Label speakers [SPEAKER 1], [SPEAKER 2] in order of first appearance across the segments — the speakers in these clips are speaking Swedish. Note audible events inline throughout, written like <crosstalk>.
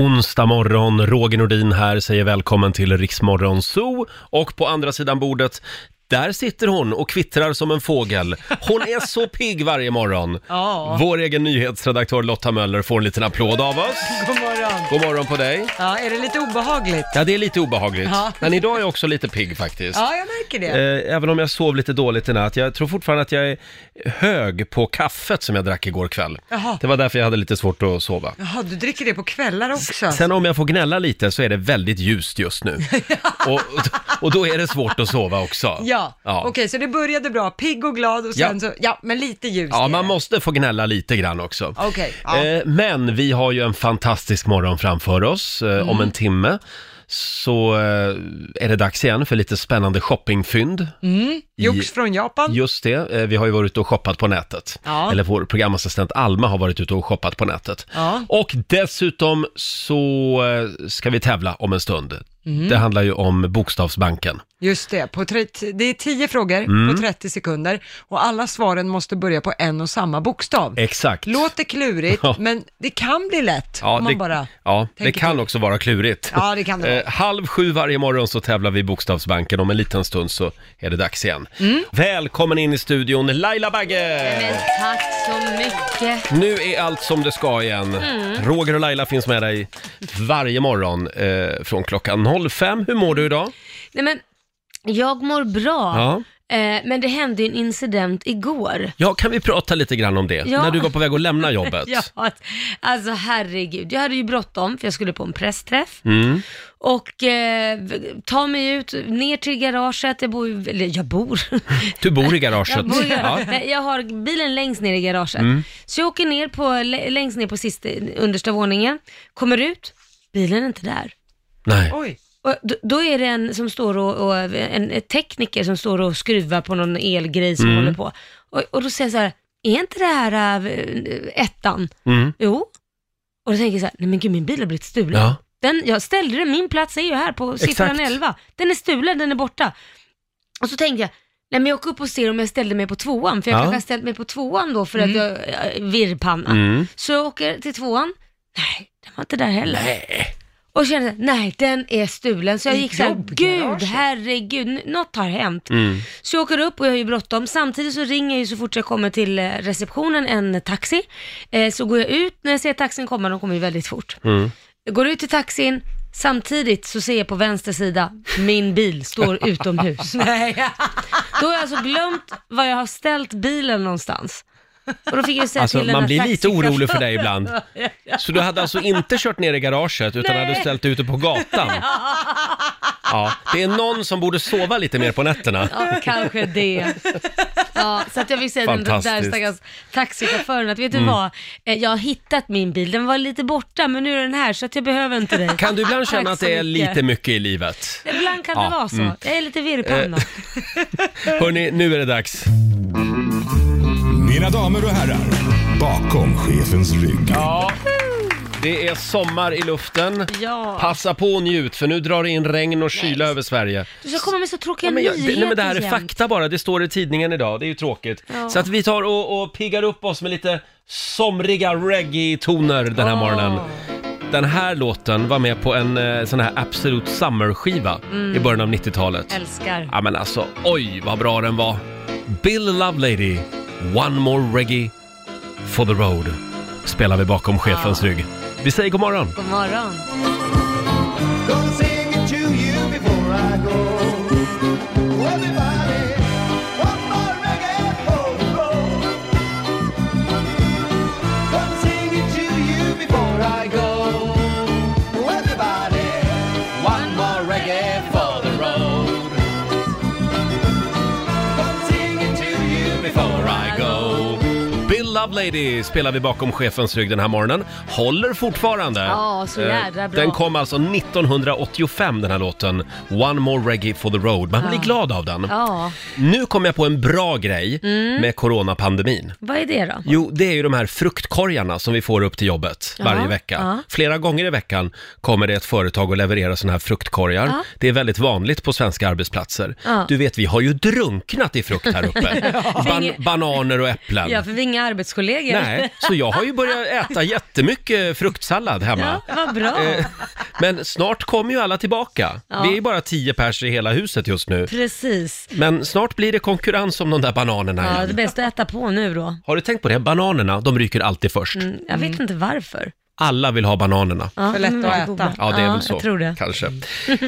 [SPEAKER 1] Onsdag morgon, Roger Nordin här säger välkommen till Riksmorgon Zoo och på andra sidan bordet där sitter hon och kvittrar som en fågel. Hon är så pigg varje morgon.
[SPEAKER 2] Ja.
[SPEAKER 1] Vår egen nyhetsredaktör Lotta Möller får en liten applåd av oss.
[SPEAKER 2] God morgon.
[SPEAKER 1] God morgon på dig.
[SPEAKER 2] Ja, är det lite obehagligt?
[SPEAKER 1] Ja, det är lite obehagligt.
[SPEAKER 2] Ja.
[SPEAKER 1] Men idag är jag också lite pigg faktiskt.
[SPEAKER 2] Ja, jag märker
[SPEAKER 1] Eh,
[SPEAKER 2] det.
[SPEAKER 1] Även om jag sov lite dåligt i natt. Jag tror fortfarande att jag är hög på kaffet som jag drack igår kväll.
[SPEAKER 2] Jaha.
[SPEAKER 1] Det var därför jag hade lite svårt att sova.
[SPEAKER 2] Jaha, du dricker det på kvällar också?
[SPEAKER 1] Sen om jag får gnälla lite så är det väldigt ljust just
[SPEAKER 2] <laughs>
[SPEAKER 1] nu. Och, och då är det svårt att sova också.
[SPEAKER 2] Ja,
[SPEAKER 1] ja.
[SPEAKER 2] okej, så det började bra. Pigg och glad och sen
[SPEAKER 1] Ja.
[SPEAKER 2] så, ja, men lite ljus.
[SPEAKER 1] Ja,
[SPEAKER 2] är
[SPEAKER 1] man
[SPEAKER 2] det.
[SPEAKER 1] måste få gnälla lite grann också.
[SPEAKER 2] Okej, ja.
[SPEAKER 1] Eh, Men vi har ju en fantastisk morgon framför oss. Eh,
[SPEAKER 2] Mm.
[SPEAKER 1] Om en timme så eh, är det dags igen för lite spännande shoppingfynd.
[SPEAKER 2] Mm, Jox från
[SPEAKER 1] <laughs>
[SPEAKER 2] Japan?
[SPEAKER 1] Just det, eh, vi har ju varit ute och shoppat på nätet.
[SPEAKER 2] Ja.
[SPEAKER 1] Eller vår programassistent Alma har varit ute och shoppat på nätet.
[SPEAKER 2] Ja.
[SPEAKER 1] Och dessutom så eh, ska vi tävla om en stund.
[SPEAKER 2] Mhm.
[SPEAKER 1] Det handlar ju om Bokstavsbanken.
[SPEAKER 2] Just det, på tre- det är tio frågor
[SPEAKER 1] Mm.
[SPEAKER 2] på 30 sekunder och alla svaren måste börja på en och samma bokstav.
[SPEAKER 1] Exakt.
[SPEAKER 2] Låter klurigt,
[SPEAKER 1] Eh. Ja.
[SPEAKER 2] men det kan bli lätt om man
[SPEAKER 1] det,
[SPEAKER 2] bara...
[SPEAKER 1] ja, det
[SPEAKER 2] tänker
[SPEAKER 1] kan också vara klurigt.
[SPEAKER 2] Ja, det kan det vara.
[SPEAKER 1] Eh, halv sju varje morgon så tävlar vi i Bokstavsbanken. Om en liten stund så är det dags igen.
[SPEAKER 2] Mm.
[SPEAKER 1] Välkommen in i studion, Laila Bagge!
[SPEAKER 3] Men tack så mycket.
[SPEAKER 1] Nu är allt som det ska igen.
[SPEAKER 3] Mm.
[SPEAKER 1] Roger och Laila finns med dig varje morgon eh, från klockan 05. Hur mår du idag?
[SPEAKER 3] Nej, men jag mår bra,
[SPEAKER 1] Ja.
[SPEAKER 3] eh, men det hände ju en incident igår.
[SPEAKER 1] ja, kan vi prata lite grann om det?
[SPEAKER 3] Ja.
[SPEAKER 1] När du var på väg att lämna jobbet.
[SPEAKER 3] <laughs> Ja, att- alltså herregud. Jag hade ju bråttom för jag skulle på en pressträff
[SPEAKER 1] Mm.
[SPEAKER 3] och eh, ta mig ut, ner till garaget. Jag bor, ju- eller jag bor. <laughs>
[SPEAKER 1] Du bor i garaget.
[SPEAKER 3] Jag, bor i
[SPEAKER 1] ja. Mm.
[SPEAKER 3] garaget. Nej, jag har bilen längst ner i garaget. Så jag åker ner på, lä- längst ner på sista, understa våningen, kommer ut, bilen är inte där.
[SPEAKER 1] Nej.
[SPEAKER 2] Oj, <laughs>
[SPEAKER 3] Och då, då är det en som står och, och en en tekniker som står och skruvar på någon elgrej
[SPEAKER 1] Mm.
[SPEAKER 3] som håller på. Och, och då säger jag så här, är inte det här äh, ettan?
[SPEAKER 1] Mm.
[SPEAKER 3] Jo. Och då tänker jag så här, nej men gud min bil har blivit stulen.
[SPEAKER 1] Ja.
[SPEAKER 3] Den, jag ställde den, min plats är ju här på siffran
[SPEAKER 1] Exakt.
[SPEAKER 3] 11. Den är stulen, den är borta. Och så tänkte jag, nej men jag åker upp och ser om jag ställde mig på tvåan, för jag
[SPEAKER 1] Ja.
[SPEAKER 3] kanske har ställt mig på tvåan då för att jag äh, virrpanna.
[SPEAKER 1] Mm.
[SPEAKER 3] Så jag åker till tvåan, nej den var inte där heller. Och kände såhär, nej den är stulen. Så jag
[SPEAKER 2] I
[SPEAKER 3] gick såhär,
[SPEAKER 2] jobbgaraget.
[SPEAKER 3] gud herregud, n- något har hänt.
[SPEAKER 1] Mm.
[SPEAKER 3] Så jag åker upp och jag har ju bråttom. Samtidigt så ringer jag ju så fort jag kommer till eh, receptionen en taxi. Eh, så går jag ut, när jag ser taxin komma, de kommer ju väldigt fort.
[SPEAKER 1] Mm.
[SPEAKER 3] Jag går ut till taxin, samtidigt så ser jag på vänster sida, min
[SPEAKER 2] <laughs>
[SPEAKER 3] bil står utomhus.
[SPEAKER 2] nej.
[SPEAKER 3] Då har jag alltså glömt var jag har ställt bilen någonstans. Och då fick jag ju säga
[SPEAKER 1] Alltså,
[SPEAKER 3] till den
[SPEAKER 1] man
[SPEAKER 3] här
[SPEAKER 1] blir lite
[SPEAKER 3] taxichauffören-
[SPEAKER 1] orolig för dig ibland.
[SPEAKER 3] <laughs>
[SPEAKER 1] Så du hade alltså inte kört ner i garaget utan
[SPEAKER 3] Nej.
[SPEAKER 1] hade ställt dig ute på
[SPEAKER 3] <laughs>
[SPEAKER 1] gatan? Ja, det är någon som borde sova lite mer på nätterna.
[SPEAKER 3] Ja, kanske det. Ja, så att jag vill säga till den där
[SPEAKER 1] Fantastiskt. Mm.
[SPEAKER 3] stackars taxichauffören att vet du vad, Eh, jag har hittat min bil, den var lite borta men nu är den här så att jag behöver inte dig.
[SPEAKER 1] Kan du ibland känna
[SPEAKER 3] <laughs> Tack
[SPEAKER 1] att
[SPEAKER 3] så
[SPEAKER 1] det är
[SPEAKER 3] mycket.
[SPEAKER 1] lite mycket i livet?
[SPEAKER 3] Ibland kan
[SPEAKER 1] Ja,
[SPEAKER 3] det vara så.
[SPEAKER 1] mm.
[SPEAKER 3] Jag är lite virrpanna.
[SPEAKER 1] Hörni, nu är det dags.
[SPEAKER 4] Mina damer och herrar, bakom chefens rygg.
[SPEAKER 1] Det är sommar i luften.
[SPEAKER 3] Ja.
[SPEAKER 1] Passa på och njut, för nu drar det in regn och kyla över Sverige.
[SPEAKER 3] Du ska komma med så tråkiga
[SPEAKER 1] Ja, men jag,
[SPEAKER 3] nyheter
[SPEAKER 1] nej, men det här är
[SPEAKER 3] jämt.
[SPEAKER 1] fakta bara, det står i tidningen idag, det är ju tråkigt.
[SPEAKER 3] Ja.
[SPEAKER 1] Så att vi tar och, och piggar upp oss med lite somriga reggae-toner den här
[SPEAKER 3] Åh.
[SPEAKER 1] morgonen. Den här låten var med på en eh, sån här Absolute Summer-skiva i början av 90-talet.
[SPEAKER 3] Mm. Älskar.
[SPEAKER 1] Ja men alltså, oj vad bra den var! Bill Lovelady, One More Reggae for the Road spelar vi bakom chefens rygg. Vi säger god morgon!
[SPEAKER 3] God morgon.
[SPEAKER 5] Gonna sing it to you before I go. Everybody, one more reggae for the road. Gonna sing it to you before I go. Everybody, one more reggae for the road. Gonna sing it to you before I go.
[SPEAKER 1] Bill Lovelady spelar vi bakom chefens rygg den här morgonen. Håller fortfarande.
[SPEAKER 3] Ja, så jädra
[SPEAKER 1] Eh,
[SPEAKER 3] bra.
[SPEAKER 1] Den kom alltså 1985 den här låten. One more reggae for the road. Man blir glad av den.
[SPEAKER 3] Ja,
[SPEAKER 1] Nu kom jag på en bra grej med coronapandemin.
[SPEAKER 3] vad är det då?
[SPEAKER 1] Jo, det är ju de här fruktkorgarna som vi får upp till jobbet
[SPEAKER 3] Ja,
[SPEAKER 1] varje vecka.
[SPEAKER 3] ja.
[SPEAKER 1] Flera gånger i veckan kommer det ett företag och levererar sådana här fruktkorgar.
[SPEAKER 3] Ja.
[SPEAKER 1] Det är väldigt vanligt på svenska arbetsplatser.
[SPEAKER 3] Ja. <laughs>
[SPEAKER 1] Du vet, vi har ju drunknat i frukt här uppe. Ban- bananer och äpplen.
[SPEAKER 3] Ja, för vi är inga arbetskollegor.
[SPEAKER 1] Nej, så jag har ju börjat äta jättemycket fruktsallad hemma.
[SPEAKER 3] <laughs> Ja, vad bra.
[SPEAKER 1] Eh, Men snart kommer ju alla tillbaka.
[SPEAKER 3] Ja.
[SPEAKER 1] Vi är ju bara tio pers i hela huset just nu.
[SPEAKER 3] Precis.
[SPEAKER 1] Men snart blir det konkurrens om de där bananerna
[SPEAKER 3] Ja, det
[SPEAKER 1] igen.
[SPEAKER 3] är bäst att äta på nu då.
[SPEAKER 1] Har du tänkt på det? Bananerna, de ryker alltid först.
[SPEAKER 3] Mm, Jag vet inte varför.
[SPEAKER 1] Alla vill ha bananerna.
[SPEAKER 3] Ja,
[SPEAKER 2] För lätt
[SPEAKER 3] de är
[SPEAKER 2] att
[SPEAKER 3] väldigt
[SPEAKER 2] äta.
[SPEAKER 3] goda.
[SPEAKER 1] Ja, det är väl så.
[SPEAKER 3] Jag tror det.
[SPEAKER 1] Kanske.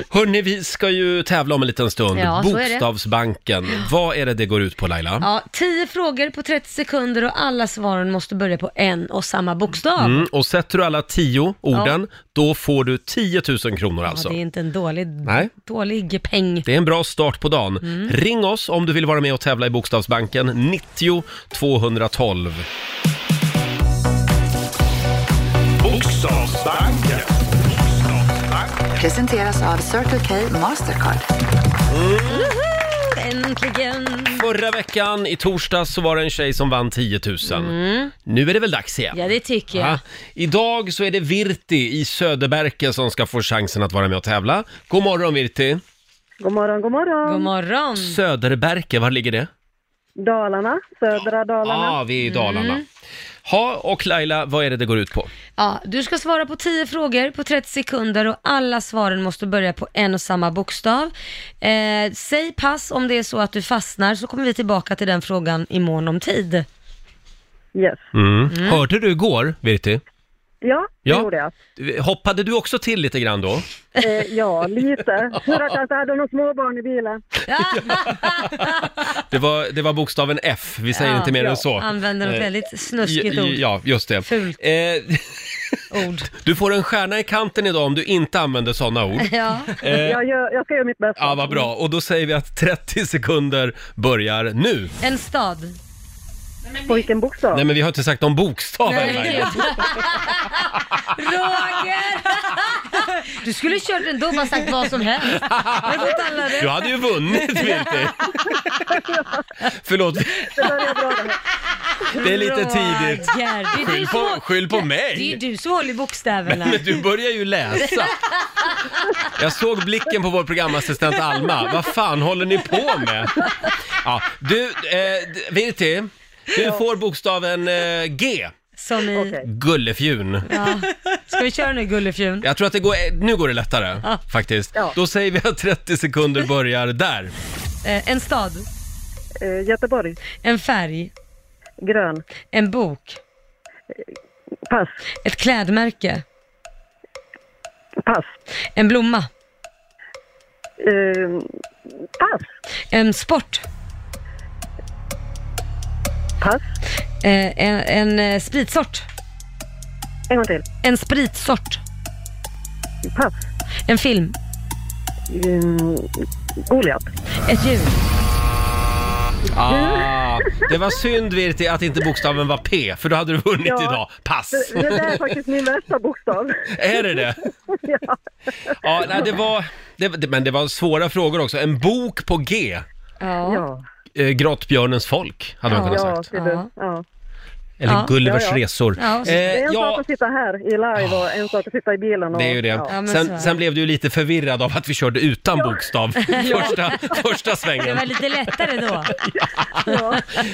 [SPEAKER 1] Hörni, vi ska ju tävla om en liten stund.
[SPEAKER 3] Ja, så är det.
[SPEAKER 1] Bokstavsbanken. Vad är det det går ut på Laila?
[SPEAKER 3] Ja, tio frågor på 30 sekunder och alla svaren måste börja på en och samma bokstav.
[SPEAKER 1] Mm, och sätter du alla tio orden, då får du 10 000 kronor
[SPEAKER 3] Ja,
[SPEAKER 1] alltså.
[SPEAKER 3] det är inte en dålig,
[SPEAKER 1] Nej.
[SPEAKER 3] dålig peng.
[SPEAKER 1] Det är en bra start på dagen.
[SPEAKER 3] Mm.
[SPEAKER 1] Ring oss om du vill vara med och tävla i Bokstavsbanken. 90 212.
[SPEAKER 4] Bokstavsbanken.
[SPEAKER 6] Presenteras av Circle K Mastercard.
[SPEAKER 3] Äntligen!
[SPEAKER 1] Förra veckan, i torsdags, så var det en tjej som vann 10 000.
[SPEAKER 3] Mm.
[SPEAKER 1] Nu är det väl dags igen?
[SPEAKER 3] Ja, det tycker jag.
[SPEAKER 1] Ja. Idag så är det Virti i Söderberke som ska få chansen att vara med och tävla. God morgon Virti!
[SPEAKER 7] God morgon, god morgon.
[SPEAKER 3] God morgon!
[SPEAKER 1] Söderberke, var ligger det?
[SPEAKER 7] Dalarna, södra Dalarna.
[SPEAKER 1] Ja, ah, vi är i Dalarna.
[SPEAKER 3] Mm.
[SPEAKER 1] Ha, och Laila, vad är det det går ut på?
[SPEAKER 3] Ja, du ska svara på 10 frågor på 30 sekunder och alla svaren måste börja på en och samma bokstav. Eh, säg pass om det är så att du fastnar så kommer vi tillbaka till den frågan i mån
[SPEAKER 1] <laughs>
[SPEAKER 3] om tid.
[SPEAKER 7] Yes.
[SPEAKER 1] Mm.
[SPEAKER 3] Mm.
[SPEAKER 1] Hörde du igår, Virti?
[SPEAKER 7] Ja, det
[SPEAKER 1] Ja.
[SPEAKER 7] gjorde jag.
[SPEAKER 1] Hoppade du också till lite grann då?
[SPEAKER 7] Eh, ja,
[SPEAKER 1] <laughs>
[SPEAKER 7] lite. Tur att jag inte hade några småbarn i bilen.
[SPEAKER 1] Det var, det var bokstaven F, vi säger
[SPEAKER 3] Ja,
[SPEAKER 1] inte mer
[SPEAKER 3] ja.
[SPEAKER 1] än så.
[SPEAKER 3] Använder något
[SPEAKER 1] Eh,
[SPEAKER 3] väldigt snuskigt
[SPEAKER 1] Ja,
[SPEAKER 3] ord.
[SPEAKER 1] Ja, just det.
[SPEAKER 3] Fult.
[SPEAKER 1] Eh,
[SPEAKER 3] <laughs> ord.
[SPEAKER 1] <laughs> du får en stjärna i kanten idag om du inte använder sådana ord.
[SPEAKER 3] Ja.
[SPEAKER 7] Jag, gör, jag ska göra mitt bästa.
[SPEAKER 1] Eh. Ja, vad bra. Och då säger vi att 30 sekunder börjar nu.
[SPEAKER 3] En stad.
[SPEAKER 7] På vilken bokstav?
[SPEAKER 1] Nej, men vi har inte sagt någon bokstav än. Laila.
[SPEAKER 3] Roger! Du skulle kört ändå och bara sagt vad som helst. Har du fått alla
[SPEAKER 1] Du
[SPEAKER 3] rätt?
[SPEAKER 1] hade ju
[SPEAKER 3] <laughs>
[SPEAKER 1] vunnit, Virti. Förlåt,
[SPEAKER 7] Det börjar bra det här.
[SPEAKER 1] det är lite tidigt.
[SPEAKER 3] Roger, det är du
[SPEAKER 1] Skyll
[SPEAKER 3] som
[SPEAKER 1] på,
[SPEAKER 3] har-
[SPEAKER 1] skyll på
[SPEAKER 3] Det är ju
[SPEAKER 1] mig!
[SPEAKER 3] du som håller i
[SPEAKER 1] <laughs>
[SPEAKER 3] bokstäverna.
[SPEAKER 1] Men du börjar ju läsa. Jag såg blicken på vår programassistent Alma. Vad fan håller ni på med? Ja, du, eh, d- Virti, du får bokstaven eh, G.
[SPEAKER 3] Som i...
[SPEAKER 1] Gullefjun.
[SPEAKER 3] Ja. Ska vi köra nu Gullefjun?
[SPEAKER 1] Jag tror att det går, eh, nu går det lättare
[SPEAKER 3] Ja.
[SPEAKER 1] faktiskt.
[SPEAKER 7] Ja.
[SPEAKER 1] Då säger vi att 30 sekunder börjar där.
[SPEAKER 3] Eh, en stad.
[SPEAKER 7] Eh, Göteborg,
[SPEAKER 3] En färg.
[SPEAKER 7] grön,
[SPEAKER 3] En bok.
[SPEAKER 7] pass,
[SPEAKER 3] Ett klädmärke.
[SPEAKER 7] pass,
[SPEAKER 3] En blomma.
[SPEAKER 7] eh, pass,
[SPEAKER 3] En sport.
[SPEAKER 7] pass.
[SPEAKER 3] Eh, en, en eh, spritsort.
[SPEAKER 7] En gång till,
[SPEAKER 3] En spritsort.
[SPEAKER 7] pass.
[SPEAKER 3] En film.
[SPEAKER 7] Mm, Goliat.
[SPEAKER 3] Ett djur.
[SPEAKER 1] Ah, det var synd Virti att inte bokstaven var P, för då hade du vunnit
[SPEAKER 7] Ja.
[SPEAKER 1] idag. Pass!
[SPEAKER 7] Det, det där är faktiskt min värsta
[SPEAKER 1] <laughs>
[SPEAKER 7] bokstav.
[SPEAKER 1] Är det
[SPEAKER 3] <laughs>
[SPEAKER 1] det?
[SPEAKER 7] ja.
[SPEAKER 1] Ja, nej, det var, det, det- men det var svåra frågor också. En bok på G.
[SPEAKER 3] Ja. ja.
[SPEAKER 7] Ja.
[SPEAKER 1] Eh, Grottbjörnens folk, hade man
[SPEAKER 3] Ja.
[SPEAKER 1] kunnat
[SPEAKER 7] Ja,
[SPEAKER 1] sagt.
[SPEAKER 7] ser du.
[SPEAKER 3] Ja.
[SPEAKER 7] Ja.
[SPEAKER 1] Eller
[SPEAKER 3] Ja.
[SPEAKER 1] Gullivers
[SPEAKER 7] Ja, ja.
[SPEAKER 1] resor.
[SPEAKER 3] Ja.
[SPEAKER 1] Eh,
[SPEAKER 7] Det är en sak
[SPEAKER 1] ja,
[SPEAKER 7] att sitta här i live och en sak att sitta i bilen. Och,
[SPEAKER 1] det är ju det.
[SPEAKER 7] Ja.
[SPEAKER 3] men så är
[SPEAKER 1] Sen,
[SPEAKER 3] det.
[SPEAKER 1] sen blev du ju lite förvirrad av att vi körde utan bokstav
[SPEAKER 3] <laughs>
[SPEAKER 1] första, första
[SPEAKER 3] Det
[SPEAKER 1] svängen.
[SPEAKER 3] var lite lättare då.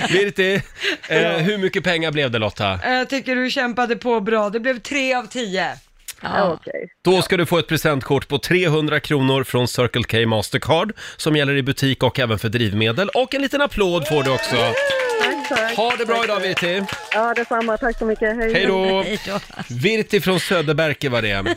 [SPEAKER 1] Virti, eh, hur mycket pengar blev det Lotta?
[SPEAKER 2] Jag Eh, tycker du kämpade på bra. Det blev tre av tio.
[SPEAKER 7] Ja,
[SPEAKER 3] Ja.
[SPEAKER 7] okej.
[SPEAKER 1] Då ska du få ett presentkort på 300 kronor från Circle K Mastercard som gäller i butik och även för drivmedel. Och en liten applåd får du också.
[SPEAKER 7] Tack, tack.
[SPEAKER 1] Ha det bra idag Virti!
[SPEAKER 7] Ja, detsamma. Tack så mycket.
[SPEAKER 1] Hej då!
[SPEAKER 3] <laughs> Hej då.
[SPEAKER 1] Virti från Söderberke var det.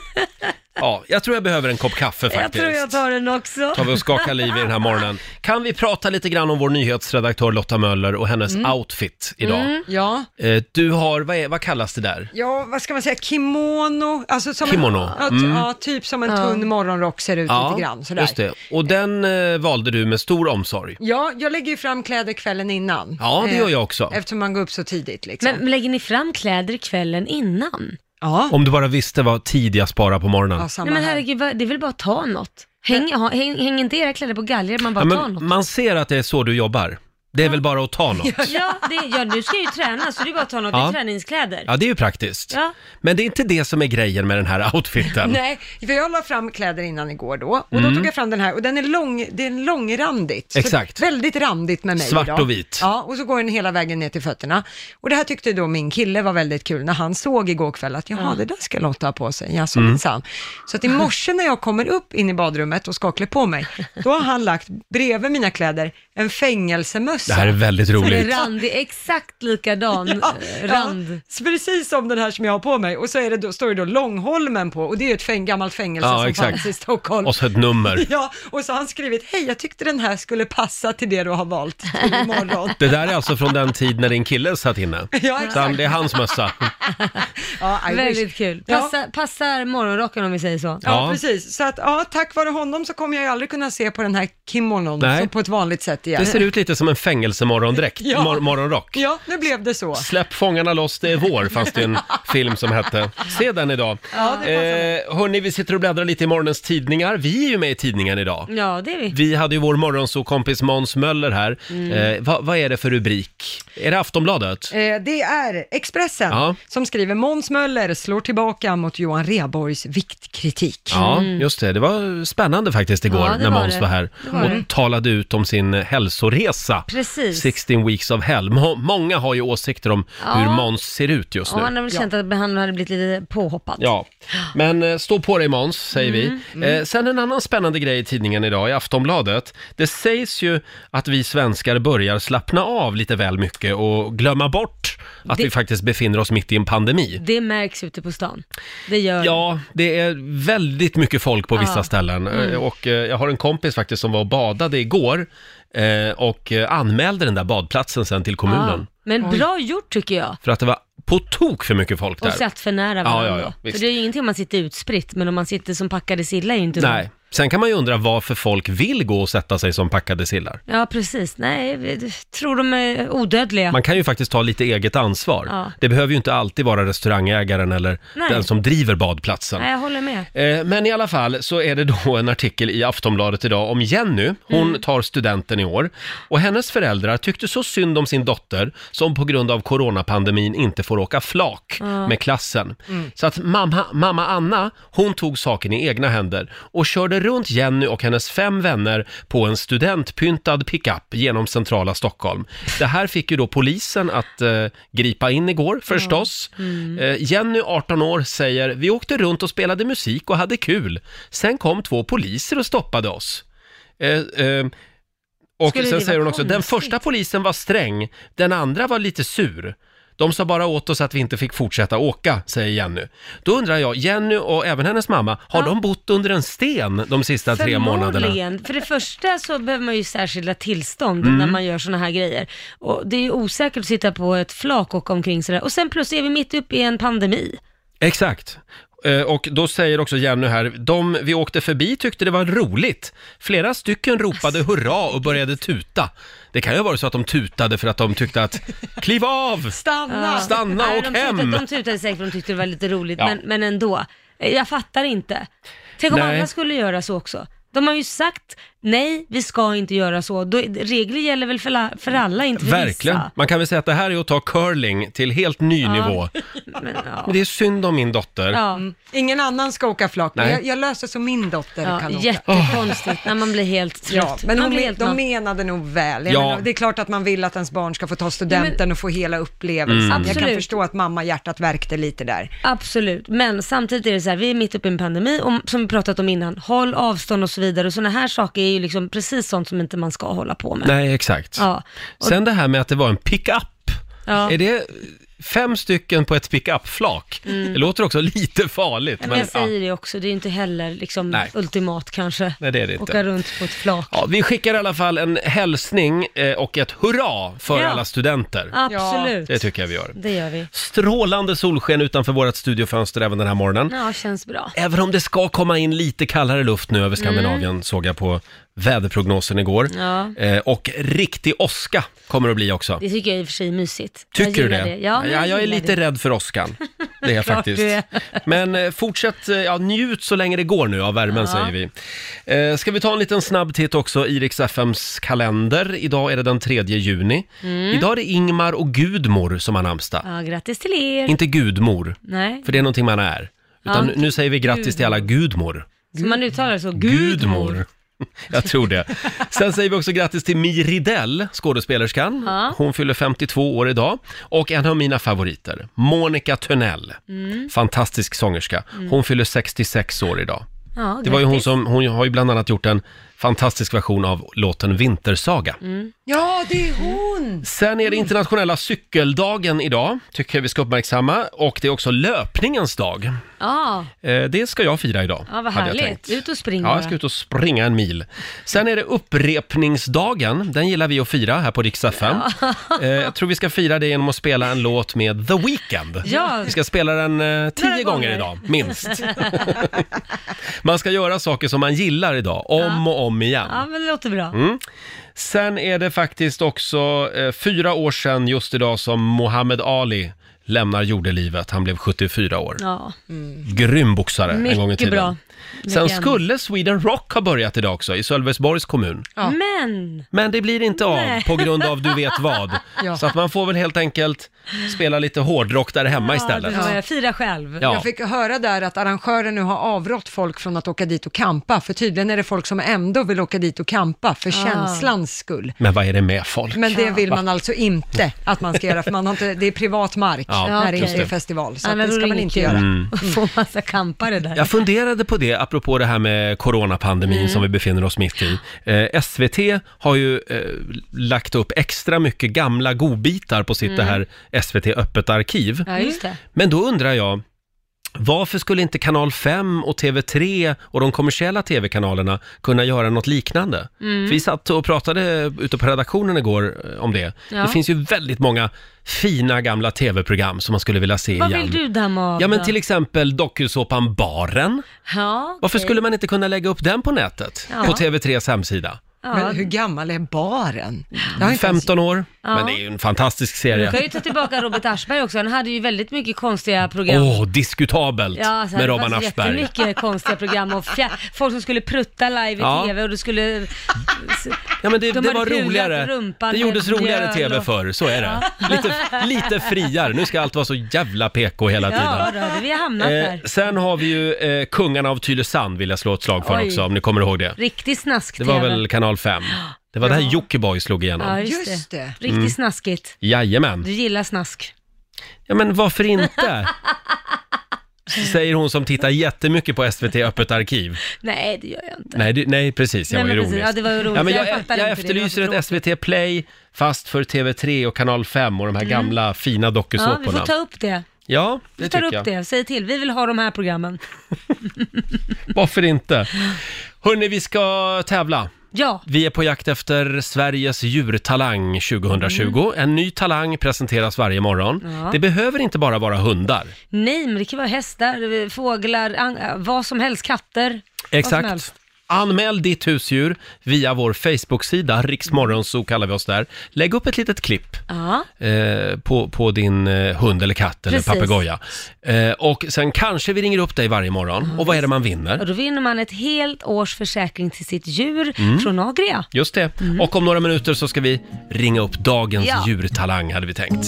[SPEAKER 1] Ja, jag tror jag behöver en kopp kaffe
[SPEAKER 3] Jag
[SPEAKER 1] faktiskt.
[SPEAKER 3] tror jag tar den också.
[SPEAKER 1] tar vi och skakar liv i den här morgonen. Kan vi prata lite grann om vår nyhetsredaktör Lotta Möller och hennes
[SPEAKER 3] Mm.
[SPEAKER 1] outfit idag?
[SPEAKER 2] Ja.
[SPEAKER 1] Eh, Du har, vad, är, vad kallas det där?
[SPEAKER 2] Ja, vad ska man säga, kimono, alltså som
[SPEAKER 1] Kimono, Mm.
[SPEAKER 2] En, ja, t- ja, typ som en tunn morgonrock ser ut lite grann sådär.
[SPEAKER 1] just det. Och den eh, valde du med stor omsorg.
[SPEAKER 2] Ja, jag lägger ju fram kläder kvällen innan.
[SPEAKER 1] Ja, det
[SPEAKER 2] Eh,
[SPEAKER 1] gör jag också.
[SPEAKER 2] Eftersom man går upp så tidigt liksom.
[SPEAKER 3] Men lägger ni fram kläder kvällen innan?
[SPEAKER 2] ja.
[SPEAKER 1] Om du bara visste vad tid jag sparar på morgonen.
[SPEAKER 2] ja, samma
[SPEAKER 3] Nej men
[SPEAKER 2] här.
[SPEAKER 3] herregud, vad- det är väl bara att ta något? Häng, ha, häng, häng inte era kläder på galger, man bara
[SPEAKER 1] Ja,
[SPEAKER 3] tar något.
[SPEAKER 1] men man ser att det är så du jobbar. Det är väl bara att
[SPEAKER 2] <laughs>
[SPEAKER 1] ta något.
[SPEAKER 3] Ja, det, ja, du ska ju träna så det är bara att ta något
[SPEAKER 1] Ja.
[SPEAKER 3] i träningskläder.
[SPEAKER 1] Ja, det är ju praktiskt.
[SPEAKER 3] Ja.
[SPEAKER 1] Men det är inte det som är grejen med den här outfiten.
[SPEAKER 2] Nej, för jag la fram kläder innan igår då och
[SPEAKER 1] Mm.
[SPEAKER 2] då tog jag fram den här och den är lång, det är en långrandigt. Så
[SPEAKER 1] Exakt.
[SPEAKER 2] Väldigt randigt med mig
[SPEAKER 1] Svart
[SPEAKER 2] idag.
[SPEAKER 1] och vit.
[SPEAKER 2] Ja, och så går den hela vägen ner till fötterna. Och det här tyckte då min kille var väldigt kul när han såg igår kväll att
[SPEAKER 1] Mm.
[SPEAKER 2] jaha, det där ska Lotta ha på sig. Ja, så minsann. Så att i morse när jag kommer upp in i badrummet och ska klä på mig, då har han lagt bredvid mina kläder en fängelsemössa.
[SPEAKER 1] Det här är väldigt
[SPEAKER 3] Eller
[SPEAKER 1] roligt.
[SPEAKER 3] rand, det är exakt likadan
[SPEAKER 2] Ja,
[SPEAKER 3] eh, rand.
[SPEAKER 2] Ja, precis som den här som jag har på mig. Och så är det då, står det då Långholmen på och det är ju ett fäng, gammalt fängelse
[SPEAKER 1] Ja,
[SPEAKER 2] som
[SPEAKER 1] exakt.
[SPEAKER 2] fanns i Stockholm.
[SPEAKER 1] Och så ett nummer.
[SPEAKER 2] <laughs> Ja, och så har han skrivit, hej jag tyckte den här skulle passa till det du har valt
[SPEAKER 3] <laughs>
[SPEAKER 2] till imorgon.
[SPEAKER 1] Det där är alltså från den tid när din kille satt inne.
[SPEAKER 2] Ja,
[SPEAKER 1] Så han-
[SPEAKER 2] exakt.
[SPEAKER 1] det är hans mössa.
[SPEAKER 2] Ja, I wish.
[SPEAKER 3] Väldigt kul.
[SPEAKER 2] Ja.
[SPEAKER 3] Passa, Passar morgonrocken om vi säger så.
[SPEAKER 2] Ja,
[SPEAKER 1] Ja.
[SPEAKER 2] precis. Så att, ja, tack vare honom så kommer jag ju aldrig kunna se på den här kimonon
[SPEAKER 1] Nej.
[SPEAKER 2] så på ett vanligt sätt igen.
[SPEAKER 1] Det ser ut lite som en fängelsemorgondräkt,
[SPEAKER 2] Ja.
[SPEAKER 1] mor- morgonrock.
[SPEAKER 2] Ja, nu blev det så.
[SPEAKER 1] Släpp fångarna loss, det är vår, fanns
[SPEAKER 3] <laughs>
[SPEAKER 1] det en film som hette. Se den idag.
[SPEAKER 2] Ja, det
[SPEAKER 1] eh, hörni, vi sitter och bläddrar lite i morgonens tidningar. Vi är ju med i tidningen idag.
[SPEAKER 3] Ja, det är vi.
[SPEAKER 1] Vi hade ju vår morgonsokompis Måns Möller här.
[SPEAKER 3] Mm.
[SPEAKER 1] Eh, vad, vad är det för rubrik? Är det Aftonbladet?
[SPEAKER 2] Eh, Det är Expressen
[SPEAKER 1] Ja.
[SPEAKER 2] som skriver Måns Möller slår tillbaka mot Johan Rheborgs viktkritik.
[SPEAKER 1] Ja, just det. Det var spännande faktiskt igår
[SPEAKER 3] mm. Ja, det
[SPEAKER 1] när
[SPEAKER 3] var
[SPEAKER 1] Måns
[SPEAKER 3] det.
[SPEAKER 1] var här
[SPEAKER 3] Det var
[SPEAKER 1] och
[SPEAKER 3] det.
[SPEAKER 1] talade ut om sin hälsoresa.
[SPEAKER 3] Precis.
[SPEAKER 1] 16 weeks of hell. Må- många har ju åsikter om
[SPEAKER 3] Ja.
[SPEAKER 1] hur Måns ser ut just
[SPEAKER 3] Och
[SPEAKER 1] nu.
[SPEAKER 3] han har väl känt att han hade blivit lite påhoppad.
[SPEAKER 1] Ja, men eh, stå på dig Måns, säger
[SPEAKER 3] Mm,
[SPEAKER 1] vi. Eh, sen en annan spännande grej i tidningen idag, i Aftonbladet. Det sägs ju att vi svenskar börjar slappna av lite väl mycket och glömma bort att
[SPEAKER 3] Det-
[SPEAKER 1] vi faktiskt befinner oss mitt i en pandemi.
[SPEAKER 3] Det märks ute på stan. Det gör
[SPEAKER 1] Ja, det är väldigt mycket folk på vissa ställen. Eh,
[SPEAKER 3] Mm.
[SPEAKER 1] Och eh, jag har en kompis faktiskt som var och badade igår eh, och eh, anmälde den där badplatsen sen till kommunen.
[SPEAKER 3] Ja. Men bra gjort tycker jag.
[SPEAKER 1] För att det var på tok för mycket folk där.
[SPEAKER 3] Och satt för nära
[SPEAKER 1] Ja,
[SPEAKER 3] varandra.
[SPEAKER 1] ja, ja, visst.
[SPEAKER 3] För det är ju ingenting om man sitter utspritt, men om man sitter som packade sillar är ju inte
[SPEAKER 1] Nej. Sen kan man ju undra varför folk vill gå och sätta sig som packade sillar.
[SPEAKER 3] Ja, precis. Nej, vi- tror de är odödliga.
[SPEAKER 1] Man kan ju faktiskt ta lite eget ansvar.
[SPEAKER 3] Ja.
[SPEAKER 1] Det behöver ju inte alltid vara restaurangägaren eller
[SPEAKER 3] Nej.
[SPEAKER 1] den som driver badplatsen.
[SPEAKER 3] Nej, jag håller med.
[SPEAKER 1] Eh, Men i alla fall så är det då en artikel i Aftonbladet idag om Jenny. Hon
[SPEAKER 3] Mm.
[SPEAKER 1] tar studenten i år. Och hennes föräldrar tyckte så synd om sin dotter som på grund av coronapandemin inte får åka flak med klassen.
[SPEAKER 3] Mm.
[SPEAKER 1] Så att mamma, mamma Anna, hon tog saken i egna händer och körde runt Jenny och hennes fem vänner på en studentpyntad pickup genom centrala Stockholm. Det här fick ju då polisen att eh, gripa in igår förstås.
[SPEAKER 3] Mm.
[SPEAKER 1] Eh, Jenny, 18 år, säger vi åkte runt och spelade musik och hade kul. Sen kom två poliser och stoppade oss. Eh, eh, och
[SPEAKER 3] Skulle
[SPEAKER 1] sen
[SPEAKER 3] det
[SPEAKER 1] säger hon
[SPEAKER 3] vara
[SPEAKER 1] också, den
[SPEAKER 3] konstigt?"
[SPEAKER 1] första polisen var sträng, den andra var lite sur. De sa bara åt oss att vi inte fick fortsätta åka, säger Jenny. Då undrar jag, Jenny och även hennes mamma, har de bott under en sten de sista tre månaderna?
[SPEAKER 3] Förmodligen. För det första så behöver man ju särskilda tillstånd
[SPEAKER 1] Mm.
[SPEAKER 3] när man gör sådana här grejer. Och det är ju osäkert att sitta på ett flak och åka omkring sådär. Och sen plus är vi mitt uppe i en pandemi.
[SPEAKER 1] Exakt. Eh, Och då säger också Jenny här, de vi åkte förbi tyckte det var roligt. Flera stycken ropade hurra och började tuta. Det kan ju ha varit så att de tutade för att de tyckte
[SPEAKER 3] <laughs>
[SPEAKER 1] att, kliv av!
[SPEAKER 2] Stanna!
[SPEAKER 1] Stanna,
[SPEAKER 3] Nej,
[SPEAKER 1] åk
[SPEAKER 3] de tutade-
[SPEAKER 1] hem!
[SPEAKER 3] De tutade säkert för de tyckte det var lite roligt,
[SPEAKER 1] Ja.
[SPEAKER 3] men, men ändå. Eh, Jag fattar inte. Tänk om
[SPEAKER 1] Nej.
[SPEAKER 3] alla skulle göra så också. De har ju sagt nej, vi ska inte göra så. Då, regler gäller väl för, la, för alla, inte för
[SPEAKER 1] Verkligen.
[SPEAKER 3] vissa.
[SPEAKER 1] Man kan väl säga att det här är att ta curling till helt ny nivå.
[SPEAKER 3] Men, ja.
[SPEAKER 1] Men det är synd om min dotter.
[SPEAKER 3] Ja,
[SPEAKER 2] Ingen annan ska åka flak, men
[SPEAKER 1] Nej.
[SPEAKER 2] jag, jag löser så min dotter
[SPEAKER 3] ja,
[SPEAKER 2] kan åka.
[SPEAKER 3] jättekonstigt när man blir helt trött.
[SPEAKER 2] Ja, men
[SPEAKER 3] man
[SPEAKER 2] hon,
[SPEAKER 3] blir
[SPEAKER 2] men-
[SPEAKER 3] helt
[SPEAKER 2] de
[SPEAKER 3] matt.
[SPEAKER 2] menade nog väl. Jag
[SPEAKER 1] Ja.
[SPEAKER 2] menar, det är klart att man vill att ens barn ska få ta studenten och få hela upplevelsen. Jag kan
[SPEAKER 3] Mm. Absolut.
[SPEAKER 2] förstå att mamma hjärtat värkte lite där.
[SPEAKER 3] Absolut, men samtidigt är det så här, vi är mitt uppe i en pandemi och som vi pratat om innan, håll avstånd och så vidare och sådana här saker är ju liksom precis sånt som inte man ska hålla på med.
[SPEAKER 1] Nej, exakt.
[SPEAKER 3] Ja. Och,
[SPEAKER 1] Sen det här med att det var en pickup.
[SPEAKER 3] ja.
[SPEAKER 1] Är det fem stycken på ett pickup-flak? Det låter också lite farligt.
[SPEAKER 3] Mm. men,
[SPEAKER 1] men,
[SPEAKER 3] jag säger
[SPEAKER 1] ja,
[SPEAKER 3] det också, det är ju inte heller liksom
[SPEAKER 1] Nej.
[SPEAKER 3] ultimat kanske.
[SPEAKER 1] Nej, det är det inte.
[SPEAKER 3] Åka runt på ett flak.
[SPEAKER 1] ja, vi skickar i alla fall en hälsning eh, och ett hurra för
[SPEAKER 3] Ja.
[SPEAKER 1] alla studenter.
[SPEAKER 3] Absolut,
[SPEAKER 1] Det tycker jag vi gör.
[SPEAKER 3] det gör vi.
[SPEAKER 1] Strålande solsken utanför vårt studiofönster även den här morgonen.
[SPEAKER 3] Ja, känns bra.
[SPEAKER 1] Även om det ska komma in lite kallare luft nu över Skandinavien såg jag på väderprognosen igår.
[SPEAKER 3] Mm. Ja.
[SPEAKER 1] Eh, och riktig åska kommer det att bli också.
[SPEAKER 3] Det tycker jag i och för sig är mysigt. jag
[SPEAKER 1] Tycker du det?
[SPEAKER 3] gillar Ja, men
[SPEAKER 1] jag, jag är
[SPEAKER 3] gillar
[SPEAKER 1] lite
[SPEAKER 3] det.
[SPEAKER 1] rädd för
[SPEAKER 3] <laughs>
[SPEAKER 1] åskan. Det är jag
[SPEAKER 3] Klart
[SPEAKER 1] faktiskt.
[SPEAKER 3] du är.
[SPEAKER 1] Men eh, fortsätt, eh, ja, njut så länge det går nu av värmen
[SPEAKER 3] Ja.
[SPEAKER 1] säger vi. Eh, ska vi ta en liten snabb titt också i Rix FMs kalender. Idag är det den 3 juni. Idag är det Ingmar och Gudmor som har namnsdag.
[SPEAKER 3] Mm. Ja, grattis till er.
[SPEAKER 1] Inte Gudmor,
[SPEAKER 3] Nej,
[SPEAKER 1] för det är någonting man är. Utan
[SPEAKER 3] Ja.
[SPEAKER 1] nu säger vi grattis till alla Gudmor.
[SPEAKER 3] så man uttalar så. Gudmor.
[SPEAKER 1] <laughs> Jag tror det. Sen säger vi också grattis till Mi Ridell, skådespelerskan.
[SPEAKER 3] Ja.
[SPEAKER 1] Hon fyller 52 år idag. Och en av mina favoriter, Monica Tunnell.
[SPEAKER 3] Mm.
[SPEAKER 1] Fantastisk sångerska. Hon fyller 66 år idag.
[SPEAKER 3] Ja,
[SPEAKER 1] Det var ju hon
[SPEAKER 3] Mm. grattis.
[SPEAKER 1] som, hon har ju bland annat gjort en fantastisk version av låten Vintersaga.
[SPEAKER 3] Mm.
[SPEAKER 2] Ja, det är hon!
[SPEAKER 1] Sen är det internationella cykeldagen idag, tycker jag vi ska uppmärksamma. Och det är också löpningens dag.
[SPEAKER 3] Ja,
[SPEAKER 1] Eh, Det ska jag fira idag.
[SPEAKER 3] ja vad
[SPEAKER 1] hade jag tänkt.
[SPEAKER 3] härligt. Ut och spring
[SPEAKER 1] Ja,
[SPEAKER 3] bara.
[SPEAKER 1] jag ska ut och springa en mil. Sen är det upprepningsdagen. Den gillar vi att fira här på Rix FM. Eh, Jag tror vi ska fira det genom att spela en låt med The Weeknd.
[SPEAKER 3] Ja.
[SPEAKER 1] Vi ska spela den eh, tio
[SPEAKER 3] Några
[SPEAKER 1] gånger.
[SPEAKER 3] gånger.
[SPEAKER 1] idag,
[SPEAKER 3] <laughs>
[SPEAKER 1] minst. man ska göra saker som man gillar idag, om och om igen.
[SPEAKER 3] Ja, men det låter bra.
[SPEAKER 1] Mm. Sen är det faktiskt också eh, fyra år sedan just idag som Muhammad Ali lämnar jordelivet. Han blev 74 år.
[SPEAKER 3] Ja,
[SPEAKER 1] Grym boxare en gång i
[SPEAKER 3] mycket
[SPEAKER 1] tiden.
[SPEAKER 3] bra.
[SPEAKER 1] Sen
[SPEAKER 3] Legend.
[SPEAKER 1] skulle Sweden Rock ha börjat idag också, i Sölvesborgs kommun.
[SPEAKER 3] Men,
[SPEAKER 1] Men det blir inte av
[SPEAKER 3] Nej.
[SPEAKER 1] på grund av du vet vad.
[SPEAKER 3] <laughs>
[SPEAKER 2] Ja.
[SPEAKER 1] Så att man får väl helt enkelt spela lite hårdrock där hemma
[SPEAKER 3] ja,
[SPEAKER 1] istället.
[SPEAKER 3] det var jag. Fira själv.
[SPEAKER 1] Ja.
[SPEAKER 2] Jag fick höra där att arrangören nu har avrått folk från att åka dit och kampa, för tydligen är det folk som ändå vill åka dit och kampa
[SPEAKER 3] Ah.
[SPEAKER 2] för känslans skull.
[SPEAKER 1] Men vad är det med folk?
[SPEAKER 2] Men det vill man alltså inte att man ska göra, för man har inte, det är privat mark
[SPEAKER 1] Ja, Mm.
[SPEAKER 2] när det
[SPEAKER 3] just
[SPEAKER 2] inte är
[SPEAKER 1] det.
[SPEAKER 2] festival, så
[SPEAKER 3] Ja,
[SPEAKER 2] att
[SPEAKER 3] men Mm.
[SPEAKER 2] det
[SPEAKER 3] då är
[SPEAKER 2] ska
[SPEAKER 3] det
[SPEAKER 2] man
[SPEAKER 3] inget
[SPEAKER 2] inte
[SPEAKER 3] kul.
[SPEAKER 2] göra.
[SPEAKER 3] <laughs> Få massa kampare där.
[SPEAKER 1] Jag funderade på det, apropå det här med coronapandemin
[SPEAKER 3] Mm.
[SPEAKER 1] som vi befinner oss mitt i. Eh, SVT har ju eh, lagt upp extra mycket gamla godbitar på sitt
[SPEAKER 3] Mm.
[SPEAKER 1] det här SVT Öppet arkiv.
[SPEAKER 3] Ja, just det.
[SPEAKER 1] Men då undrar jag, varför skulle inte Kanal 5 och TV3 och de kommersiella TV-kanalerna kunna göra något liknande?
[SPEAKER 3] Mm.
[SPEAKER 1] För vi satt och pratade ute på redaktionen igår eh, om det.
[SPEAKER 3] Ja.
[SPEAKER 1] Det finns ju väldigt många fina gamla TV-program som man skulle vilja se
[SPEAKER 3] Vad
[SPEAKER 1] igen.
[SPEAKER 3] vill du damma av
[SPEAKER 1] Ja men
[SPEAKER 3] då?
[SPEAKER 1] till exempel dokusåpan Baren.
[SPEAKER 3] Ja,
[SPEAKER 1] Varför
[SPEAKER 3] okej.
[SPEAKER 1] skulle man inte kunna lägga upp den på nätet?
[SPEAKER 3] Ja.
[SPEAKER 1] På TV3s hemsida.
[SPEAKER 2] Men
[SPEAKER 3] Ja,
[SPEAKER 2] hur gammal är baren? Jag har inte ens-
[SPEAKER 1] 15 år,
[SPEAKER 3] Ja.
[SPEAKER 1] men det är ju en fantastisk
[SPEAKER 3] Du kan
[SPEAKER 1] serie.
[SPEAKER 3] ju ta tillbaka Robert Aschberg också, han hade ju väldigt mycket konstiga program.
[SPEAKER 1] Åh, diskutabelt
[SPEAKER 3] Ja, så
[SPEAKER 1] med
[SPEAKER 3] det
[SPEAKER 1] Robban
[SPEAKER 3] fanns
[SPEAKER 1] Aschberg.
[SPEAKER 3] jättemycket konstiga program och fjär, folk som skulle prutta live i
[SPEAKER 1] Ja.
[SPEAKER 3] tv och du skulle...
[SPEAKER 1] Ja men det,
[SPEAKER 3] De
[SPEAKER 1] det
[SPEAKER 3] hade
[SPEAKER 1] var
[SPEAKER 3] pulat
[SPEAKER 1] roligare.
[SPEAKER 3] rumpan
[SPEAKER 1] Det gjordes
[SPEAKER 3] med
[SPEAKER 1] roligare
[SPEAKER 3] mjöl
[SPEAKER 1] tv
[SPEAKER 3] och-
[SPEAKER 1] förr, så är det. Lite, lite friare, nu ska allt vara så jävla PK hela
[SPEAKER 3] Ja,
[SPEAKER 1] tiden.
[SPEAKER 3] då hade vi hamnat
[SPEAKER 1] Eh,
[SPEAKER 3] där.
[SPEAKER 1] sen har vi ju eh, Kungarna av Tylösand vill jag slå ett slag för
[SPEAKER 3] Oj.
[SPEAKER 1] också, om ni kommer ihåg det.
[SPEAKER 3] Riktig snask
[SPEAKER 1] Det var väl kanal 5. Det var där Jockiboi slog
[SPEAKER 3] Ja,
[SPEAKER 1] igenom.
[SPEAKER 3] just,
[SPEAKER 2] Just
[SPEAKER 3] det.
[SPEAKER 2] det.
[SPEAKER 3] Riktigt
[SPEAKER 1] Mm.
[SPEAKER 3] snaskigt. Du
[SPEAKER 1] Jajamän.
[SPEAKER 3] gillar snask.
[SPEAKER 1] Ja men varför
[SPEAKER 3] <laughs>
[SPEAKER 1] inte? Säger hon som tittar jättemycket på SVT Öppet arkiv.
[SPEAKER 3] Nej, det gör jag inte.
[SPEAKER 1] Nej, det, nej precis, jag
[SPEAKER 3] Nej,
[SPEAKER 1] var
[SPEAKER 3] men
[SPEAKER 1] ironisk.
[SPEAKER 3] precis. Ja, det var ironiskt.
[SPEAKER 1] Ja, men jag,
[SPEAKER 3] Jag
[SPEAKER 1] jag,
[SPEAKER 3] fattar inte det.
[SPEAKER 1] efterlyser
[SPEAKER 3] Det var
[SPEAKER 1] ett SVT Play fast för TV3 och Kanal 5 och de här gamla fina
[SPEAKER 3] Mm. Ja, vi får
[SPEAKER 1] dokusåporna.
[SPEAKER 3] ta upp det.
[SPEAKER 1] Ja,
[SPEAKER 3] Vi
[SPEAKER 1] det
[SPEAKER 3] tar
[SPEAKER 1] tycker
[SPEAKER 3] upp
[SPEAKER 1] jag.
[SPEAKER 3] det. Säg till, vi vill ha de här programmen.
[SPEAKER 1] Varför inte? Hörni, vi ska tävla.
[SPEAKER 3] Ja,
[SPEAKER 1] Vi är på jakt efter Sveriges djurtalang 2020. En ny talang presenteras varje morgon.
[SPEAKER 3] Mm. Ja.
[SPEAKER 1] Det behöver inte bara vara hundar.
[SPEAKER 3] nej, men det kan vara hästar, fåglar, an- äh, vad som helst, katter. Vad som
[SPEAKER 1] Exakt.
[SPEAKER 3] helst.
[SPEAKER 1] Anmäl ditt husdjur via vår Facebook-sida, Riksmorgonzoo kallar vi oss där. Lägg upp ett litet klipp
[SPEAKER 3] Ja,
[SPEAKER 1] eh, på, på din eh, hund eller katt eller
[SPEAKER 3] Precis.
[SPEAKER 1] papegoja. Eh, och sen kanske vi ringer upp dig varje
[SPEAKER 3] Mm.
[SPEAKER 1] morgon. Och vad är det man vinner?
[SPEAKER 3] och då vinner man ett helt års försäkring till sitt djur
[SPEAKER 1] Mm.
[SPEAKER 3] från Agria.
[SPEAKER 1] Just det. Och om några minuter så ska vi ringa upp dagens
[SPEAKER 3] Mm. Ja.
[SPEAKER 1] djurtalang, hade vi tänkt.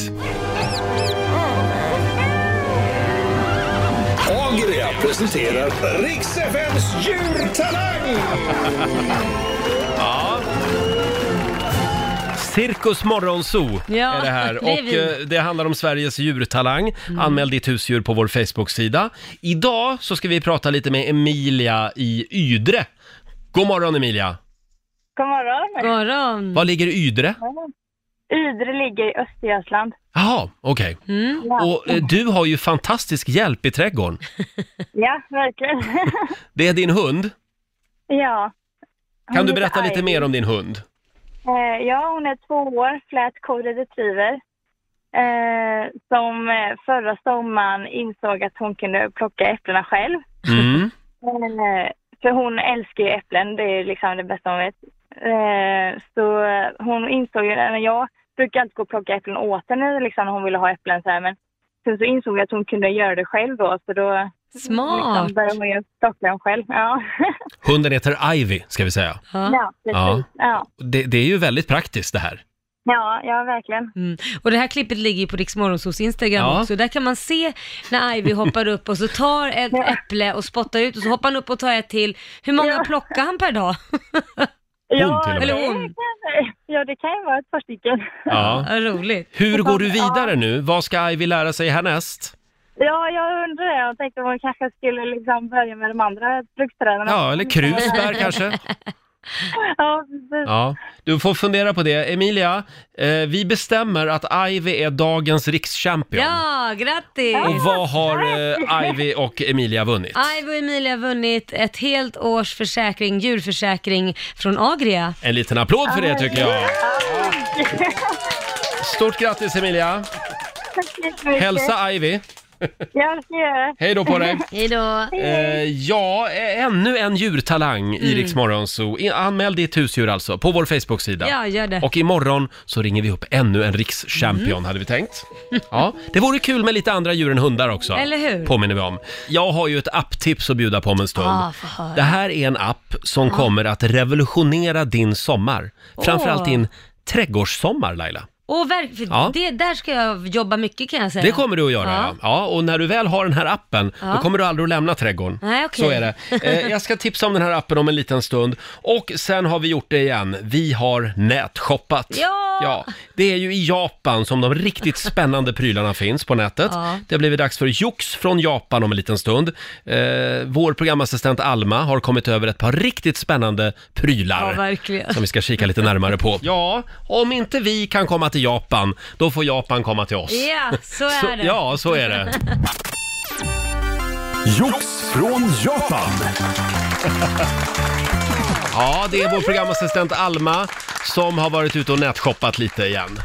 [SPEAKER 4] Agria presenterar riks djurtalang!
[SPEAKER 1] Cirkus Morgonzoo
[SPEAKER 3] Ja,
[SPEAKER 1] är det här.
[SPEAKER 3] det är
[SPEAKER 1] och
[SPEAKER 3] vi. Mm.
[SPEAKER 1] eh, det handlar om Sveriges djurtalang. Anmäl ditt husdjur på vår Facebook-sida. Idag så ska vi prata lite med Emilia i Ydre. God morgon Emilia!
[SPEAKER 8] God morgon.
[SPEAKER 3] God morgon.
[SPEAKER 1] Var ligger Ydre?
[SPEAKER 8] Ydre ligger i Östergötland.
[SPEAKER 1] Jaha, okej.
[SPEAKER 3] Mm.
[SPEAKER 1] Och eh, du har ju fantastisk hjälp i trädgården.
[SPEAKER 8] Ja, verkligen. <laughs>
[SPEAKER 1] Det är din hund.
[SPEAKER 8] ja. Hon
[SPEAKER 1] Kan du
[SPEAKER 8] heter
[SPEAKER 1] berätta
[SPEAKER 8] Ivy.
[SPEAKER 1] lite mer om din hund?
[SPEAKER 8] Eh, ja, hon är två år, flät coated retriever. Eh, som eh, förra sommaren insåg att hon kunde plocka äpplena själv.
[SPEAKER 1] Mm.
[SPEAKER 8] Eh, För hon älskar ju äpplen, det är liksom det bästa hon vet. Eh, så eh, hon insåg ju, eller jag brukar alltid gå och plocka äpplen åt henne liksom, när hon ville ha äpplen så här, men sen så insåg jag att hon kunde göra det själv då, så då
[SPEAKER 3] Smart!
[SPEAKER 8] liksom, började hon ju plocka dem själv. Ja,
[SPEAKER 1] Hunden heter Ivy, ska vi säga.
[SPEAKER 3] Ja.
[SPEAKER 8] <laughs> ja precis. Ja.
[SPEAKER 1] Det, det är ju väldigt praktiskt det här.
[SPEAKER 8] Ja, ja, verkligen.
[SPEAKER 3] Mm. Och det här klippet ligger ju på Rix Morgonzos Instagram
[SPEAKER 1] Ja.
[SPEAKER 3] också. Där kan man se när Ivy hoppar upp och så tar ett äpple och spottar ut och så hoppar han upp och tar ett till. Hur många plockar han per dag?
[SPEAKER 1] Hon till och med.
[SPEAKER 8] det
[SPEAKER 3] Eller hon.
[SPEAKER 8] kan- Ja, det kan ju vara ett par stycken.
[SPEAKER 1] Ja.
[SPEAKER 3] <laughs> Vad roligt.
[SPEAKER 1] Hur går du vidare nu? Vad ska Ivy lära sig härnäst?
[SPEAKER 8] Ja, jag undrar det. Jag tänkte att man kanske skulle liksom börja med de andra fruktträden.
[SPEAKER 1] Ja, eller krusbär kanske?
[SPEAKER 8] Ja, precis.
[SPEAKER 1] Ja, du får fundera på det. Emilia, eh, vi bestämmer att Ivy är dagens rikschampion.
[SPEAKER 3] Ja, grattis!
[SPEAKER 1] Och vad har eh, Ivy och Emilia vunnit?
[SPEAKER 3] Ivy och Emilia har vunnit ett helt års försäkring, djurförsäkring från Agria.
[SPEAKER 1] En liten applåd för det tycker jag. Stort grattis Emilia!
[SPEAKER 8] Tack så jättemycket.
[SPEAKER 1] Hälsa Ivy!
[SPEAKER 8] Ja, det ska jag göra.
[SPEAKER 1] Hej då på dig!
[SPEAKER 3] Hej då!
[SPEAKER 1] Eh, ja, eh, ännu en djurtalang
[SPEAKER 3] Mm.
[SPEAKER 1] i Rix Morgonzoo. I- Anmäl ditt husdjur alltså, på vår Facebook-sida.
[SPEAKER 3] Ja, gör det. Mm.
[SPEAKER 1] Och imorgon så ringer vi upp ännu en rikschampion, hade vi tänkt. Ja, det vore kul med lite andra djur än hundar också.
[SPEAKER 3] Eller hur?
[SPEAKER 1] Påminner vi om. Jag har ju ett apptips att bjuda på om en stund.
[SPEAKER 3] Ah, få höra.
[SPEAKER 1] det här är en app som kommer att revolutionera din sommar. Framförallt
[SPEAKER 3] Åh.
[SPEAKER 1] din trädgårdssommar, Laila.
[SPEAKER 3] Och verk- för
[SPEAKER 1] Ja.
[SPEAKER 3] det, där ska jag jobba mycket kan jag säga.
[SPEAKER 1] Det kommer du att göra, ja.
[SPEAKER 3] Ja.
[SPEAKER 1] ja. Och när du väl har den här appen, då
[SPEAKER 3] Ja.
[SPEAKER 1] kommer du aldrig att lämna trädgården.
[SPEAKER 3] Nej, okej.
[SPEAKER 1] Så är det. Eh, jag ska tipsa om den här appen om en liten stund. Och sen har vi gjort det igen. Vi har nätshoppat.
[SPEAKER 3] Ja!
[SPEAKER 1] Det är ju i Japan som de
[SPEAKER 3] <laughs>
[SPEAKER 1] riktigt spännande prylarna finns på nätet.
[SPEAKER 3] Ja.
[SPEAKER 1] Det har blivit dags för jox från Japan om en liten stund. Eh, vår programassistent Alma har kommit över ett par riktigt spännande prylar.
[SPEAKER 3] Ja, verkligen.
[SPEAKER 1] Som vi ska kika lite närmare på. Ja, om inte vi kan komma till Japan, då får Japan komma till oss.
[SPEAKER 3] Ja, så är det.
[SPEAKER 1] Ja, så är det.
[SPEAKER 4] Jox från Japan.
[SPEAKER 1] Ja, det är vår programassistent Alma som har varit ute och nätshoppat lite igen.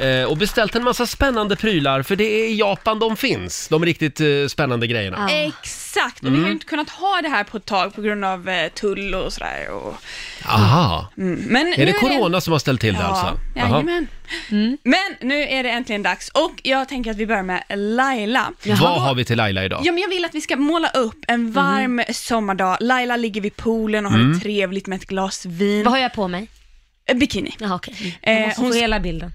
[SPEAKER 1] Eh, och beställt en massa spännande prylar, för det är i Japan de finns, de riktigt eh, spännande grejerna.
[SPEAKER 9] Exakt, och vi
[SPEAKER 1] Mm.
[SPEAKER 9] har ju inte kunnat ha det här på ett tag på grund av eh, tull och sådär. Och...
[SPEAKER 1] Aha,
[SPEAKER 9] Mm. Men nu
[SPEAKER 1] är det corona som har ställt till det
[SPEAKER 9] Ja,
[SPEAKER 1] alltså? Jaha.
[SPEAKER 9] jajamän.
[SPEAKER 3] Mm.
[SPEAKER 9] Men nu är det äntligen dags och jag tänker att vi börjar med Laila.
[SPEAKER 1] Vad har vi till Laila idag?
[SPEAKER 9] Ja, men jag vill att vi ska måla upp
[SPEAKER 3] Mhm.
[SPEAKER 9] en varm sommardag. Laila ligger vid poolen och har
[SPEAKER 1] Mm.
[SPEAKER 9] det trevligt med ett glas vin.
[SPEAKER 3] Vad har jag på mig?
[SPEAKER 9] Eh, Bikini.
[SPEAKER 3] Jaha, okej.
[SPEAKER 9] Eh,
[SPEAKER 3] Jag måste
[SPEAKER 9] hon-
[SPEAKER 3] få hela bilden.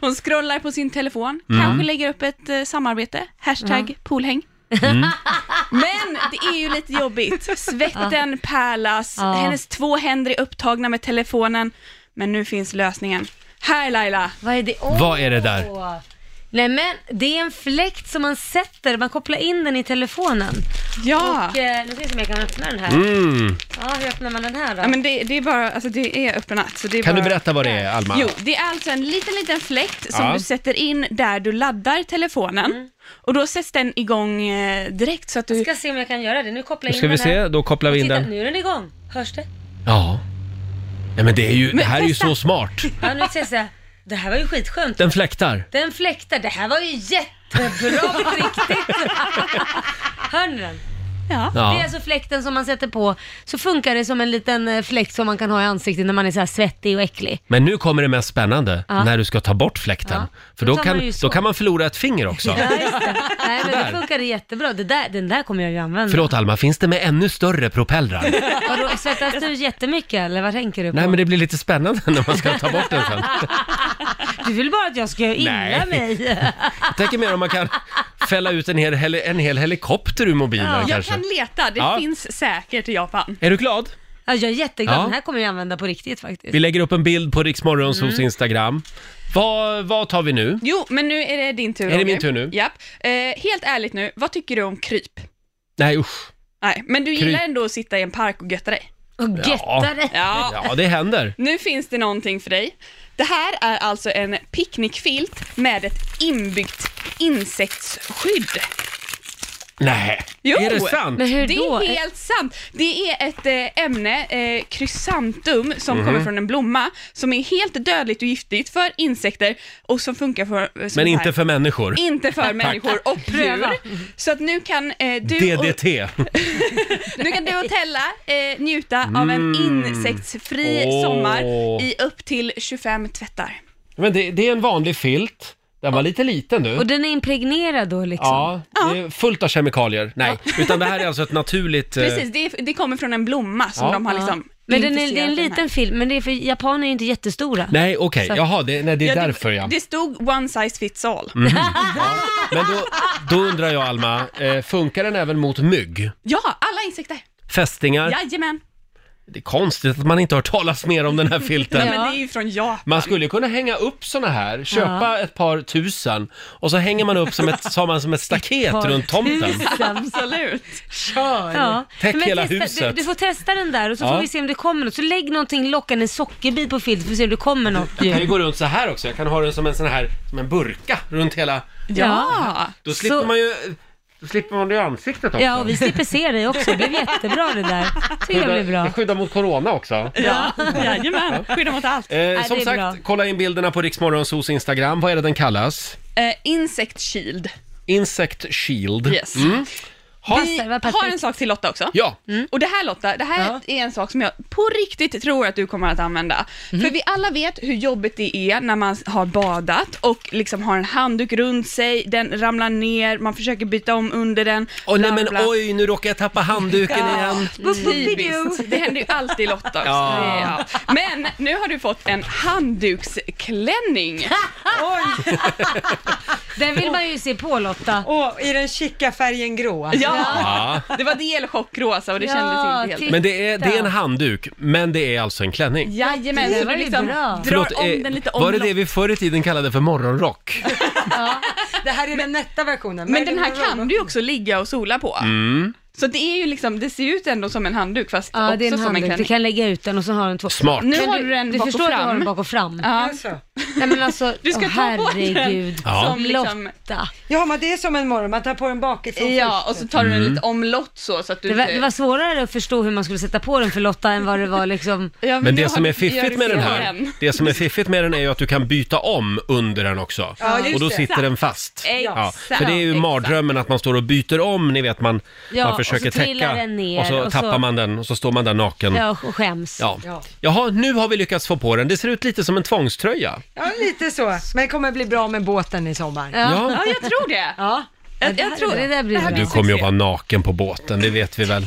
[SPEAKER 9] Hon scrollar på sin telefon,
[SPEAKER 1] Mm.
[SPEAKER 9] kanske lägger upp ett eh, samarbete, hashtag poolhäng.
[SPEAKER 1] Mm.
[SPEAKER 9] <laughs> Men det är ju lite jobbigt. Svetten pärlas,
[SPEAKER 3] Ja.
[SPEAKER 9] hennes två händer är upptagna med telefonen. Men nu finns lösningen. Här Laila!
[SPEAKER 3] Vad är det? Åh!
[SPEAKER 1] Vad är det där?
[SPEAKER 3] Nej men, det är en fläkt som man sätter, man kopplar in den i telefonen.
[SPEAKER 9] Ja!
[SPEAKER 3] Och, eh, nu ska vi se om jag kan öppna den här.
[SPEAKER 1] Mm.
[SPEAKER 3] Ja, hur öppnar man den här då?
[SPEAKER 9] Ja, men det, det är bara, alltså det är öppen natt. Så det är
[SPEAKER 1] Kan du
[SPEAKER 9] bara...
[SPEAKER 1] berätta vad det är, Alma?
[SPEAKER 9] Jo, det är alltså en liten, liten fläkt som
[SPEAKER 1] Ja.
[SPEAKER 9] du sätter in där du laddar telefonen. Och då sätts den igång eh, direkt så att du...
[SPEAKER 3] Jag Mm. ska se om jag kan göra det. Nu
[SPEAKER 1] Då
[SPEAKER 3] kopplar jag in
[SPEAKER 1] ska vi
[SPEAKER 3] den här.
[SPEAKER 1] se, då kopplar vi in
[SPEAKER 3] Titta,
[SPEAKER 1] den.
[SPEAKER 3] nu är den igång. Hörs det?
[SPEAKER 1] Ja. Nej men det, är ju, det här är ju
[SPEAKER 9] testa.
[SPEAKER 1] så smart.
[SPEAKER 3] Ja, nu ska jag säga. Det här var ju skitskönt.
[SPEAKER 1] Den fläktar.
[SPEAKER 3] Den fläktar. Det här var ju jättebra
[SPEAKER 1] <laughs>
[SPEAKER 3] på riktigt. Hör ni den?
[SPEAKER 9] Ja.
[SPEAKER 3] Det är
[SPEAKER 1] Ja.
[SPEAKER 3] alltså fläkten som man sätter på, så funkar det som en liten eh, fläkt som man kan ha i ansiktet när man är så här svettig och äcklig.
[SPEAKER 1] Men nu kommer det mest spännande,
[SPEAKER 3] Ja.
[SPEAKER 1] när du ska ta bort fläkten.
[SPEAKER 3] Ja.
[SPEAKER 1] För
[SPEAKER 3] Då
[SPEAKER 1] då
[SPEAKER 3] tar man
[SPEAKER 1] kan,
[SPEAKER 3] ju så.
[SPEAKER 1] då kan man förlora ett finger också.
[SPEAKER 3] Ja, just det. Nej, men
[SPEAKER 1] Sådär.
[SPEAKER 3] det funkar jättebra. Det där, den där kommer jag ju använda.
[SPEAKER 1] Förlåt Alma, finns det med ännu större
[SPEAKER 3] <laughs>
[SPEAKER 1] propellrar?
[SPEAKER 3] Vadå, svettas du jättemycket eller vad tänker du på?
[SPEAKER 1] Nej men det blir lite spännande när man ska ta bort den sen.
[SPEAKER 3] Du vill bara att jag ska göra illa
[SPEAKER 1] Nej.
[SPEAKER 3] mig.
[SPEAKER 1] Jag tänker mer om man kan fälla ut en hel, heli- en hel helikopter ur mobilen
[SPEAKER 9] Jag
[SPEAKER 1] kanske.
[SPEAKER 9] kan leta, det
[SPEAKER 1] Ja.
[SPEAKER 9] finns säkert i Japan.
[SPEAKER 1] Är du glad?
[SPEAKER 3] Ja, jag är jätteglad.
[SPEAKER 1] Ja.
[SPEAKER 3] Den här kommer jag använda på riktigt faktiskt.
[SPEAKER 1] Vi lägger upp en bild på Riksmorgons
[SPEAKER 3] Mm.
[SPEAKER 1] hos Instagram. Vad, vad tar vi nu?
[SPEAKER 9] Jo, men nu är det din tur
[SPEAKER 1] Är det
[SPEAKER 9] Roger.
[SPEAKER 1] min tur nu?
[SPEAKER 9] Japp. Eh, helt ärligt nu, vad tycker du om kryp?
[SPEAKER 1] Nej usch.
[SPEAKER 9] Nej, men du gillar
[SPEAKER 1] Kryp.
[SPEAKER 9] ändå att sitta i en park och götta dig?
[SPEAKER 3] Och götta dig.
[SPEAKER 9] Ja.
[SPEAKER 1] Ja, det händer.
[SPEAKER 9] Nu finns det någonting för dig. Det här är alltså en picknickfilt med ett inbyggt insektsskydd.
[SPEAKER 1] Nej,
[SPEAKER 9] Jo,
[SPEAKER 1] är det sant?
[SPEAKER 3] Men hur
[SPEAKER 9] det
[SPEAKER 3] då?
[SPEAKER 9] är helt sant. Det är ett eh, ämne, eh, krysantum, som
[SPEAKER 1] Mhm.
[SPEAKER 9] kommer från en blomma, som är helt dödligt och giftigt för insekter och som funkar för... eh, som
[SPEAKER 1] Men
[SPEAKER 9] det
[SPEAKER 1] inte
[SPEAKER 9] här.
[SPEAKER 1] för människor? <laughs>
[SPEAKER 9] Inte för människor och djur. Så att nu kan, eh, du, och,
[SPEAKER 1] DDT.
[SPEAKER 9] nu kan du och Tella eh, njuta av en insektsfri
[SPEAKER 1] Mm. Åh.
[SPEAKER 9] sommar i upp till 25 tvättar.
[SPEAKER 1] Men det, det är en vanlig filt. Den var lite liten nu.
[SPEAKER 3] Och den är impregnerad då liksom?
[SPEAKER 1] Ja, det är fullt av kemikalier. Nej, utan det här är alltså ett naturligt... eh,
[SPEAKER 9] Precis, det, det kommer från en blomma som
[SPEAKER 1] Ja.
[SPEAKER 9] de har
[SPEAKER 3] Ja.
[SPEAKER 9] liksom
[SPEAKER 3] Men den är, det är
[SPEAKER 9] infuserat
[SPEAKER 3] en
[SPEAKER 9] den här.
[SPEAKER 3] liten film, men det är för japaner är ju inte jättestora.
[SPEAKER 1] Nej, okej.
[SPEAKER 3] Så-
[SPEAKER 1] Jaha, det, nej, det är därför ja. Mm.
[SPEAKER 9] Det stod one size fits all.
[SPEAKER 1] Men då, då undrar jag, Alma, eh, funkar den även mot mygg?
[SPEAKER 9] Ja, alla insekter.
[SPEAKER 1] Fästingar?
[SPEAKER 9] Jajamän.
[SPEAKER 1] Det är konstigt att man inte har hört talas mer om den här filten.
[SPEAKER 9] Nej, men det är ju från Japan.
[SPEAKER 1] Man skulle ju kunna hänga upp såna här, köpa ett par tusen och så hänger man upp som ett, så har man som ett staket
[SPEAKER 3] Par
[SPEAKER 1] runt tomten.
[SPEAKER 3] tusen.
[SPEAKER 9] Absolut.
[SPEAKER 3] Ja.
[SPEAKER 1] Täck
[SPEAKER 3] Men
[SPEAKER 1] hela
[SPEAKER 3] testa,
[SPEAKER 1] huset.
[SPEAKER 3] Du, du får testa den där och så
[SPEAKER 1] Ja.
[SPEAKER 3] får vi se om det kommer något. Så lägg någonting lockande, en sockerbit på filten för att se om det kommer något
[SPEAKER 1] Jag kan ju
[SPEAKER 3] ju.
[SPEAKER 1] gå runt så här också, jag kan ha den som en sån här, som en burka runt hela...
[SPEAKER 9] Ja.
[SPEAKER 1] Då slipper man ju... Då slipper man det i ansiktet också.
[SPEAKER 3] Ja, och vi slipper se dig också. Det blev jättebra det där. Tycker jag
[SPEAKER 1] Skyddar-
[SPEAKER 3] blev bra.
[SPEAKER 1] Det skyddar mot corona också.
[SPEAKER 9] Ja, jajamän. Skydda mot allt.
[SPEAKER 1] Eh, som
[SPEAKER 3] det
[SPEAKER 1] sagt,
[SPEAKER 3] är bra.
[SPEAKER 1] kolla in bilderna på Riksmorgonsos Instagram. Vad är det den kallas?
[SPEAKER 9] Eh, insect shield.
[SPEAKER 1] Insect Shield.
[SPEAKER 9] Yes.
[SPEAKER 1] Ha.
[SPEAKER 9] Vi
[SPEAKER 3] Passar, vad perfekt.
[SPEAKER 9] har en sak till Lotta också. Mm.
[SPEAKER 1] Ja,
[SPEAKER 9] Och det här Lotta, det här
[SPEAKER 3] Ja.
[SPEAKER 9] är en sak som jag på riktigt tror att du kommer att använda.
[SPEAKER 1] Mhm.
[SPEAKER 9] För vi alla vet hur jobbigt det är när man har badat och liksom har en handduk runt sig, den ramlar ner, man försöker byta om under den.
[SPEAKER 1] Åh nej
[SPEAKER 9] bla,
[SPEAKER 1] men
[SPEAKER 9] bla.
[SPEAKER 1] oj, nu råkar jag tappa handduken igen.
[SPEAKER 9] Typiskt. Det händer ju alltid Lotta också.
[SPEAKER 1] Ja.
[SPEAKER 9] Ja. Men nu har du fått en handduksklänning.
[SPEAKER 3] Den vill man ju se på Lotta.
[SPEAKER 2] Och i den chicka färgen grå.
[SPEAKER 9] Ja, det var delchock rosa och det
[SPEAKER 3] Ja, typ.
[SPEAKER 9] kändes inte helt
[SPEAKER 3] titta.
[SPEAKER 1] Men det är, det är en handduk, men det är alltså en klänning.
[SPEAKER 9] Jajamän,
[SPEAKER 3] Det
[SPEAKER 9] så
[SPEAKER 3] var
[SPEAKER 9] du
[SPEAKER 3] ju
[SPEAKER 9] liksom
[SPEAKER 3] bra.
[SPEAKER 9] drar om
[SPEAKER 1] eh,
[SPEAKER 9] den lite
[SPEAKER 1] var det
[SPEAKER 9] omlopp.
[SPEAKER 1] det vi förr i tiden kallade för morgonrock?
[SPEAKER 2] Det här är den nätta versionen.
[SPEAKER 9] Men den här kan du ju också ligga och sola på.
[SPEAKER 1] Mm.
[SPEAKER 9] Så det är ju liksom, det ser ut ändå som en handduk fast
[SPEAKER 3] Ja,
[SPEAKER 9] också
[SPEAKER 3] det är en
[SPEAKER 9] som en
[SPEAKER 3] handduk. Du
[SPEAKER 9] klänning.
[SPEAKER 3] kan lägga ut den och så har den två.
[SPEAKER 1] Smart.
[SPEAKER 9] Nu
[SPEAKER 3] Men
[SPEAKER 9] har du den
[SPEAKER 3] du
[SPEAKER 9] bak och
[SPEAKER 3] förstår att du har
[SPEAKER 9] fram.
[SPEAKER 3] den bak och fram.
[SPEAKER 9] Ja.
[SPEAKER 2] Alltså.
[SPEAKER 3] Nej men alltså,
[SPEAKER 9] Du ska
[SPEAKER 3] åh,
[SPEAKER 9] ta på den.
[SPEAKER 3] herregud.
[SPEAKER 1] Ja.
[SPEAKER 9] Som liksom-
[SPEAKER 3] Lotta.
[SPEAKER 2] Ja, men det är som en morgon, man tar på den bakifrån
[SPEAKER 9] Ja, och
[SPEAKER 2] först.
[SPEAKER 9] så tar du den
[SPEAKER 1] Mm.
[SPEAKER 9] lite omlott så, så att du
[SPEAKER 3] Det var,
[SPEAKER 9] inte-
[SPEAKER 3] det var svårare att förstå hur man skulle sätta på den för Lotta än vad det var liksom.
[SPEAKER 9] Ja,
[SPEAKER 1] Men
[SPEAKER 9] nu
[SPEAKER 1] det
[SPEAKER 9] har
[SPEAKER 1] som
[SPEAKER 9] du-
[SPEAKER 1] är
[SPEAKER 9] gör
[SPEAKER 1] fiffigt
[SPEAKER 9] du
[SPEAKER 1] med den
[SPEAKER 9] fel
[SPEAKER 1] här,
[SPEAKER 9] igen.
[SPEAKER 1] det som är fiffigt med den är ju att du kan byta om under den också.
[SPEAKER 2] Ja, just
[SPEAKER 1] och då
[SPEAKER 2] det.
[SPEAKER 1] sitter den fast. Ja,
[SPEAKER 9] Exakt.
[SPEAKER 1] för det är ju
[SPEAKER 9] Exakt.
[SPEAKER 1] mardrömmen att man står och byter om, ni vet man,
[SPEAKER 3] Ja,
[SPEAKER 1] man
[SPEAKER 3] och
[SPEAKER 1] försöker
[SPEAKER 3] så trillar
[SPEAKER 1] täcka
[SPEAKER 3] den ner,
[SPEAKER 1] och så
[SPEAKER 3] och så-
[SPEAKER 1] tappar man den och så står man där naken. Mm. Ja.
[SPEAKER 3] Ja, och skäms.
[SPEAKER 2] Ja.
[SPEAKER 1] Jaha, nu har vi lyckats få på den. Det ser ut lite som en tvångströja.
[SPEAKER 2] Ja, lite så. Men det kommer bli bra med båten i sommar.
[SPEAKER 1] Ja.
[SPEAKER 9] Ja, jag tror det.
[SPEAKER 2] Ja.
[SPEAKER 9] Jag, jag tror
[SPEAKER 3] Det där blir
[SPEAKER 9] här
[SPEAKER 3] bra.
[SPEAKER 1] Du
[SPEAKER 9] blir
[SPEAKER 1] kommer ju att
[SPEAKER 9] succé.
[SPEAKER 1] vara naken på båten, det vet vi väl.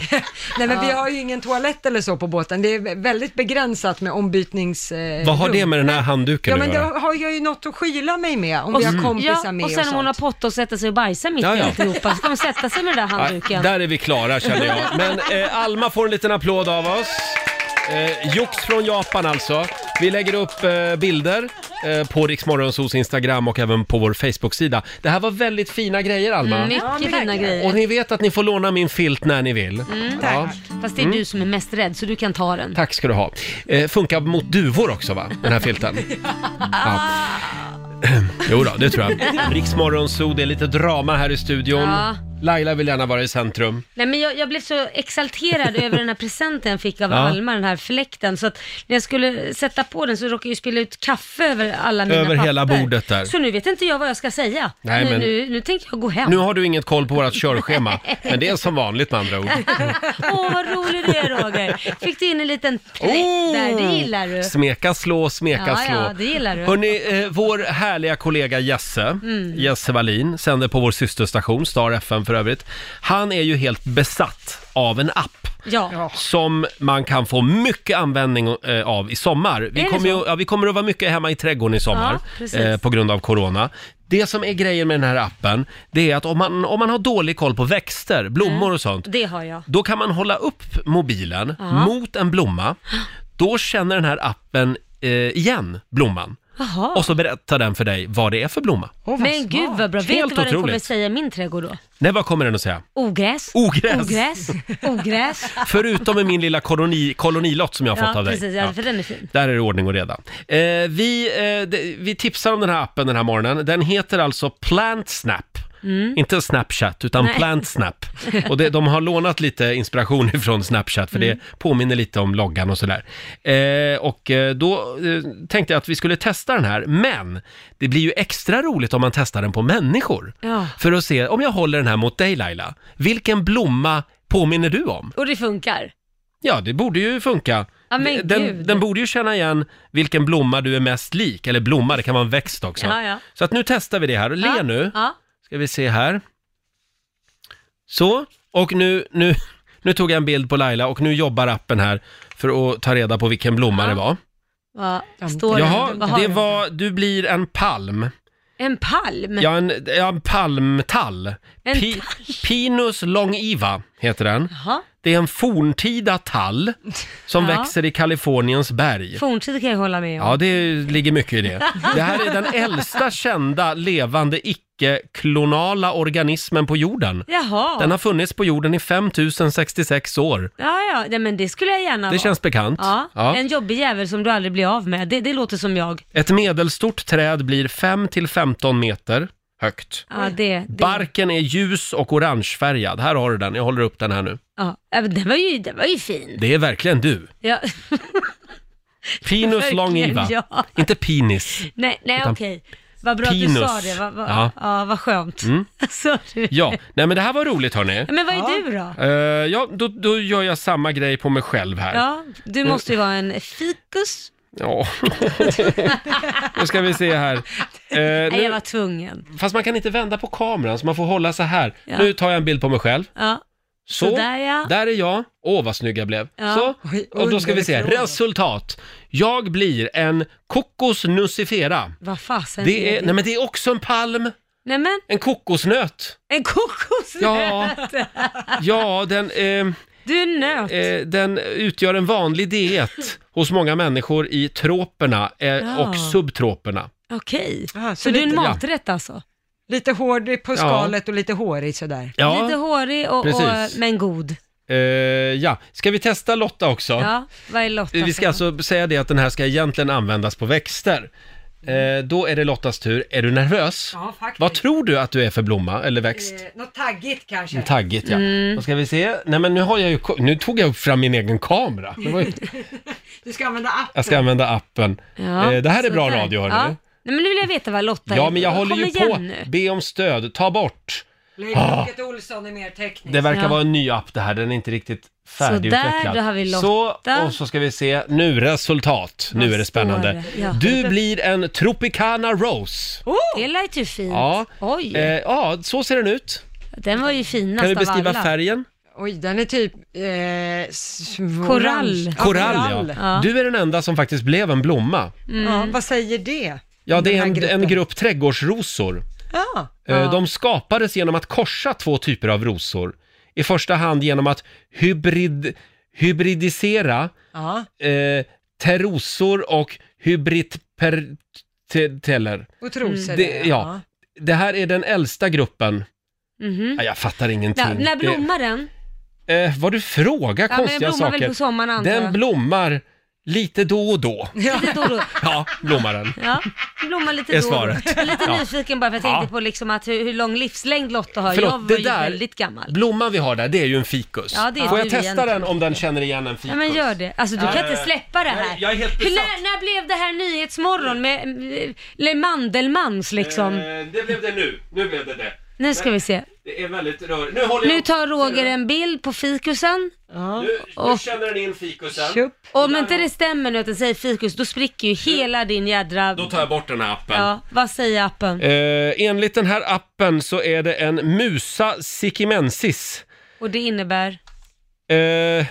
[SPEAKER 2] Nej, men vi har ju ingen toalett eller så på båten. Det är väldigt begränsat med ombytnings... eh,
[SPEAKER 1] Vad har
[SPEAKER 2] rum.
[SPEAKER 1] det med den här handduken
[SPEAKER 2] Ja,
[SPEAKER 1] att
[SPEAKER 2] men då
[SPEAKER 1] göra?
[SPEAKER 2] har jag ju något att skyla mig med om
[SPEAKER 3] Och,
[SPEAKER 2] vi har
[SPEAKER 3] s-
[SPEAKER 2] kompisar
[SPEAKER 3] ja,
[SPEAKER 2] med
[SPEAKER 3] och
[SPEAKER 2] och,
[SPEAKER 3] sen om hon har
[SPEAKER 2] sånt.
[SPEAKER 3] pott och sätta sig och bajsa mitt
[SPEAKER 1] Ja,
[SPEAKER 3] i
[SPEAKER 1] ja.
[SPEAKER 3] alltihopa så ska hon sätta sig med den där handduken.
[SPEAKER 1] där är vi klara känner jag. Men eh, Alma får en liten applåd av oss. Eh, Jox från Japan alltså. Vi lägger upp eh, bilder eh, på Riksmorgonsos Instagram och även på vår Facebook-sida. Det här var väldigt fina grejer Alma.
[SPEAKER 3] Mycket fina
[SPEAKER 1] Och
[SPEAKER 3] grejer.
[SPEAKER 1] ni vet att ni får låna min filt när ni vill. Ja,
[SPEAKER 3] Fast det är du som är mest rädd så du kan ta den.
[SPEAKER 1] Mm. tack ska du ha. Eh, funkar mot duvor också va, den här filten? Ja. <clears throat> Jo då, det tror jag. Riksmorgonso, det är lite drama här i studion.
[SPEAKER 3] Ja.
[SPEAKER 1] Laila vill gärna vara i centrum.
[SPEAKER 3] Nej, men jag, jag blev så exalterad över den här presenten jag fick
[SPEAKER 1] <laughs>
[SPEAKER 3] av
[SPEAKER 1] Ja.
[SPEAKER 3] Alma, den här fläkten. Så att när jag skulle sätta på den så råkade jag ju spilla ut kaffe över alla mina
[SPEAKER 1] Över
[SPEAKER 3] papper.
[SPEAKER 1] hela bordet där.
[SPEAKER 3] Så nu vet inte jag vad jag ska säga.
[SPEAKER 1] Nej,
[SPEAKER 3] nu,
[SPEAKER 1] men-
[SPEAKER 3] nu, nu tänker jag gå
[SPEAKER 1] <laughs>
[SPEAKER 3] hem.
[SPEAKER 1] Nu
[SPEAKER 3] Åh,
[SPEAKER 1] har du inget koll på vårt körschema, men det är som vanligt med andra ord.
[SPEAKER 3] vad rolig du är Roger. Fick du in en liten plätt där, det gillar du.
[SPEAKER 1] Oh! Smeka, slå, smeka,
[SPEAKER 3] Ja,
[SPEAKER 1] slå.
[SPEAKER 3] ja, det gillar du. Mm.
[SPEAKER 1] Hörrni, eh, vår härliga kollega Jesse, Jesse Wallin, sänder på vår systerstation, Star FM för övrigt. Han är ju helt besatt av en app
[SPEAKER 3] Ja.
[SPEAKER 1] som man kan få mycket användning eh, av i sommar. Vi
[SPEAKER 3] Är det
[SPEAKER 1] kommer, ju,
[SPEAKER 3] så?
[SPEAKER 1] ja, vi kommer att vara mycket hemma i trädgården i sommar
[SPEAKER 3] Ja, precis.
[SPEAKER 1] eh, på grund av corona. Det som är grejen med den här appen, det är att om man, om man har dålig koll på växter, blommor
[SPEAKER 3] Mm.
[SPEAKER 1] och sånt,
[SPEAKER 3] Det har jag.
[SPEAKER 1] Då kan man hålla upp mobilen
[SPEAKER 3] Ja.
[SPEAKER 1] mot en blomma. Då känner den här appen eh, igen blomman.
[SPEAKER 3] Jaha.
[SPEAKER 1] Och så berättar den för dig vad det är för blomma.
[SPEAKER 3] men gud vad bra. Vet
[SPEAKER 1] Helt
[SPEAKER 3] du vad den kommer
[SPEAKER 1] otroligt.
[SPEAKER 3] säga i min trädgård då?
[SPEAKER 1] Nej, vad kommer den att säga?
[SPEAKER 3] Ogräs.
[SPEAKER 1] Ogräs.
[SPEAKER 3] Ogräs. Ogräs.
[SPEAKER 1] Förutom i min lilla koloni, kolonilott som <laughs> jag har fått
[SPEAKER 3] Ja,
[SPEAKER 1] av dig.
[SPEAKER 3] precis. Ja, för den är fin.
[SPEAKER 1] Där är det ordning och reda. Eh, vi, eh, det- vi tipsar om den här appen den här morgonen. Den heter alltså PlantSnap. Inte Snapchat, utan
[SPEAKER 3] Mm. Nej.
[SPEAKER 1] Plant
[SPEAKER 3] <laughs>
[SPEAKER 1] Snap. Och det, de har lånat lite inspiration <laughs> ifrån Snapchat, för
[SPEAKER 3] Mm.
[SPEAKER 1] det påminner lite om loggan och sådär. Eh, och eh, då eh, tänkte jag att vi skulle testa den här, men det blir ju extra roligt om man testar den på människor.
[SPEAKER 3] Ja.
[SPEAKER 1] För att se, om jag håller den här mot dig Laila, vilken blomma påminner du om?
[SPEAKER 3] Och det funkar.
[SPEAKER 1] Ja, det borde ju funka.
[SPEAKER 3] Ja, men
[SPEAKER 1] den,
[SPEAKER 3] gud.
[SPEAKER 1] den borde ju känna igen vilken blomma du är mest lik, eller blomma, det kan vara en växt också.
[SPEAKER 3] Ja, ja.
[SPEAKER 1] Så att nu testar vi det här, och le
[SPEAKER 3] Ja,
[SPEAKER 1] nu.
[SPEAKER 3] Ja.
[SPEAKER 1] Ska vi se här. Så, och nu, nu, nu tog jag en bild på Laila och nu jobbar appen här för att ta reda på vilken blomma
[SPEAKER 3] Ja.
[SPEAKER 1] det var.
[SPEAKER 3] Vad
[SPEAKER 2] Ja,
[SPEAKER 3] står det? Vad
[SPEAKER 1] Jaha,
[SPEAKER 3] har
[SPEAKER 1] det
[SPEAKER 3] du?
[SPEAKER 1] var, du blir en palm.
[SPEAKER 3] En palm?
[SPEAKER 1] Ja, en, ja, en palmtall.
[SPEAKER 3] En
[SPEAKER 1] Pi, Pinus longiva heter den.
[SPEAKER 3] Jaha.
[SPEAKER 1] Det är en forntida tall som
[SPEAKER 3] Ja.
[SPEAKER 1] växer i Kaliforniens berg.
[SPEAKER 3] Forntid kan jag hålla med om.
[SPEAKER 1] Ja, det ligger mycket i det. Det här är den äldsta kända levande icke-klonala organismen på jorden.
[SPEAKER 3] Jaha.
[SPEAKER 1] Den har funnits på jorden i 5066 år.
[SPEAKER 3] Ja, ja. Nej, men det skulle jag gärna
[SPEAKER 1] Det
[SPEAKER 3] vara.
[SPEAKER 1] känns bekant.
[SPEAKER 3] Ja.
[SPEAKER 1] Ja.
[SPEAKER 3] En jobbig jävel som du aldrig blir av med. Det, det låter som jag.
[SPEAKER 1] Ett medelstort träd blir 5 till 15 meter högt.
[SPEAKER 3] Ja, det, det.
[SPEAKER 1] Barken är ljus och orangefärgad. Här har du den, jag håller upp den här nu.
[SPEAKER 3] Ja. Ja, men Den var ju, den var ju fin.
[SPEAKER 1] Det är verkligen du.
[SPEAKER 3] Ja. <laughs>
[SPEAKER 1] Pinus
[SPEAKER 3] Verkligen,
[SPEAKER 1] longiva.
[SPEAKER 3] ja.
[SPEAKER 1] Inte pinis.
[SPEAKER 3] Nej, nej
[SPEAKER 1] Utan
[SPEAKER 3] okej. Vad bra att du
[SPEAKER 1] pinus.
[SPEAKER 3] sa det. Vad, vad,
[SPEAKER 1] Ja. Mm.
[SPEAKER 3] ja. vad skönt. <laughs> Så, du.
[SPEAKER 1] Ja, nej men det här var roligt hörni.
[SPEAKER 3] Men vad är du då?
[SPEAKER 1] Eh, ja, då, då gör jag samma grej på mig själv här.
[SPEAKER 3] Ja, du måste ju vara en fikus.
[SPEAKER 1] Ja. <laughs> Då ska vi se här. Eh,
[SPEAKER 3] Nej, jag
[SPEAKER 1] nu,
[SPEAKER 3] var tvungen.
[SPEAKER 1] fast man kan inte vända på kameran så man får hålla så här.
[SPEAKER 3] Ja.
[SPEAKER 1] Nu tar jag en bild på mig själv.
[SPEAKER 3] Ja.
[SPEAKER 1] Så,
[SPEAKER 3] Sådär, ja.
[SPEAKER 1] där är jag. Åh, vad snygg jag blev.
[SPEAKER 3] Ja.
[SPEAKER 1] Så,
[SPEAKER 2] Oj,
[SPEAKER 1] och då ska vi se.
[SPEAKER 2] underifrån.
[SPEAKER 1] Resultat. Jag blir en Cocos nucifera.
[SPEAKER 3] Vad fasen
[SPEAKER 1] Det är,
[SPEAKER 3] det?
[SPEAKER 1] nej men det är också en palm,
[SPEAKER 3] Nej men,
[SPEAKER 1] en kokosnöt.
[SPEAKER 3] en kokosnöt!
[SPEAKER 1] Ja. Ja, den, eh,
[SPEAKER 3] <laughs> Du är nöt.
[SPEAKER 1] eh, den utgör en vanlig diet hos många människor i troperna eh,
[SPEAKER 3] Ja.
[SPEAKER 1] och subtroperna.
[SPEAKER 3] Okej.
[SPEAKER 2] Ja, så
[SPEAKER 3] Så du är en
[SPEAKER 2] lite-
[SPEAKER 3] maträtt alltså?
[SPEAKER 2] Lite hård på skalet och lite hårig sådär.
[SPEAKER 1] Ja,
[SPEAKER 3] Lite hårig och, och,
[SPEAKER 1] precis.
[SPEAKER 3] men god.
[SPEAKER 1] eh, ja. Ska vi testa Lotta också?
[SPEAKER 3] Ja, vad är Lotta?
[SPEAKER 1] Vi
[SPEAKER 3] för?
[SPEAKER 1] ska alltså säga det att den här ska egentligen användas på växter. Eh, då är det Lottas tur. Är du nervös?
[SPEAKER 2] Ja, faktiskt. Eh,
[SPEAKER 1] Vad tror du att du är för blomma eller växt?
[SPEAKER 3] Eh,
[SPEAKER 2] Något taggigt kanske.
[SPEAKER 1] Taggigt ja.
[SPEAKER 3] mm.
[SPEAKER 1] Då ska vi se. Nej men nu har jag ju, ko- nu tog jag upp fram min egen kamera. Det
[SPEAKER 3] <laughs>
[SPEAKER 1] var ju,
[SPEAKER 2] Du ska använda
[SPEAKER 1] jag
[SPEAKER 2] appen.
[SPEAKER 1] ska använda appen.
[SPEAKER 3] Ja,
[SPEAKER 1] eh, det här är bra
[SPEAKER 3] sådär.
[SPEAKER 1] radio hörni.
[SPEAKER 3] Ja. Nej men nu vill jag veta vad Lotta
[SPEAKER 1] Ja,
[SPEAKER 3] är.
[SPEAKER 1] men jag
[SPEAKER 3] Kom
[SPEAKER 1] håller ju
[SPEAKER 3] igen
[SPEAKER 1] på.
[SPEAKER 3] Nu.
[SPEAKER 1] Be om stöd. Ta bort.
[SPEAKER 2] Leif-Loket Olsson är mer teknisk.
[SPEAKER 1] Det verkar
[SPEAKER 3] Ja.
[SPEAKER 1] vara en ny app det här. Den är inte riktigt färdigutvecklad.
[SPEAKER 3] Sådär, då har vi Lotta.
[SPEAKER 1] Så, och så ska vi se. Nu resultat. Nu
[SPEAKER 3] Vad
[SPEAKER 1] är det
[SPEAKER 3] står
[SPEAKER 1] spännande.
[SPEAKER 3] det? Ja.
[SPEAKER 1] Du blir en Tropicana Rose.
[SPEAKER 3] Det lät ju fint.
[SPEAKER 1] Ja.
[SPEAKER 3] Oj,
[SPEAKER 1] Eh, ja, så ser den ut.
[SPEAKER 3] den var ju finast
[SPEAKER 1] Kan du
[SPEAKER 3] av
[SPEAKER 1] beskriva
[SPEAKER 3] alla.
[SPEAKER 1] färgen?
[SPEAKER 2] Oj, den är typ... Eh, s-
[SPEAKER 3] Korall.
[SPEAKER 2] orange.
[SPEAKER 1] Korall, ja.
[SPEAKER 3] Ja.
[SPEAKER 1] Du är den enda som faktiskt blev en blomma.
[SPEAKER 3] Mm.
[SPEAKER 2] Ja, vad säger det?
[SPEAKER 1] Ja, det
[SPEAKER 2] Den
[SPEAKER 1] är
[SPEAKER 2] här
[SPEAKER 1] en,
[SPEAKER 2] gruppen.
[SPEAKER 1] en grupp trädgårdsrosor.
[SPEAKER 2] Ja.
[SPEAKER 1] Eh, De skapades genom att korsa två typer av rosor. I första hand genom att hybrid, hybridisera
[SPEAKER 2] ja.
[SPEAKER 1] eh, terosor och hybridperteller.
[SPEAKER 2] Och trosor.
[SPEAKER 1] Mm. Det, ja. det här är den äldsta gruppen.
[SPEAKER 3] Mhm.
[SPEAKER 1] Ja, jag fattar ingenting.
[SPEAKER 3] Ja, när blommar den?
[SPEAKER 1] det, eh, vad du frågar
[SPEAKER 3] Ja, men den
[SPEAKER 1] konstiga
[SPEAKER 3] blommar
[SPEAKER 1] saker.
[SPEAKER 3] väl på sommaren antar
[SPEAKER 1] den
[SPEAKER 3] jag.
[SPEAKER 1] blommar lite då och
[SPEAKER 3] <laughs>
[SPEAKER 1] då.
[SPEAKER 3] Lite då
[SPEAKER 1] <laughs>
[SPEAKER 3] och då.
[SPEAKER 1] Ja, blommar den.
[SPEAKER 3] Ja, den blommar lite
[SPEAKER 1] Är
[SPEAKER 3] då och då.
[SPEAKER 1] svaret.
[SPEAKER 3] Jag är lite
[SPEAKER 1] Ja.
[SPEAKER 3] nyfiken bara för jag tänkte på liksom att hur, hur lång livslängd Lotta har. jag var ju väldigt gammal.
[SPEAKER 1] blomman vi har där, det är ju en fikus.
[SPEAKER 3] Ja, det är
[SPEAKER 1] Får
[SPEAKER 3] du
[SPEAKER 1] jag testa
[SPEAKER 3] egentligen.
[SPEAKER 1] den om den känner igen en fikus?
[SPEAKER 3] Ja men gör det. Alltså du kan inte släppa det här.
[SPEAKER 1] jag är helt
[SPEAKER 3] Hur-
[SPEAKER 1] besatt.
[SPEAKER 3] när, när blev det här Nyhetsmorgon med eh, eller Mandelmans liksom?
[SPEAKER 1] Eh, det blev det nu. Nu blev det det.
[SPEAKER 3] nu ska vi se.
[SPEAKER 1] Det är väldigt rörigt. Nu håller
[SPEAKER 3] Nu tar Roger en bild på fikusen.
[SPEAKER 2] Ja.
[SPEAKER 1] Nu, nu
[SPEAKER 3] Och-
[SPEAKER 1] känner den in fikusen.
[SPEAKER 2] Tjup.
[SPEAKER 3] Om inte det stämmer nu att den säger fikus, då spricker ju hela din jädra...
[SPEAKER 1] Då tar jag bort den här appen.
[SPEAKER 3] Ja, vad säger appen?
[SPEAKER 1] Eh, enligt den här appen så är det en Musa sicimensis.
[SPEAKER 3] Och det innebär...
[SPEAKER 1] Eh,
[SPEAKER 3] Är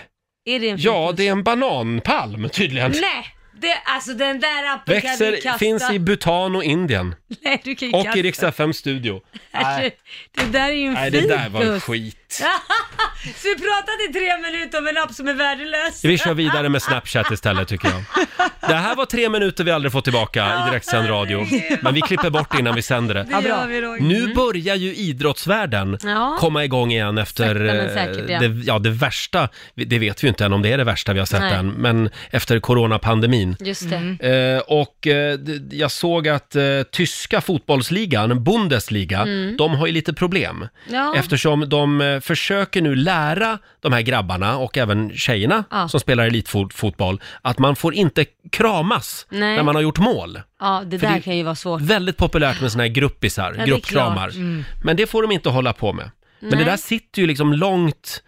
[SPEAKER 3] det en fikus?
[SPEAKER 1] ja, det är en bananpalm tydligen.
[SPEAKER 3] Nej! Det, alltså den där appen kan du
[SPEAKER 1] Växer,
[SPEAKER 3] kasta.
[SPEAKER 1] finns i Bhutan och Indien.
[SPEAKER 3] <laughs> Nej, du kan ju
[SPEAKER 1] Och
[SPEAKER 3] <laughs> kasta.
[SPEAKER 1] i Rix FM studio.
[SPEAKER 3] Alltså, Det där är ju en
[SPEAKER 1] Nej, det där var
[SPEAKER 3] fikus.
[SPEAKER 1] skit.
[SPEAKER 3] Så vi pratade i tre minuter om en app som är värdelös.
[SPEAKER 1] Vi kör vidare med Snapchat istället tycker jag. Det här var tre minuter vi aldrig får tillbaka i direktsänd radio. Men vi klipper bort det innan vi sänder det.
[SPEAKER 3] Det gör vi Roger.
[SPEAKER 1] Nu börjar ju idrottsvärlden
[SPEAKER 3] Mm. Ja.
[SPEAKER 1] komma igång igen efter
[SPEAKER 3] Sakta men säkert,
[SPEAKER 1] eh,
[SPEAKER 3] ja.
[SPEAKER 1] Det, ja, det värsta, det vet vi ju inte än om det är det värsta vi har sett
[SPEAKER 3] Nej.
[SPEAKER 1] än, men efter coronapandemin.
[SPEAKER 3] Just det.
[SPEAKER 1] Eh, och eh, d- jag såg att eh, tyska fotbollsligan, Bundesliga, de har ju lite problem.
[SPEAKER 3] Mm. Ja.
[SPEAKER 1] Eftersom de eh, försöker nu lära de här grabbarna och även tjejerna
[SPEAKER 3] Ja.
[SPEAKER 1] som spelar elitfotboll att man får inte kramas
[SPEAKER 3] Nej.
[SPEAKER 1] när man har gjort mål.
[SPEAKER 3] Ja, det
[SPEAKER 1] För
[SPEAKER 3] där
[SPEAKER 1] det-
[SPEAKER 3] kan ju vara svårt.
[SPEAKER 1] Väldigt populärt med såna här gruppisar,
[SPEAKER 3] det är
[SPEAKER 1] gruppkramar.
[SPEAKER 3] klart. Mm.
[SPEAKER 1] Men det får de inte hålla på med. Men
[SPEAKER 3] Nej.
[SPEAKER 1] det där sitter ju liksom långt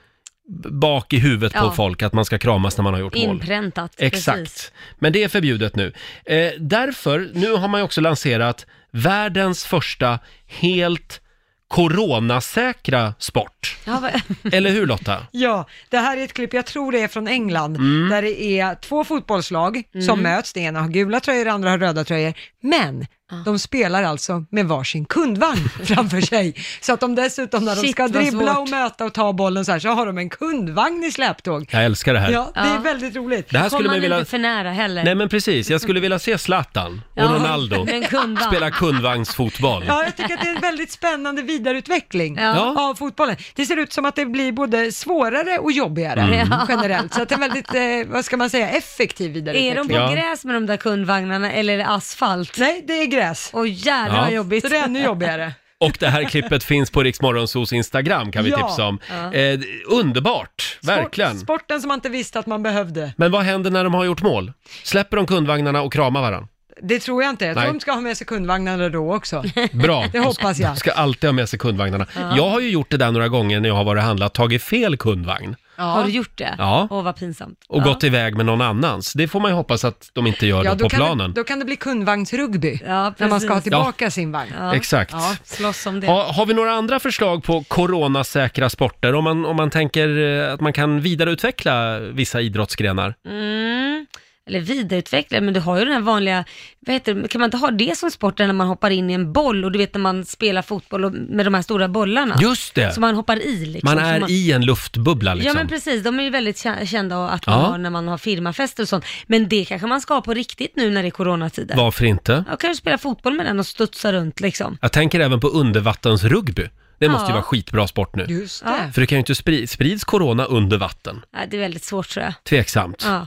[SPEAKER 1] b- bak i huvudet på
[SPEAKER 3] Ja.
[SPEAKER 1] folk att man ska kramas när man har gjort mål.
[SPEAKER 3] Inpräntat.
[SPEAKER 1] Exakt.
[SPEAKER 3] precis.
[SPEAKER 1] Men det är förbjudet nu. Eh, därför, nu har man ju också lanserat världens första helt coronasäkra sport. <laughs>
[SPEAKER 3] Ja, va-
[SPEAKER 1] Eller hur
[SPEAKER 3] <laughs>
[SPEAKER 1] Lotta?
[SPEAKER 2] Ja, det här är ett klipp, jag tror det är från England,
[SPEAKER 1] Mm.
[SPEAKER 2] där det är två fotbollslag
[SPEAKER 3] Mm.
[SPEAKER 2] som möts, det ena har gula tröjor, det andra har röda tröjor, men
[SPEAKER 3] Ah.
[SPEAKER 2] de spelar alltså med varsin
[SPEAKER 3] <laughs>
[SPEAKER 2] kundvagn framför sig. Så att de dessutom när de
[SPEAKER 3] Shit,
[SPEAKER 2] ska
[SPEAKER 3] vad
[SPEAKER 2] dribbla
[SPEAKER 3] svårt.
[SPEAKER 2] och möta och ta bollen så här, så har de en kundvagn i släptåg.
[SPEAKER 1] Jag älskar det här.
[SPEAKER 2] Ja, det
[SPEAKER 3] Ja.
[SPEAKER 2] är väldigt roligt.
[SPEAKER 1] Det här
[SPEAKER 3] Kom
[SPEAKER 1] skulle man
[SPEAKER 3] man
[SPEAKER 1] vilja...
[SPEAKER 3] inte för nära heller.
[SPEAKER 1] Nej men precis, jag skulle vilja se Zlatan och
[SPEAKER 3] Ja,
[SPEAKER 1] Ronaldo
[SPEAKER 3] <laughs> men kunde han.
[SPEAKER 1] spela kundvagnsfotboll.
[SPEAKER 2] Ja, jag tycker att det är en väldigt spännande vidareutveckling
[SPEAKER 1] Ja.
[SPEAKER 2] av fotbollen. Det ser ut som att det blir både svårare och jobbigare
[SPEAKER 1] Mm.
[SPEAKER 2] generellt, så att det är en väldigt, eh, vad ska man säga, effektiv
[SPEAKER 3] Är
[SPEAKER 2] vidareutveckling.
[SPEAKER 3] de på
[SPEAKER 1] Ja.
[SPEAKER 3] gräs med de där kundvagnarna eller är det asfalt?
[SPEAKER 2] Nej, det är gräs.
[SPEAKER 3] Åh jävlar
[SPEAKER 1] Ja.
[SPEAKER 3] vad jobbigt.
[SPEAKER 2] Så det är ännu jobbigare.
[SPEAKER 1] Och det här klippet finns på Riksmorgonsos Instagram kan vi
[SPEAKER 2] Ja.
[SPEAKER 1] tipsa om. Eh, underbart, <laughs> verkligen.
[SPEAKER 2] Sport, sporten som man inte visste att man behövde.
[SPEAKER 1] Men vad händer när de har gjort mål? Släpper de kundvagnarna och kramar varandra?
[SPEAKER 2] Det tror jag inte. Jag tror
[SPEAKER 1] Nej.
[SPEAKER 2] de ska ha med sig kundvagnarna då också.
[SPEAKER 1] Bra.
[SPEAKER 2] <laughs> Det hoppas jag.
[SPEAKER 1] De ska alltid ha med sig kundvagnarna. Jag har ju gjort det där några gånger när jag har varit och handlat, tagit fel kundvagn
[SPEAKER 3] Har du gjort det?
[SPEAKER 1] Ja.
[SPEAKER 3] Åh vad pinsamt.
[SPEAKER 1] och
[SPEAKER 3] ja.
[SPEAKER 1] gått iväg med någon annans. Det får man ju hoppas att de inte gör
[SPEAKER 2] Ja,
[SPEAKER 1] då
[SPEAKER 2] då,
[SPEAKER 1] på
[SPEAKER 2] kan det,
[SPEAKER 1] planen.
[SPEAKER 2] då kan det bli kundvagnsrugby,
[SPEAKER 3] Ja,
[SPEAKER 2] när man ska ha
[SPEAKER 3] precis.
[SPEAKER 2] tillbaka sin vagn.
[SPEAKER 3] Ja.
[SPEAKER 1] Exakt.
[SPEAKER 3] Ja, slåss om det.
[SPEAKER 1] Ha, har vi några andra förslag på coronasäkra sporter? Om man, om man tänker eh, att man kan vidareutveckla vissa idrottsgrenar?
[SPEAKER 3] Mm. Eller vidareutveckla, men du har ju den här vanliga, vad heter det, kan man inte ha det som sport där när man hoppar in i en boll och du vet när man spelar fotboll och, med de här stora bollarna?
[SPEAKER 1] Just det!
[SPEAKER 3] Så man hoppar i liksom.
[SPEAKER 1] Man
[SPEAKER 3] Så
[SPEAKER 1] är i en luftbubbla liksom.
[SPEAKER 3] Ja men precis, de är ju väldigt kä- kända att man
[SPEAKER 1] Ja.
[SPEAKER 3] har när man har firmafester och sånt. Men det kanske man ska ha på riktigt nu när det är coronatider.
[SPEAKER 1] Varför inte?
[SPEAKER 3] Jag kanske spela fotboll med den och studsa runt liksom.
[SPEAKER 1] Jag tänker även på undervattensrugby. Det måste ju
[SPEAKER 3] Ja.
[SPEAKER 1] vara skitbra sport nu.
[SPEAKER 2] Just det.
[SPEAKER 1] För det kan ju inte spri- sprids corona under vatten.
[SPEAKER 3] Nej, det är väldigt svårt tror jag.
[SPEAKER 1] Tveksamt. Ja.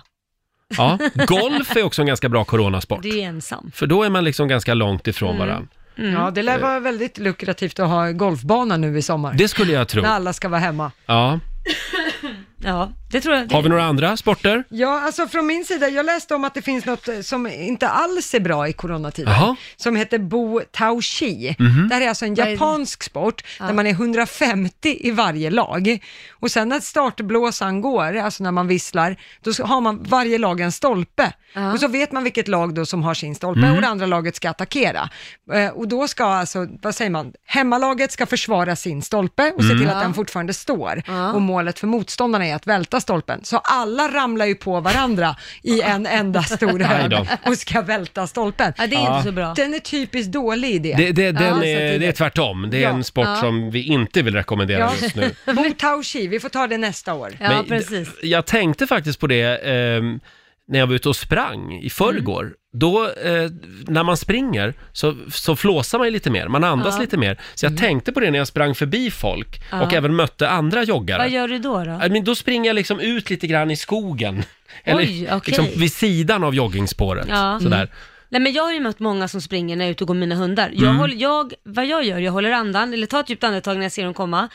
[SPEAKER 3] Ja,
[SPEAKER 1] Golf är också en ganska bra coronasport.
[SPEAKER 3] du är Mm. ju ensam.
[SPEAKER 1] För då är man liksom ganska långt ifrån varandra.
[SPEAKER 2] Ja, det lär vara väldigt lukrativt att ha golfbana nu i sommar,
[SPEAKER 1] Det skulle jag tro.
[SPEAKER 2] när alla ska vara hemma.
[SPEAKER 1] Ja.
[SPEAKER 3] Ja, det tror jag. Det...
[SPEAKER 1] Har vi några andra sporter?
[SPEAKER 2] Ja, alltså från min sida, jag läste om att det finns något eh, som inte alls är bra i coronatider,
[SPEAKER 1] Jaha.
[SPEAKER 2] som heter Bo Tao Chi. Det här är alltså en
[SPEAKER 3] är det?
[SPEAKER 2] japansk sport där man är 150 i varje lag. Och sen när startblåsan går, alltså när man visslar, då så har man varje lag en stolpe. Och så vet man vilket lag då som har sin stolpe och det andra laget ska attackera. Eh, Och då ska alltså, vad säger man, hemmalaget ska försvara sin stolpe och se till att den fortfarande står. Och målet för motståndarna är att välta stolpen. Så alla ramlar ju på varandra i en enda stor hög
[SPEAKER 1] då.
[SPEAKER 2] och ska välta stolpen.
[SPEAKER 3] Ja, det är inte så bra.
[SPEAKER 2] Den är typiskt dålig idé.
[SPEAKER 1] Det, det, den
[SPEAKER 3] så att
[SPEAKER 1] är,
[SPEAKER 3] det-
[SPEAKER 1] det är tvärtom. Det är
[SPEAKER 2] Ja.
[SPEAKER 1] en sport
[SPEAKER 3] Ja.
[SPEAKER 1] som vi inte vill rekommendera
[SPEAKER 2] Ja.
[SPEAKER 1] just
[SPEAKER 2] <laughs>
[SPEAKER 1] nu.
[SPEAKER 2] Bo Tao Chi, vi får ta det nästa år.
[SPEAKER 3] Ja,
[SPEAKER 1] Men d-
[SPEAKER 3] precis.
[SPEAKER 1] Jag tänkte faktiskt på det ehm, när jag var ute och sprang i förrgår.
[SPEAKER 3] Mm.
[SPEAKER 1] Då, eh, när man springer så, så flåsar man ju lite mer, man andas lite mer. Så jag
[SPEAKER 3] Mm.
[SPEAKER 1] tänkte på det när jag sprang förbi folk och även mötte andra joggare.
[SPEAKER 3] Vad gör du då? då?
[SPEAKER 1] Ja, Men då springer jag liksom ut lite grann i skogen. <laughs> Eller
[SPEAKER 3] okej.
[SPEAKER 1] liksom vid sidan av joggingspåret.
[SPEAKER 3] Ja. Mm.
[SPEAKER 1] Sådär.
[SPEAKER 3] Nej men jag har ju mött många som springer när jag är ute och går med mina hundar. Jag
[SPEAKER 1] Mm.
[SPEAKER 3] håller, jag, vad jag gör, jag håller andan, eller tar typ ett djupt andetag när jag ser dem komma.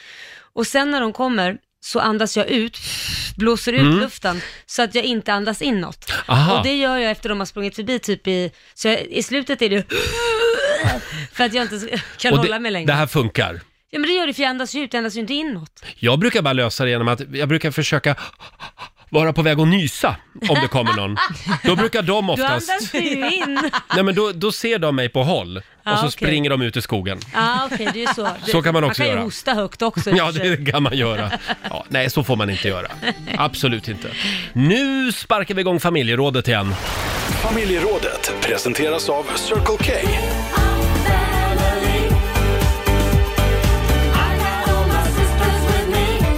[SPEAKER 3] Och sen när de kommer så andas jag ut, blåser ut luften så att jag inte andas inåt.
[SPEAKER 1] Mm. Aha.
[SPEAKER 3] Och det gör jag efter de har sprungit förbi typ i, så jag, i slutet är det för att jag inte kan
[SPEAKER 1] Och
[SPEAKER 3] hålla
[SPEAKER 1] det,
[SPEAKER 3] mig längre.
[SPEAKER 1] det här funkar.
[SPEAKER 3] Ja men det gör det för jag andas ju ut, jag andas ju inte inåt.
[SPEAKER 1] Jag brukar bara lösa det genom att jag brukar försöka vara på väg att nysa om det kommer
[SPEAKER 3] <laughs>
[SPEAKER 1] någon. Då brukar de
[SPEAKER 3] Du
[SPEAKER 1] oftast...
[SPEAKER 3] andas
[SPEAKER 1] <laughs>
[SPEAKER 3] ju in.
[SPEAKER 1] Nej men då, då ser de mig på håll
[SPEAKER 3] Ja,
[SPEAKER 1] och så
[SPEAKER 3] Ah, okej.
[SPEAKER 1] springer de ut i skogen.
[SPEAKER 3] Ja okej, det är ju så.
[SPEAKER 1] Så kan man
[SPEAKER 3] man
[SPEAKER 1] också
[SPEAKER 3] kan ju
[SPEAKER 1] göra.
[SPEAKER 3] hosta högt också.
[SPEAKER 1] Ja, det kan man göra. Ja, nej, så får man inte göra. Absolut inte. Nu sparkar vi igång familjerådet igen.
[SPEAKER 4] Familjerådet presenteras av Circle K.
[SPEAKER 10] I got all my sisters with me.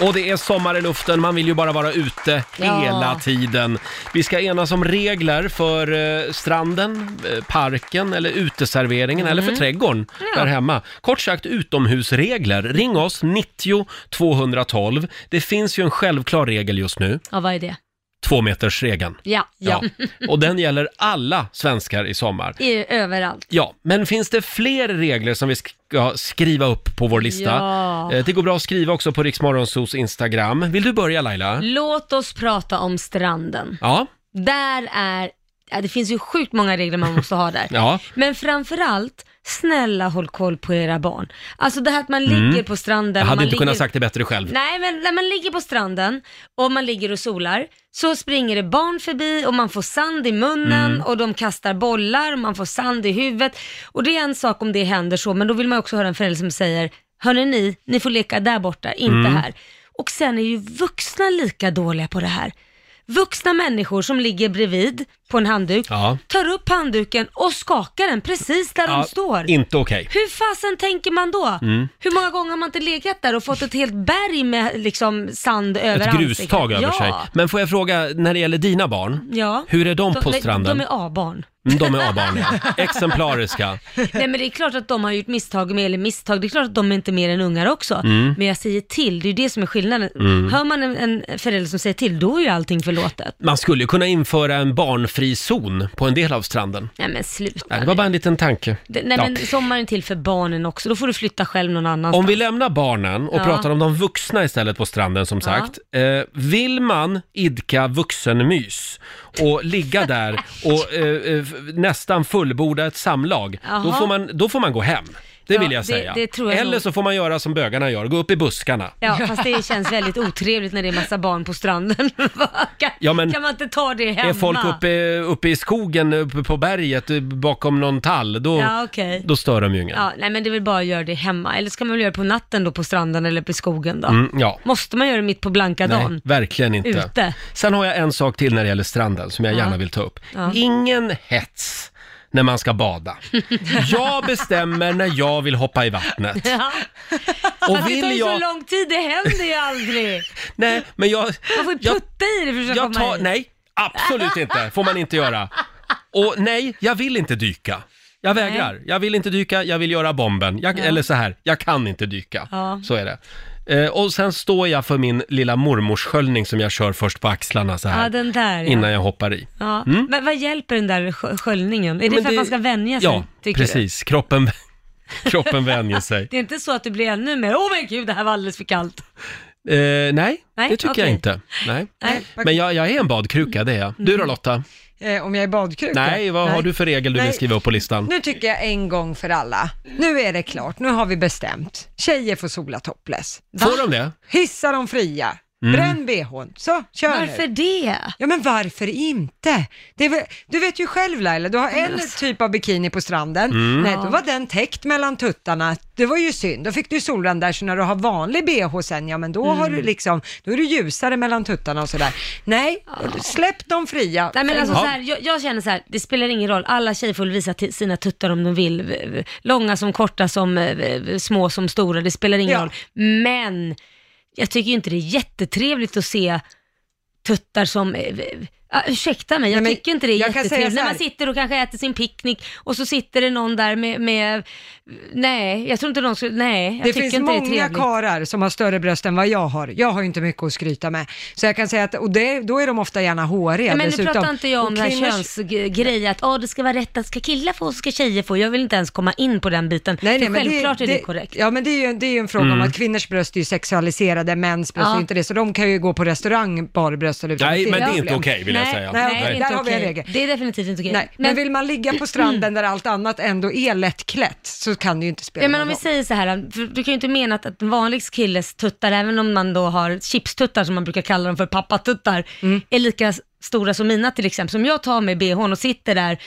[SPEAKER 1] Och det är sommar i luften, man vill ju bara vara ute
[SPEAKER 3] Ja.
[SPEAKER 1] hela tiden. Vi ska enas om regler för eh, stranden, eh, parken eller uteserveringen eller
[SPEAKER 3] Mm.
[SPEAKER 1] för trädgården där hemma. Kort sagt utomhusregler. Ring oss, 90 212. Det finns ju en självklar regel just nu,
[SPEAKER 3] Ja, vad är det?
[SPEAKER 1] tvåmetersregeln.
[SPEAKER 3] Ja, ja.
[SPEAKER 1] Och den gäller alla svenskar i sommar.
[SPEAKER 3] I, överallt.
[SPEAKER 1] Ja, men finns det fler regler som vi ska skriva upp på vår lista?
[SPEAKER 3] Ja.
[SPEAKER 1] Eh, Det går bra att skriva också på Riksmorgonsos Instagram. Vill du börja Laila?
[SPEAKER 3] Låt oss prata om stranden.
[SPEAKER 1] Ja,
[SPEAKER 3] Där är, ja, det finns ju sjukt många regler man måste ha där.
[SPEAKER 1] <laughs> ja.
[SPEAKER 3] Men framförallt, snälla håll koll på era barn. Alltså det här att man ligger på stranden.
[SPEAKER 1] Mm. Jag hade
[SPEAKER 3] man
[SPEAKER 1] inte
[SPEAKER 3] ligger...
[SPEAKER 1] kunnat sagt det bättre själv.
[SPEAKER 3] Nej, men när man ligger på stranden och man ligger och solar så springer det barn förbi och man får sand i munnen
[SPEAKER 1] Mm.
[SPEAKER 3] och de kastar bollar och man får sand i huvudet. Och det är en sak om det händer så, men då vill man också höra en förälder som säger, hörni ni, ni får leka där borta, inte
[SPEAKER 1] Mm.
[SPEAKER 3] här. Och sen är ju vuxna lika dåliga på det här. Vuxna människor som ligger bredvid på en handduk,
[SPEAKER 1] Ja.
[SPEAKER 3] tar upp handduken och skakar den precis där
[SPEAKER 1] Ja,
[SPEAKER 3] de står.
[SPEAKER 1] Inte okej.
[SPEAKER 3] Hur fasen tänker man då?
[SPEAKER 1] Mm.
[SPEAKER 3] Hur många gånger har man inte legat där och fått ett helt berg med liksom sand över
[SPEAKER 1] Ett
[SPEAKER 3] ansiktet?
[SPEAKER 1] grustag över
[SPEAKER 3] ja.
[SPEAKER 1] sig. Men får jag fråga, när det gäller dina barn,
[SPEAKER 3] Ja.
[SPEAKER 1] hur är de på
[SPEAKER 3] nej,
[SPEAKER 1] stranden?
[SPEAKER 3] De är A-barn.
[SPEAKER 1] Mm, De är A-barn,
[SPEAKER 3] <laughs>
[SPEAKER 1] ja. Exemplariska.
[SPEAKER 3] Nej men det är klart att de har gjort misstag, med, eller misstag, det är klart att de är inte mer än ungar också.
[SPEAKER 1] Mm.
[SPEAKER 3] Men jag säger till, det är ju det som är skillnaden. Hör man en, en förälder som säger till, då är ju allting förlåtet.
[SPEAKER 1] Man skulle ju kunna införa en barnfri zon på en del av stranden.
[SPEAKER 3] Nej men sluta.
[SPEAKER 1] Nej, det var bara en liten tanke.
[SPEAKER 3] Det- Nej
[SPEAKER 1] Ja.
[SPEAKER 3] men sommaren är till för barnen också, då får du flytta själv någon annanstans.
[SPEAKER 1] Om vi lämnar barnen och
[SPEAKER 3] Ja.
[SPEAKER 1] pratar om de vuxna istället på stranden som sagt. Eh, vill man idka vuxenmys och ligga där
[SPEAKER 3] <laughs>
[SPEAKER 1] och eh, eh, f- nästan fullborda ett samlag, då
[SPEAKER 3] Jaha.
[SPEAKER 1] får, man, då får man gå hem. Det
[SPEAKER 3] Ja,
[SPEAKER 1] vill jag
[SPEAKER 3] det-
[SPEAKER 1] säga.
[SPEAKER 3] det tror jag
[SPEAKER 1] Eller
[SPEAKER 3] nog.
[SPEAKER 1] så får man göra som bögarna gör, gå upp i buskarna.
[SPEAKER 3] Ja, fast det känns väldigt otrevligt när det är massa barn på stranden. <laughs> kan,
[SPEAKER 1] Ja, men-
[SPEAKER 3] kan man inte ta det hemma?
[SPEAKER 1] Är folk uppe, uppe i skogen, uppe på berget, eh, bakom någon tall, då,
[SPEAKER 3] Ja, okej.
[SPEAKER 1] då stör de ju ingen.
[SPEAKER 3] Ja, nej men det är väl bara att göra det hemma. Eller ska man väl göra det på natten då på stranden eller på skogen då?
[SPEAKER 1] Mm, ja.
[SPEAKER 3] Måste man göra det mitt på blanka
[SPEAKER 1] Nej,
[SPEAKER 3] dagen?
[SPEAKER 1] verkligen inte.
[SPEAKER 3] Ute.
[SPEAKER 1] Sen har jag en sak till när det gäller stranden som jag gärna vill ta upp. Ingen hets när man ska
[SPEAKER 3] <laughs>
[SPEAKER 1] bada. Jag bestämmer när jag vill hoppa i vattnet.
[SPEAKER 3] Ja.
[SPEAKER 1] Och
[SPEAKER 3] Det tar ju
[SPEAKER 1] vill
[SPEAKER 3] så
[SPEAKER 1] jag...
[SPEAKER 3] lång tid, det händer ju aldrig.
[SPEAKER 1] Nej, men jag...
[SPEAKER 3] Man får ju
[SPEAKER 1] <laughs> jag-
[SPEAKER 3] putta i det för att försöka
[SPEAKER 1] jag
[SPEAKER 3] komma
[SPEAKER 1] tar...
[SPEAKER 3] hit.
[SPEAKER 1] Nej, absolut inte. Får man inte göra. Och nej, jag vill inte dyka. Jag vägrar. Jag vill inte dyka, jag vill göra bomben. Jag, Eller så här, jag kan inte dyka.
[SPEAKER 3] Ja.
[SPEAKER 1] Så är det. Eh, och sen står jag för min lilla mormorssköljning som jag kör först på axlarna så här.
[SPEAKER 3] Ja, den där ja.
[SPEAKER 1] innan jag hoppar i.
[SPEAKER 3] ja. Men vad hjälper den där skö- sköljningen? Är det
[SPEAKER 1] Mm. Men
[SPEAKER 3] för att man ska vänja sig?
[SPEAKER 1] Ja,
[SPEAKER 3] tycker Du?
[SPEAKER 1] precis. Kroppen,
[SPEAKER 3] <laughs>
[SPEAKER 1] kroppen vänjer sig.
[SPEAKER 3] Det är inte så att du blir ännu mer, åh men gud det här var alldeles för kallt.
[SPEAKER 1] Eh, nej,
[SPEAKER 3] Nej,
[SPEAKER 1] det tycker jag
[SPEAKER 3] okej.
[SPEAKER 1] inte. Nej.
[SPEAKER 3] Nej.
[SPEAKER 1] Men jag, jag är en badkruka, det är jag. Du då Lotta?
[SPEAKER 2] Eh, om jag är badkruka?
[SPEAKER 1] Nej, vad har du för regel du vill
[SPEAKER 2] Nej.
[SPEAKER 1] skriva upp på listan?
[SPEAKER 2] Nu tycker jag en gång för alla. Nu är det klart, nu har vi bestämt. Tjejer får sola topless.
[SPEAKER 1] Får de det?
[SPEAKER 2] Hissa dem fria.
[SPEAKER 1] Mm.
[SPEAKER 2] Bränn bhn. Så, kör
[SPEAKER 3] Varför
[SPEAKER 2] nu.
[SPEAKER 3] det?
[SPEAKER 2] Ja men varför inte? Det är väl, du vet ju själv Laila, du har en typ av bikini på stranden,
[SPEAKER 3] Mm.
[SPEAKER 2] nej då var den täckt mellan tuttarna, det var ju synd, då fick du solen där, så när du har vanlig bh sen, ja men då har
[SPEAKER 3] Mm.
[SPEAKER 2] du liksom, då är du ljusare mellan tuttarna och sådär. Nej, släpp dem fria.
[SPEAKER 3] Nej, men alltså,
[SPEAKER 1] Ja.
[SPEAKER 3] så här, jag, jag känner så här, det spelar ingen roll. Alla tjejer får visa t- sina tuttar om de vill. V- v- Långa som korta som eh, v- v- små som stora, det spelar ingen
[SPEAKER 2] Ja.
[SPEAKER 3] roll. Men jag tycker ju inte det är jättetrevligt att se tuttar som... eh, v- v- Ah, ursäkta mig, jag
[SPEAKER 2] Nej, men
[SPEAKER 3] tycker inte det är
[SPEAKER 2] jag kan säga
[SPEAKER 3] jättetrevligt.
[SPEAKER 2] så
[SPEAKER 3] När
[SPEAKER 2] här.
[SPEAKER 3] man sitter och kanske äter sin picknick och så sitter det någon där med... med nej, jag tror inte någon skulle... Nej, jag
[SPEAKER 2] Det
[SPEAKER 3] tycker
[SPEAKER 2] finns
[SPEAKER 3] inte det är
[SPEAKER 2] många
[SPEAKER 3] trevligt.
[SPEAKER 2] karlar som har större bröst än vad jag har. Jag har ju inte mycket att skryta med. Så jag kan säga att, och det, då är de ofta gärna håriga
[SPEAKER 3] Nej, men nu
[SPEAKER 2] dessutom.
[SPEAKER 3] pratar inte jag om
[SPEAKER 2] Och
[SPEAKER 3] den här
[SPEAKER 2] kvinnors-
[SPEAKER 3] könsgrejen, att oh, det ska vara rätt, att ska killar få och ska tjejer få. Jag vill inte ens komma in på den biten.
[SPEAKER 2] Nej, nej,
[SPEAKER 3] För
[SPEAKER 2] men
[SPEAKER 3] självklart
[SPEAKER 2] det,
[SPEAKER 3] är det korrekt.
[SPEAKER 2] Ja, men det är ju, det är ju en fråga
[SPEAKER 1] Mm.
[SPEAKER 2] om att kvinnors bröst är ju sexualiserade, mäns bröst
[SPEAKER 3] Ja.
[SPEAKER 2] är inte det. Så de kan ju gå på restaurang barbröstade utan
[SPEAKER 1] Nej,
[SPEAKER 2] att
[SPEAKER 1] men det är
[SPEAKER 2] några
[SPEAKER 1] inte
[SPEAKER 2] problem.
[SPEAKER 1] okej vill jag
[SPEAKER 3] nej,
[SPEAKER 1] säga.
[SPEAKER 3] Nej,
[SPEAKER 2] Nej,
[SPEAKER 3] det är
[SPEAKER 2] där
[SPEAKER 3] inte
[SPEAKER 2] har vi en
[SPEAKER 3] okej.
[SPEAKER 2] regel.
[SPEAKER 3] Det är definitivt inte okej.
[SPEAKER 2] Nej, men, vill man ligga på stranden där allt annat ändå är lättklätt så kan det ju inte spela
[SPEAKER 3] Ja, men
[SPEAKER 2] någon
[SPEAKER 3] om vi
[SPEAKER 2] roll.
[SPEAKER 3] säger så här, för du kan ju inte mena att, att en vanlig killes tuttar, även om man då har chipstuttar som man brukar kalla dem för, pappatuttar,
[SPEAKER 2] Mm.
[SPEAKER 3] är lika s- stora som mina till exempel. Som jag tar med bhn och sitter där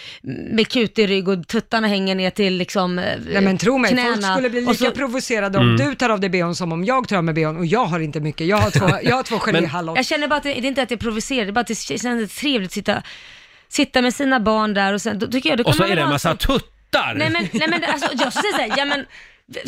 [SPEAKER 3] med kutig rygg och tuttarna hänger ner till liksom
[SPEAKER 2] Nej men tro mig,
[SPEAKER 3] knäna.
[SPEAKER 2] folk skulle bli lika
[SPEAKER 3] Och så-
[SPEAKER 2] provocerade om
[SPEAKER 1] Mm.
[SPEAKER 2] du tar av dig bhn som om jag tar av mig bhn och jag har inte mycket, jag har två,
[SPEAKER 1] <laughs>
[SPEAKER 2] jag har två geléhallon.
[SPEAKER 3] Jag känner bara att det, det är inte att jag provocerar, det är bara att det känns trevligt att sitta, sitta med sina barn där och sen, då tycker jag, då kan
[SPEAKER 1] Och så
[SPEAKER 3] man
[SPEAKER 1] är
[SPEAKER 3] väl
[SPEAKER 1] det en
[SPEAKER 3] ha
[SPEAKER 1] massa
[SPEAKER 3] sån-
[SPEAKER 1] tuttar!
[SPEAKER 3] Nej men, nej men alltså, jag skulle säga såhär, ja men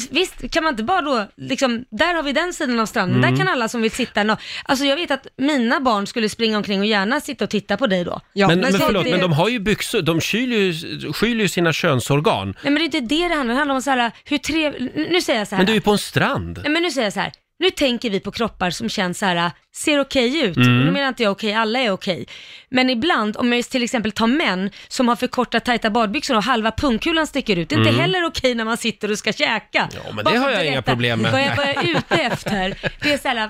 [SPEAKER 3] visst kan man inte bara då, liksom, där har vi den sidan av stranden,
[SPEAKER 1] Mm.
[SPEAKER 3] där kan alla som vill sitta. nå- Alltså jag vet att mina barn skulle springa omkring och gärna sitta och titta på dig då.
[SPEAKER 1] men, men,
[SPEAKER 3] så
[SPEAKER 1] förlåt,
[SPEAKER 3] det-
[SPEAKER 1] men de har ju byxor, de kyler ju, skyler ju sina könsorgan.
[SPEAKER 3] Nej men det är inte det det handlar om, det handlar om så här, hur trevligt, nu säger jag så här.
[SPEAKER 1] Men du är ju på en strand.
[SPEAKER 3] Nej men nu säger jag så här. Nu tänker vi på kroppar som känns så här, äh, ser okej ut.
[SPEAKER 1] Mm.
[SPEAKER 3] Nu menar inte jag okej, alla är okej. Men ibland, om jag till exempel tar män som har för korta tajta badbyxor och halva pungkulan sticker ut, det är
[SPEAKER 1] Mm.
[SPEAKER 3] inte heller okej när man sitter och ska käka. Ja,
[SPEAKER 1] men det har jag inga problem med.
[SPEAKER 3] Vad jag, vad jag är ute efter, det är så här, äh,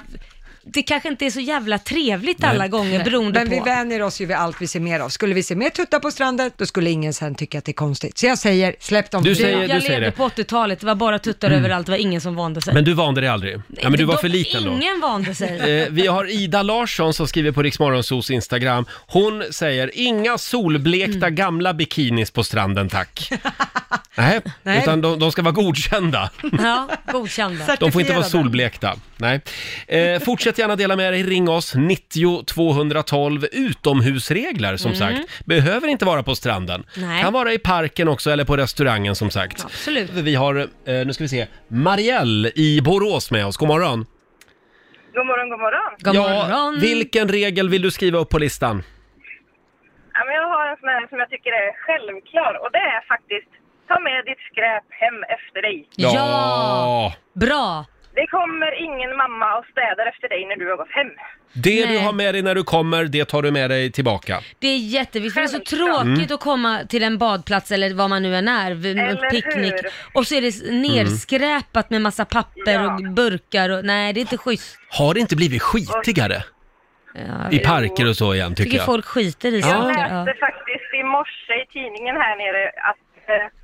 [SPEAKER 3] det kanske inte är så jävla trevligt alla gånger beroende
[SPEAKER 2] Men
[SPEAKER 3] på.
[SPEAKER 2] vi vänjer oss ju vid allt vi ser mer av. Skulle vi se mer tuttar på stranden, då skulle ingen sen tycka att det är konstigt. Så jag säger, släpp dem
[SPEAKER 1] Du
[SPEAKER 2] fria.
[SPEAKER 1] säger-
[SPEAKER 3] jag levde
[SPEAKER 1] säger det.
[SPEAKER 3] på 80-talet, det var bara tuttar
[SPEAKER 1] Mm.
[SPEAKER 3] överallt, det var ingen som vande sig.
[SPEAKER 1] Men du vande dig aldrig. Ja, men du var
[SPEAKER 3] De-
[SPEAKER 1] för liten då.
[SPEAKER 3] Ingen vande sig.
[SPEAKER 1] Eh, vi har Ida Larsson som skriver på Riksmorgonsos Instagram. Hon säger inga solblekta
[SPEAKER 3] Mm.
[SPEAKER 1] gamla bikinis på stranden
[SPEAKER 3] <laughs>
[SPEAKER 1] tack. Nej,
[SPEAKER 3] Nej.
[SPEAKER 1] utan de, de ska vara godkända.
[SPEAKER 3] Ja, godkända.
[SPEAKER 1] De får inte vara solblekta. Nej. Eh, fortsätt gärna dela med dig. Ring oss 90 212 utomhusregler som
[SPEAKER 3] Mm.
[SPEAKER 1] sagt. Behöver inte vara på stranden.
[SPEAKER 3] Nej.
[SPEAKER 1] Kan vara i parken också eller på restaurangen som sagt.
[SPEAKER 3] Absolut.
[SPEAKER 1] Vi har, eh, nu ska vi se, Marielle i Borås med oss. God morgon.
[SPEAKER 8] God morgon, god morgon.
[SPEAKER 1] Ja, vilken regel vill du skriva upp på listan?
[SPEAKER 8] Ja, men jag har en sån här som jag tycker är självklar och det är faktiskt ta med ditt skräp hem efter dig.
[SPEAKER 1] Ja!
[SPEAKER 3] Bra!
[SPEAKER 8] Det kommer ingen mamma och städar efter dig när du har gått hem.
[SPEAKER 1] Det
[SPEAKER 3] Nej.
[SPEAKER 1] du har med dig när du kommer, det tar du med dig tillbaka.
[SPEAKER 3] Det är jätteviktigt, för det är så tråkigt
[SPEAKER 1] Mm.
[SPEAKER 3] att komma till en badplats eller vad man nu än är, vid en
[SPEAKER 8] Eller
[SPEAKER 3] picknick,
[SPEAKER 8] hur?
[SPEAKER 3] och så är det
[SPEAKER 1] Mm.
[SPEAKER 3] nerskräpat med massa papper och burkar och nej, det är inte schysst.
[SPEAKER 1] Har det inte blivit skitigare? I parker och så igen, tycker
[SPEAKER 3] Tycker
[SPEAKER 1] jag.
[SPEAKER 3] folk skiter i
[SPEAKER 8] Jag
[SPEAKER 3] saker. Ja.
[SPEAKER 8] läste faktiskt i morse i tidningen här nere att eh,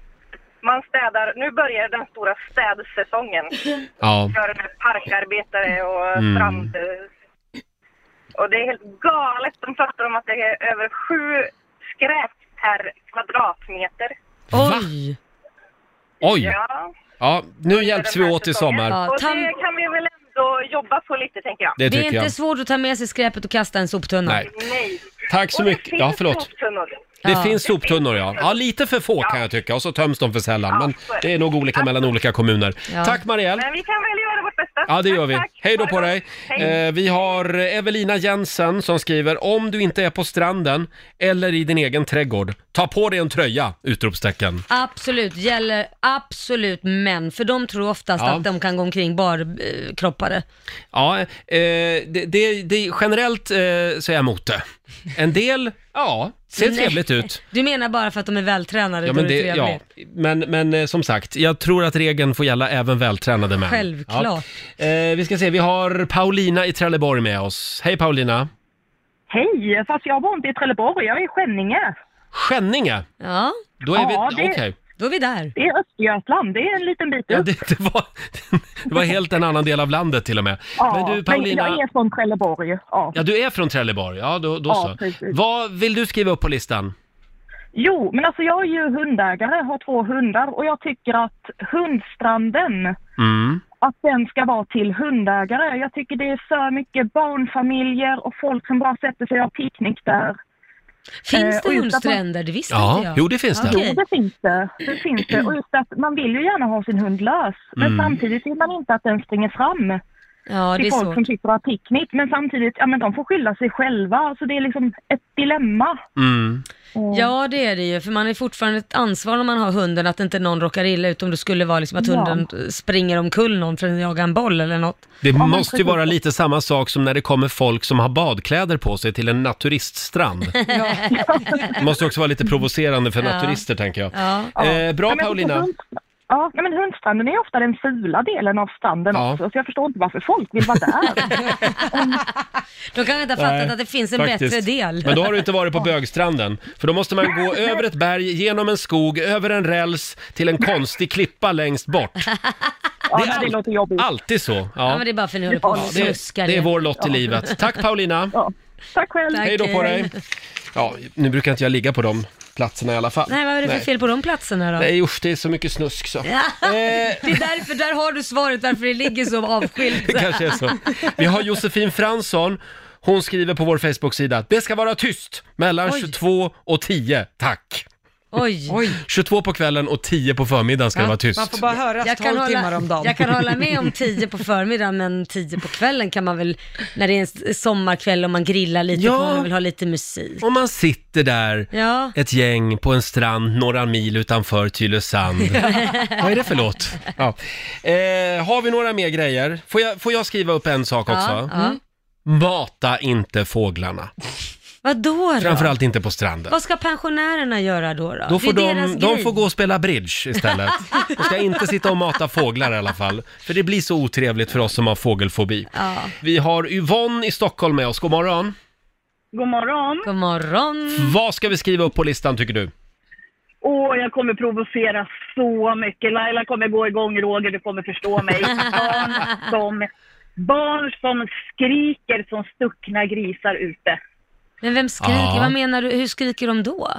[SPEAKER 8] man städar, nu börjar den stora städsäsongen.
[SPEAKER 1] Ja.
[SPEAKER 8] För med parkarbetare och
[SPEAKER 1] Mm.
[SPEAKER 8] strand. Och det är helt galet, de pratar om att det är över sju skräp per kvadratmeter.
[SPEAKER 3] Oj!
[SPEAKER 1] Oj!
[SPEAKER 8] Ja.
[SPEAKER 1] Ja, nu hjälps vi åt i sommar.
[SPEAKER 8] Och det kan vi väl ändå jobba på lite, tänker jag.
[SPEAKER 1] Det
[SPEAKER 3] Det är
[SPEAKER 1] tycker
[SPEAKER 3] inte
[SPEAKER 1] jag.
[SPEAKER 3] svårt att ta med sig skräpet och kasta i en soptunna.
[SPEAKER 1] Nej.
[SPEAKER 8] Nej.
[SPEAKER 1] Tack så
[SPEAKER 8] Och det
[SPEAKER 1] mycket.
[SPEAKER 8] finns
[SPEAKER 1] Ja, förlåt.
[SPEAKER 8] soptunnor.
[SPEAKER 1] Det
[SPEAKER 3] Ja.
[SPEAKER 1] finns soptunnor ja. Ja, lite för få kan jag tycka och så töms de för sällan. Men det är nog olika mellan olika kommuner.
[SPEAKER 8] Ja.
[SPEAKER 1] Tack Marielle!
[SPEAKER 8] Men vi kan väl göra vårt bästa.
[SPEAKER 1] Ja, det gör vi.
[SPEAKER 8] Tack, tack.
[SPEAKER 1] Hej då
[SPEAKER 8] Ha
[SPEAKER 1] på
[SPEAKER 8] det
[SPEAKER 1] dig!
[SPEAKER 8] gott. Hej.
[SPEAKER 1] Eh, vi har Evelina Jensen som skriver om du inte är på stranden eller i din egen trädgård, ta på dig en tröja! Utropstecken.
[SPEAKER 3] Absolut, gäller absolut män, för de tror oftast
[SPEAKER 1] Ja.
[SPEAKER 3] att de kan gå omkring eh, barkroppade.
[SPEAKER 1] Ja, eh, det, det, det, generellt eh, så är jag emot det. En del, ja, ser
[SPEAKER 3] Nej.
[SPEAKER 1] trevligt ut.
[SPEAKER 3] Du menar bara för att de är vältränade,
[SPEAKER 1] Ja,
[SPEAKER 3] då
[SPEAKER 1] men,
[SPEAKER 3] är det,
[SPEAKER 1] det, ja. men, men eh, som sagt, jag tror att regeln får gälla även vältränade män.
[SPEAKER 3] Självklart.
[SPEAKER 1] Ja. Eh, vi ska se, vi har Paulina i Trelleborg med oss. Hej Paulina!
[SPEAKER 9] Hej, fast jag bor inte i Trelleborg, jag är i Skänninge.
[SPEAKER 1] Skänninge!
[SPEAKER 3] Ja.
[SPEAKER 1] Då är vi-
[SPEAKER 9] det,
[SPEAKER 1] okej.
[SPEAKER 3] Då är vi där.
[SPEAKER 9] Det är Östergötland, det är en liten bit
[SPEAKER 1] Ja,
[SPEAKER 9] upp.
[SPEAKER 1] det, det, var, <laughs> det var helt en annan del av landet till och med. men du Paulina,
[SPEAKER 9] jag är från Trelleborg. Ja.
[SPEAKER 1] ja, du är från Trelleborg, ja då, då
[SPEAKER 9] Ja,
[SPEAKER 1] så.
[SPEAKER 9] precis.
[SPEAKER 1] Vad vill du skriva upp på listan?
[SPEAKER 9] Jo, men alltså jag är ju hundägare, har två hundar och jag tycker att hundstranden,
[SPEAKER 1] Mm.
[SPEAKER 9] att den ska vara till hundägare. Jag tycker det är för mycket barnfamiljer och folk som bara sätter sig och har picknick där.
[SPEAKER 3] Finns
[SPEAKER 9] Eh,
[SPEAKER 3] det
[SPEAKER 9] och just att man-
[SPEAKER 3] hundstränder? Det visste
[SPEAKER 1] Ja,
[SPEAKER 3] inte jag.
[SPEAKER 1] jo, det finns det.
[SPEAKER 9] Jo, det finns det. det finns det. Och just att man vill ju gärna ha sin hund lös, men
[SPEAKER 1] Mm.
[SPEAKER 9] samtidigt vill man inte att den springer fram.
[SPEAKER 3] Ja, det
[SPEAKER 9] till
[SPEAKER 3] är
[SPEAKER 9] folk
[SPEAKER 3] svårt.
[SPEAKER 9] som sitter och har picknick. Men samtidigt, ja men de får skylla sig själva. Så det är liksom ett dilemma.
[SPEAKER 1] Mm.
[SPEAKER 3] Ja, det är det ju, för man är fortfarande ett ansvar när man har hunden att inte någon råkar illa ut om det skulle vara liksom att
[SPEAKER 9] Ja.
[SPEAKER 3] hunden springer omkull någon för att jaga en boll eller något.
[SPEAKER 1] Det
[SPEAKER 3] men
[SPEAKER 1] måste ju
[SPEAKER 3] precis.
[SPEAKER 1] vara lite samma sak som när det kommer folk som har badkläder på sig till en naturiststrand.
[SPEAKER 3] Mm. <laughs>
[SPEAKER 1] Det måste också vara lite provocerande för
[SPEAKER 9] Ja.
[SPEAKER 1] naturister, tänker jag.
[SPEAKER 9] Ja.
[SPEAKER 1] Eh, bra,
[SPEAKER 9] Nej, men jag
[SPEAKER 1] Paulina.
[SPEAKER 9] tycker hund- Ja, nej, men hundstranden är ofta den fula delen av stranden
[SPEAKER 1] Ja.
[SPEAKER 9] också, så jag förstår inte varför folk vill
[SPEAKER 1] <laughs>
[SPEAKER 9] vara där.
[SPEAKER 3] Då kan jag inte ha fattat
[SPEAKER 1] Nej,
[SPEAKER 3] att det finns en
[SPEAKER 1] faktiskt.
[SPEAKER 3] bättre del.
[SPEAKER 1] Men då har du inte
[SPEAKER 3] <laughs>
[SPEAKER 1] varit på bögstranden. För då måste man gå över ett berg, genom en skog, över en räls till en konstig klippa längst
[SPEAKER 3] <laughs>
[SPEAKER 1] bort.
[SPEAKER 9] Ja,
[SPEAKER 1] är
[SPEAKER 9] nej, det
[SPEAKER 1] all-
[SPEAKER 9] låter jobbigt.
[SPEAKER 1] Alltid så.
[SPEAKER 3] Ja, men det är bara för att ni håller på och
[SPEAKER 1] det,
[SPEAKER 3] snuskar
[SPEAKER 1] det är
[SPEAKER 3] igen.
[SPEAKER 1] vår lott i livet. Tack
[SPEAKER 3] <laughs>
[SPEAKER 1] Paulina!
[SPEAKER 9] Ja. Tack själv!
[SPEAKER 3] Tack,
[SPEAKER 1] Hej då på
[SPEAKER 3] hej.
[SPEAKER 1] dig! Ja, nu brukar inte jag ligga på de platserna i alla fall.
[SPEAKER 3] Nej, vad är det för
[SPEAKER 1] Nej.
[SPEAKER 3] fel på de platserna då?
[SPEAKER 1] Nej usch, det är så mycket snusk så. Eh,
[SPEAKER 3] Ja. Det är därför, där har du svaret varför det ligger så
[SPEAKER 1] <laughs>
[SPEAKER 3] avskilt.
[SPEAKER 1] Det kanske är så. Vi har Josefin Fransson. Hon skriver på vår Facebook-sida att det ska vara tyst mellan
[SPEAKER 3] Oj.
[SPEAKER 1] 22 och 10, tack.
[SPEAKER 3] Oj.
[SPEAKER 1] 22 på kvällen och 10 på förmiddagen ska det vara tyst.
[SPEAKER 2] bara höras 12 timmar om dagen.
[SPEAKER 3] Jag kan hålla med om 10 på förmiddagen, men 10 på kvällen kan man väl, när det är en s- sommarkväll och man grillar lite,
[SPEAKER 1] Ja.
[SPEAKER 3] kan man väl ha lite musik.
[SPEAKER 1] Om man sitter där,
[SPEAKER 3] Ja.
[SPEAKER 1] ett gäng på en strand några mil utanför
[SPEAKER 3] <laughs>
[SPEAKER 1] Tylösand. Vad är det för låt? Ja. Eh, har vi några mer grejer? Får jag, får jag skriva upp en sak också?
[SPEAKER 3] Ja, ja. Mm.
[SPEAKER 1] Mata inte fåglarna.
[SPEAKER 3] Vadå då?
[SPEAKER 1] Framförallt inte på stranden.
[SPEAKER 3] Vad ska pensionärerna göra då? Då,
[SPEAKER 1] Då får
[SPEAKER 3] det är deras
[SPEAKER 1] de, de
[SPEAKER 3] grej.
[SPEAKER 1] får gå och spela bridge istället. De ska inte sitta och mata fåglar i alla fall. För det blir så otrevligt för oss som har fågelfobi.
[SPEAKER 3] Ja.
[SPEAKER 1] Vi har Yvonne i Stockholm med oss. God morgon.
[SPEAKER 9] God morgon.
[SPEAKER 3] God morgon.
[SPEAKER 1] Vad ska vi skriva upp på listan tycker du?
[SPEAKER 9] Åh, jag kommer provocera så mycket. Laila kommer gå igång, Roger, du kommer förstå mig. Barn
[SPEAKER 3] <laughs>
[SPEAKER 9] som, barn som skriker som stuckna grisar ute.
[SPEAKER 3] Men vem skriker?
[SPEAKER 9] Ja.
[SPEAKER 3] Vad menar du? Hur skriker de då?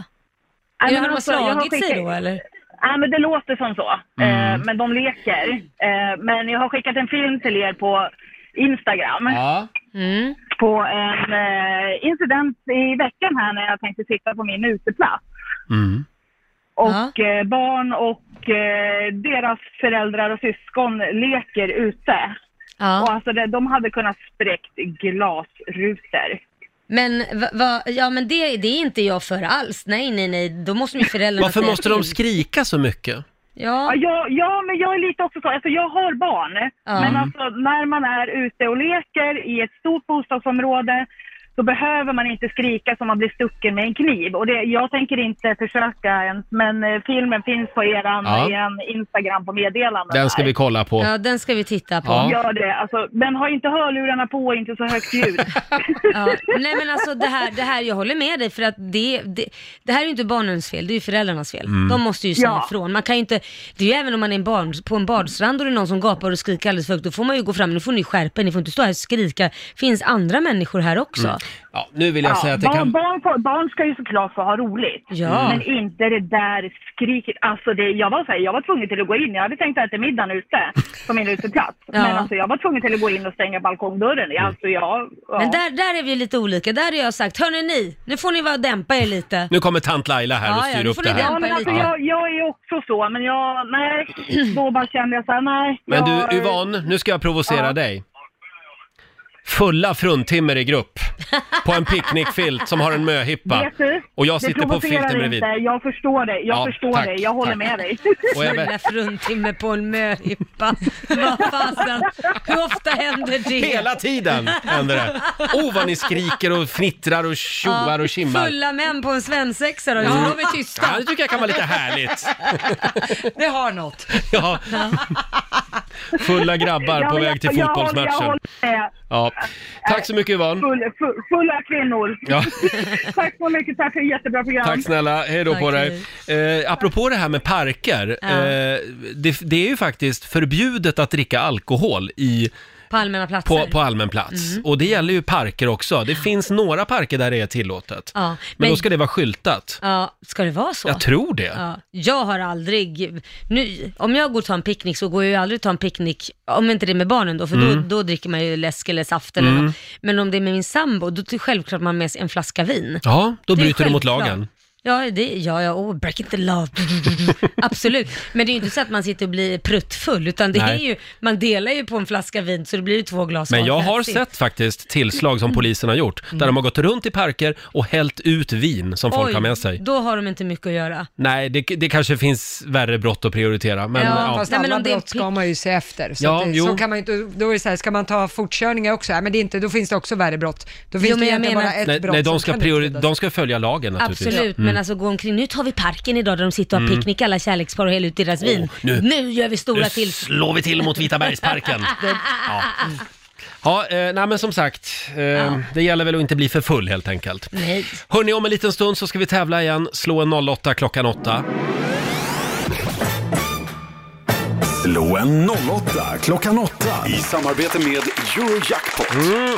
[SPEAKER 9] Nej,
[SPEAKER 3] är det när
[SPEAKER 9] men
[SPEAKER 3] de har
[SPEAKER 9] alltså, jag har
[SPEAKER 3] slagit sig
[SPEAKER 9] skickat-
[SPEAKER 3] då eller?
[SPEAKER 9] Nej, men det låter som så.
[SPEAKER 3] Mm.
[SPEAKER 9] Eh, men de leker. Eh, men jag har skickat en film till er på Instagram.
[SPEAKER 1] Ja.
[SPEAKER 3] Mm.
[SPEAKER 9] På en eh, incident i veckan här när jag tänkte sitta på min uteplats.
[SPEAKER 1] Mm.
[SPEAKER 9] Och eh, barn och eh, deras föräldrar och syskon leker ute. Och alltså det, de hade kunnat spräckt glasrutor.
[SPEAKER 3] Men, va, va, ja men det, det är inte jag för alls. Nej, nej, nej. Då måste ju föräldrarna
[SPEAKER 1] Varför
[SPEAKER 3] säga
[SPEAKER 1] måste de
[SPEAKER 3] till.
[SPEAKER 1] skrika så mycket?
[SPEAKER 3] Ja.
[SPEAKER 9] Ja, ja, men jag är lite också så. Alltså, jag har barn.
[SPEAKER 1] Ja.
[SPEAKER 9] Men
[SPEAKER 1] Mm.
[SPEAKER 9] alltså, när man är ute och leker i ett stort bostadsområde då behöver man inte skrika som man blir stucken med en kniv. Och det, jag tänker inte försöka ens, men eh, filmen finns på eran,
[SPEAKER 1] Ja.
[SPEAKER 9] eran Instagram på meddelanden.
[SPEAKER 1] Den ska
[SPEAKER 9] där.
[SPEAKER 1] vi kolla på.
[SPEAKER 3] Ja, den ska vi titta på.
[SPEAKER 1] Ja.
[SPEAKER 9] Gör det. Alltså, men ha inte hörlurarna på och inte så högt ljud.
[SPEAKER 3] <laughs> Ja. Nej men alltså det här, det här, jag håller med dig för att det, det, det här är ju inte barnens fel, det är ju föräldrarnas fel.
[SPEAKER 11] Mm.
[SPEAKER 3] De måste ju säga
[SPEAKER 11] Ja.
[SPEAKER 3] ifrån. Man kan ju inte, det är ju även om man är en barn, på en badstrand och det är någon som gapar och skriker alldeles för högt, då får man ju gå fram, nu får ni skärpa er, ni får inte stå här och skrika. finns andra människor här också.
[SPEAKER 1] Mm. Ja, nu vill jag säga att det
[SPEAKER 9] barn,
[SPEAKER 1] kan...
[SPEAKER 9] barn, får- barn ska ju såklart få ha roligt.
[SPEAKER 1] Ja.
[SPEAKER 9] Men inte det där skriket. Alltså det, jag, var så här, jag var tvungen till att gå in. Jag hade tänkt äta middagen ute på min uteplats.
[SPEAKER 3] Ja.
[SPEAKER 9] Men alltså, jag var tvungen till att gå in och stänga balkongdörren.
[SPEAKER 1] Mm.
[SPEAKER 9] Alltså, jag, ja.
[SPEAKER 3] Men där, där är vi lite olika, där har jag sagt, hörni ni, nu får ni vara dämpa er lite.
[SPEAKER 1] Nu kommer tant Laila här och
[SPEAKER 3] Ja, ja,
[SPEAKER 1] styr
[SPEAKER 3] nu
[SPEAKER 1] upp
[SPEAKER 3] får
[SPEAKER 1] det
[SPEAKER 3] ni
[SPEAKER 1] här.
[SPEAKER 9] Ja, men alltså, jag, jag är också så, men jag, nej, då bara kände jag så här, nej.
[SPEAKER 1] Men
[SPEAKER 9] jag,
[SPEAKER 1] du Yvonne, nu ska jag provocera dig. Fulla fruntimmer i grupp på en picknickfilt som har en möhippa.
[SPEAKER 9] Vet du,
[SPEAKER 1] Och jag
[SPEAKER 9] det
[SPEAKER 1] sitter på
[SPEAKER 9] provocerar
[SPEAKER 1] filten bredvid.
[SPEAKER 9] Inte. Jag förstår dig, jag
[SPEAKER 1] Ja,
[SPEAKER 9] förstår
[SPEAKER 1] tack,
[SPEAKER 9] dig, jag håller
[SPEAKER 1] tack.
[SPEAKER 9] med dig.
[SPEAKER 1] Och jag-
[SPEAKER 3] Fulla fruntimmer på en möhippa. Vad fasen, hur ofta händer det?
[SPEAKER 1] Hela tiden händer det. Oh vad ni skriker och fnittrar och tjoar och kimmar.
[SPEAKER 3] Fulla män på en svensexa då,
[SPEAKER 1] Mm.
[SPEAKER 3] så de är tysta.
[SPEAKER 1] Ja, det tycker jag kan vara lite härligt.
[SPEAKER 2] Det har något.
[SPEAKER 1] Ja. Fulla
[SPEAKER 9] <laughs>
[SPEAKER 1] grabbar på väg till
[SPEAKER 9] jag- jag håller- Jag
[SPEAKER 1] fotbollsmatchen.
[SPEAKER 9] håller med.
[SPEAKER 1] Ja. Tack så mycket Yvonne.
[SPEAKER 9] Full, full, fulla kvinnor.
[SPEAKER 1] Ja.
[SPEAKER 9] <laughs> tack så mycket, tack för ett jättebra program.
[SPEAKER 1] Tack snälla, hej då
[SPEAKER 9] Tack,
[SPEAKER 1] på dig. Eh, apropå det här med parker,
[SPEAKER 3] Ja.
[SPEAKER 1] eh, det, det är ju faktiskt förbjudet att dricka alkohol i,
[SPEAKER 3] På allmänna platser.
[SPEAKER 1] på, på allmän plats.
[SPEAKER 3] Mm.
[SPEAKER 1] Och det gäller ju parker också. Det finns några parker där det är tillåtet.
[SPEAKER 3] Ja,
[SPEAKER 1] Men,
[SPEAKER 3] men-
[SPEAKER 1] då ska det vara skyltat.
[SPEAKER 3] Ja, ska det vara så?
[SPEAKER 1] Jag tror det.
[SPEAKER 3] Ja, jag har aldrig, nu, om jag går och tar en picknick så går jag ju aldrig och tar en picknick, om inte det är med barnen då, för
[SPEAKER 11] Mm.
[SPEAKER 3] då, då dricker man ju läsk eller saft eller
[SPEAKER 1] Mm.
[SPEAKER 3] något. Men om det är med min sambo, då är självklart man har med sig en flaska vin.
[SPEAKER 1] Ja, då
[SPEAKER 3] Det är
[SPEAKER 1] bryter du mot
[SPEAKER 3] självklart.
[SPEAKER 1] lagen.
[SPEAKER 3] Ja, det, ja, ja, oh, break it the love. <laughs> Absolut. Men det är ju inte så att man sitter och blir pruttfull, utan det
[SPEAKER 1] Nej.
[SPEAKER 3] är ju, man delar ju på en flaska vin så Mm. det blir ju två glas
[SPEAKER 1] Men
[SPEAKER 3] var.
[SPEAKER 1] jag har
[SPEAKER 3] That's it.
[SPEAKER 1] sett faktiskt tillslag som polisen har gjort, där de har gått runt i parker och hällt ut vin som folk
[SPEAKER 3] Oj,
[SPEAKER 1] har med sig.
[SPEAKER 3] Då har de inte mycket att göra.
[SPEAKER 1] Nej, det, det kanske finns värre brott att prioritera, men ja.
[SPEAKER 2] Fast
[SPEAKER 3] Nej, men
[SPEAKER 2] alla
[SPEAKER 3] om det är
[SPEAKER 2] brott ska
[SPEAKER 3] pick-
[SPEAKER 2] man ju se efter. Så,
[SPEAKER 1] Ja,
[SPEAKER 2] att det,
[SPEAKER 1] jo.
[SPEAKER 2] så kan man ju inte, då är det så här, ska man ta fortkörningar också? Nej, men det är inte, då finns det också värre brott. Då finns
[SPEAKER 3] Jo,
[SPEAKER 2] det
[SPEAKER 3] men jag
[SPEAKER 2] egentligen
[SPEAKER 3] menar-
[SPEAKER 2] bara ett
[SPEAKER 1] Nej,
[SPEAKER 2] brott
[SPEAKER 1] nej de,
[SPEAKER 2] som
[SPEAKER 1] ska
[SPEAKER 2] kan
[SPEAKER 1] priori-
[SPEAKER 2] utredas.
[SPEAKER 1] de ska följa lagen naturligtvis.
[SPEAKER 3] Absolut,
[SPEAKER 1] Mm.
[SPEAKER 3] men alltså gå omkring, nu tar vi parken idag där de sitter och har
[SPEAKER 1] Mm.
[SPEAKER 3] picknick alla kärlekspar och häller ut deras vin.
[SPEAKER 1] nu-
[SPEAKER 3] Nu, gör vi stora
[SPEAKER 1] Nu
[SPEAKER 3] till.
[SPEAKER 1] slår vi till mot Vitabergsparken. ja. Ja, eh, nej men som sagt, eh, det gäller väl att inte bli för full helt enkelt.
[SPEAKER 3] Nej.
[SPEAKER 1] Hörni, om en liten stund så ska vi tävla igen. Slå en 08 klockan 8.
[SPEAKER 4] Slå en 08 klockan 8 i samarbete med Eurojackpot.
[SPEAKER 1] Mm.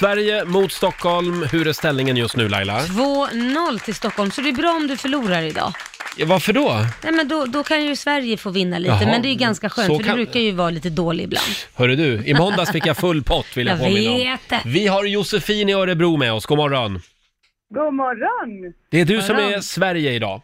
[SPEAKER 1] Sverige mot Stockholm. Hur är ställningen just nu Laila?
[SPEAKER 3] 2-0 till Stockholm, så det är bra om du förlorar idag.
[SPEAKER 1] Ja, Varför då?
[SPEAKER 3] Nej men då, då kan ju Sverige få vinna lite,
[SPEAKER 1] Jaha,
[SPEAKER 3] men det är ju ganska skönt
[SPEAKER 1] så
[SPEAKER 3] för
[SPEAKER 1] kan-
[SPEAKER 3] du brukar ju vara lite dålig ibland.
[SPEAKER 1] Hörru du, i måndags fick jag full pott vill jag,
[SPEAKER 3] Jag
[SPEAKER 1] påminna om.
[SPEAKER 3] vet det.
[SPEAKER 1] Vi har Josefin i Örebro med oss, god morgon.
[SPEAKER 12] God morgon!
[SPEAKER 1] Det är du som
[SPEAKER 12] Morgon.
[SPEAKER 1] är Sverige idag.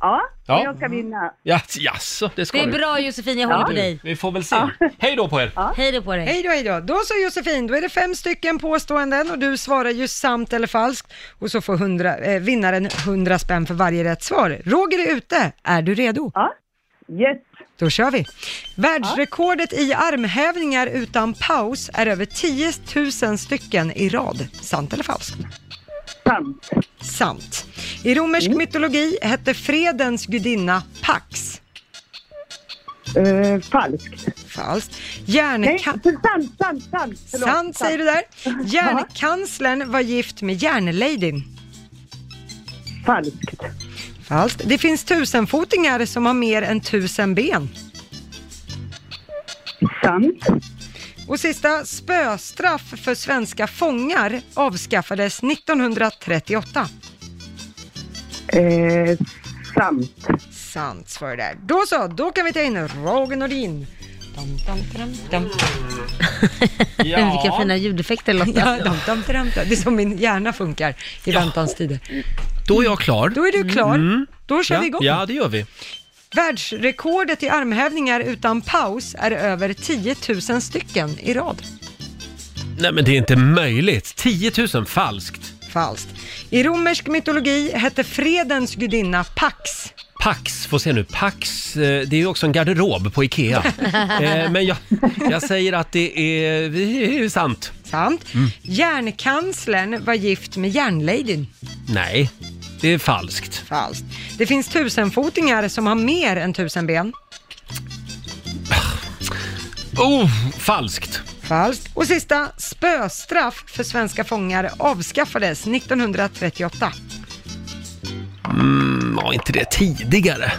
[SPEAKER 11] Ja,
[SPEAKER 1] Ja.
[SPEAKER 11] och jag ska vinna.
[SPEAKER 1] Ja, jaså, det ska
[SPEAKER 11] Det är
[SPEAKER 1] du.
[SPEAKER 11] bra,
[SPEAKER 3] Josefin,
[SPEAKER 11] jag håller på
[SPEAKER 1] Du,
[SPEAKER 11] dig.
[SPEAKER 1] Vi får väl se. Hej då på er!
[SPEAKER 3] Hej då på dig.
[SPEAKER 2] Hej då, hej då. Då så Josefin, då är det fem stycken påståenden och du svarar ju sant eller falskt och så får 100, eh, vinnaren 100 spänn för varje rätt svar. Roger är ute, är du redo? Ja. Yes. Då kör vi. Världsrekordet i armhävningar utan paus är över 10 000 stycken i rad. Sant eller falskt? Sant. Sant. I romersk mytologi hette fredens gudinna Pax.
[SPEAKER 9] Eh,
[SPEAKER 2] falskt. Falskt. Järnka- Nej, sant, sant, sant.
[SPEAKER 11] Förlåt,
[SPEAKER 2] sant säger
[SPEAKER 9] <laughs>
[SPEAKER 2] du där.
[SPEAKER 11] sant.
[SPEAKER 2] Järnkanslern var gift med järnladyn. Falskt. Falskt. Det finns tusenfotingar som har mer än tusen ben. Sant. Och sista, spöstraff för svenska fångar avskaffades 1938.
[SPEAKER 11] Eh, sant.
[SPEAKER 2] Sant svar är där. Då så, då kan vi ta in Roger Nordin. Dam, dam, dam, dam.
[SPEAKER 3] Ja. Vilka fina ljudeffekter Lotta.
[SPEAKER 2] <laughs> Ja, dam, dam, dam, dam. Det är som min hjärna funkar i väntans tider.
[SPEAKER 1] Då är jag klar.
[SPEAKER 2] Då är du klar. Då kör
[SPEAKER 1] Mm. ja.
[SPEAKER 2] vi igång.
[SPEAKER 1] Ja, det gör vi.
[SPEAKER 2] Världsrekordet i armhävningar utan paus är över 10 000 stycken i rad.
[SPEAKER 1] Nej men det är inte möjligt. 10 000 falskt.
[SPEAKER 2] Falskt. I romersk mytologi hette fredens gudinna Pax.
[SPEAKER 1] Pax, får se nu. Pax, eh, det är ju också en garderob på Ikea.
[SPEAKER 2] <laughs>
[SPEAKER 1] Eh, men jag, jag säger att det är, det är sant.
[SPEAKER 2] Sant. Mm. Järnkanslern var gift med järnladyn.
[SPEAKER 1] Nej, det är falskt.
[SPEAKER 2] Falskt. Det finns tusenfotingar som har mer än tusen ben.
[SPEAKER 1] Oh, falskt.
[SPEAKER 2] Falskt. Och sista, spöstraff för svenska fångar avskaffades 1938.
[SPEAKER 1] Mm, var inte det tidigare?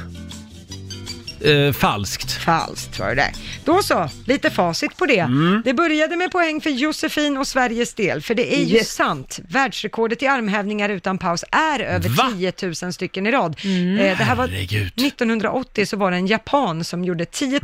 [SPEAKER 1] Eh, falskt.
[SPEAKER 2] Falskt var det där. Då så, lite facit på det. Det började med poäng för Josefin och Sveriges del, för det är ju
[SPEAKER 11] Yes.
[SPEAKER 2] sant. Världsrekordet i armhävningar utan paus är över 10 000 stycken i rad. Eh, det här var
[SPEAKER 1] Herregud.
[SPEAKER 2] 1980 så var det en japan som gjorde 10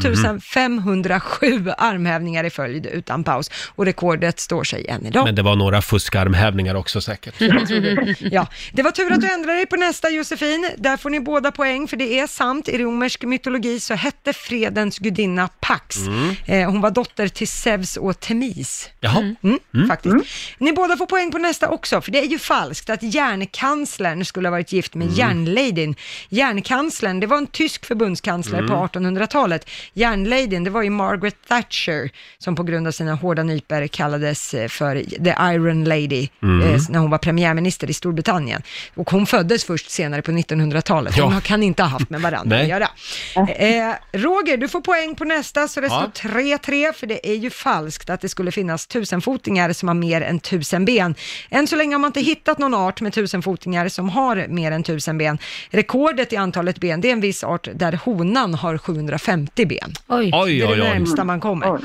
[SPEAKER 2] 507 armhävningar i följd utan paus och rekordet står sig än idag.
[SPEAKER 1] Men det var några fuskarmhävningar också säkert.
[SPEAKER 2] Jag tror det. <laughs> Ja, det var tur att du ändrade dig på nästa Josefin. Där får ni båda poäng för det är sant. I romersk mytologi så hette fredens gudinna Pax.
[SPEAKER 1] Mm.
[SPEAKER 2] Eh, hon var dotter till Zeus och Temis.
[SPEAKER 1] Jaha.
[SPEAKER 2] Mm, Faktiskt. Ni båda får poäng på nästa också, för det är ju falskt att järnkanslern skulle ha varit gift med
[SPEAKER 11] Mm.
[SPEAKER 2] järnladyn. Järnkanslern, det var en tysk förbundskansler
[SPEAKER 11] Mm.
[SPEAKER 2] på 1800-talet. Järnladyn, det var ju Margaret Thatcher, som på grund av sina hårda nyper kallades eh, för the Iron Lady,
[SPEAKER 11] Mm.
[SPEAKER 2] eh, när hon var premiärminister i Storbritannien. Och hon föddes först senare på 1900-talet. Hon
[SPEAKER 11] Ja.
[SPEAKER 2] kan inte ha haft med varandra att
[SPEAKER 11] Nej.
[SPEAKER 2] göra. Eh, Roger, du får poäng på nästa, så det
[SPEAKER 11] Ja.
[SPEAKER 2] står 3-3, för det är ju falskt att det skulle finnas tusenfotingar som har mer än tusen ben. Än så länge har man inte hittat någon art med tusenfotingar som har mer än tusen ben. Rekordet i antalet ben, det är en viss art där honan har 750 ben.
[SPEAKER 1] Oj,
[SPEAKER 3] Oj,
[SPEAKER 2] Det är
[SPEAKER 1] oj,
[SPEAKER 2] det
[SPEAKER 1] oj.
[SPEAKER 2] närmsta man kommer.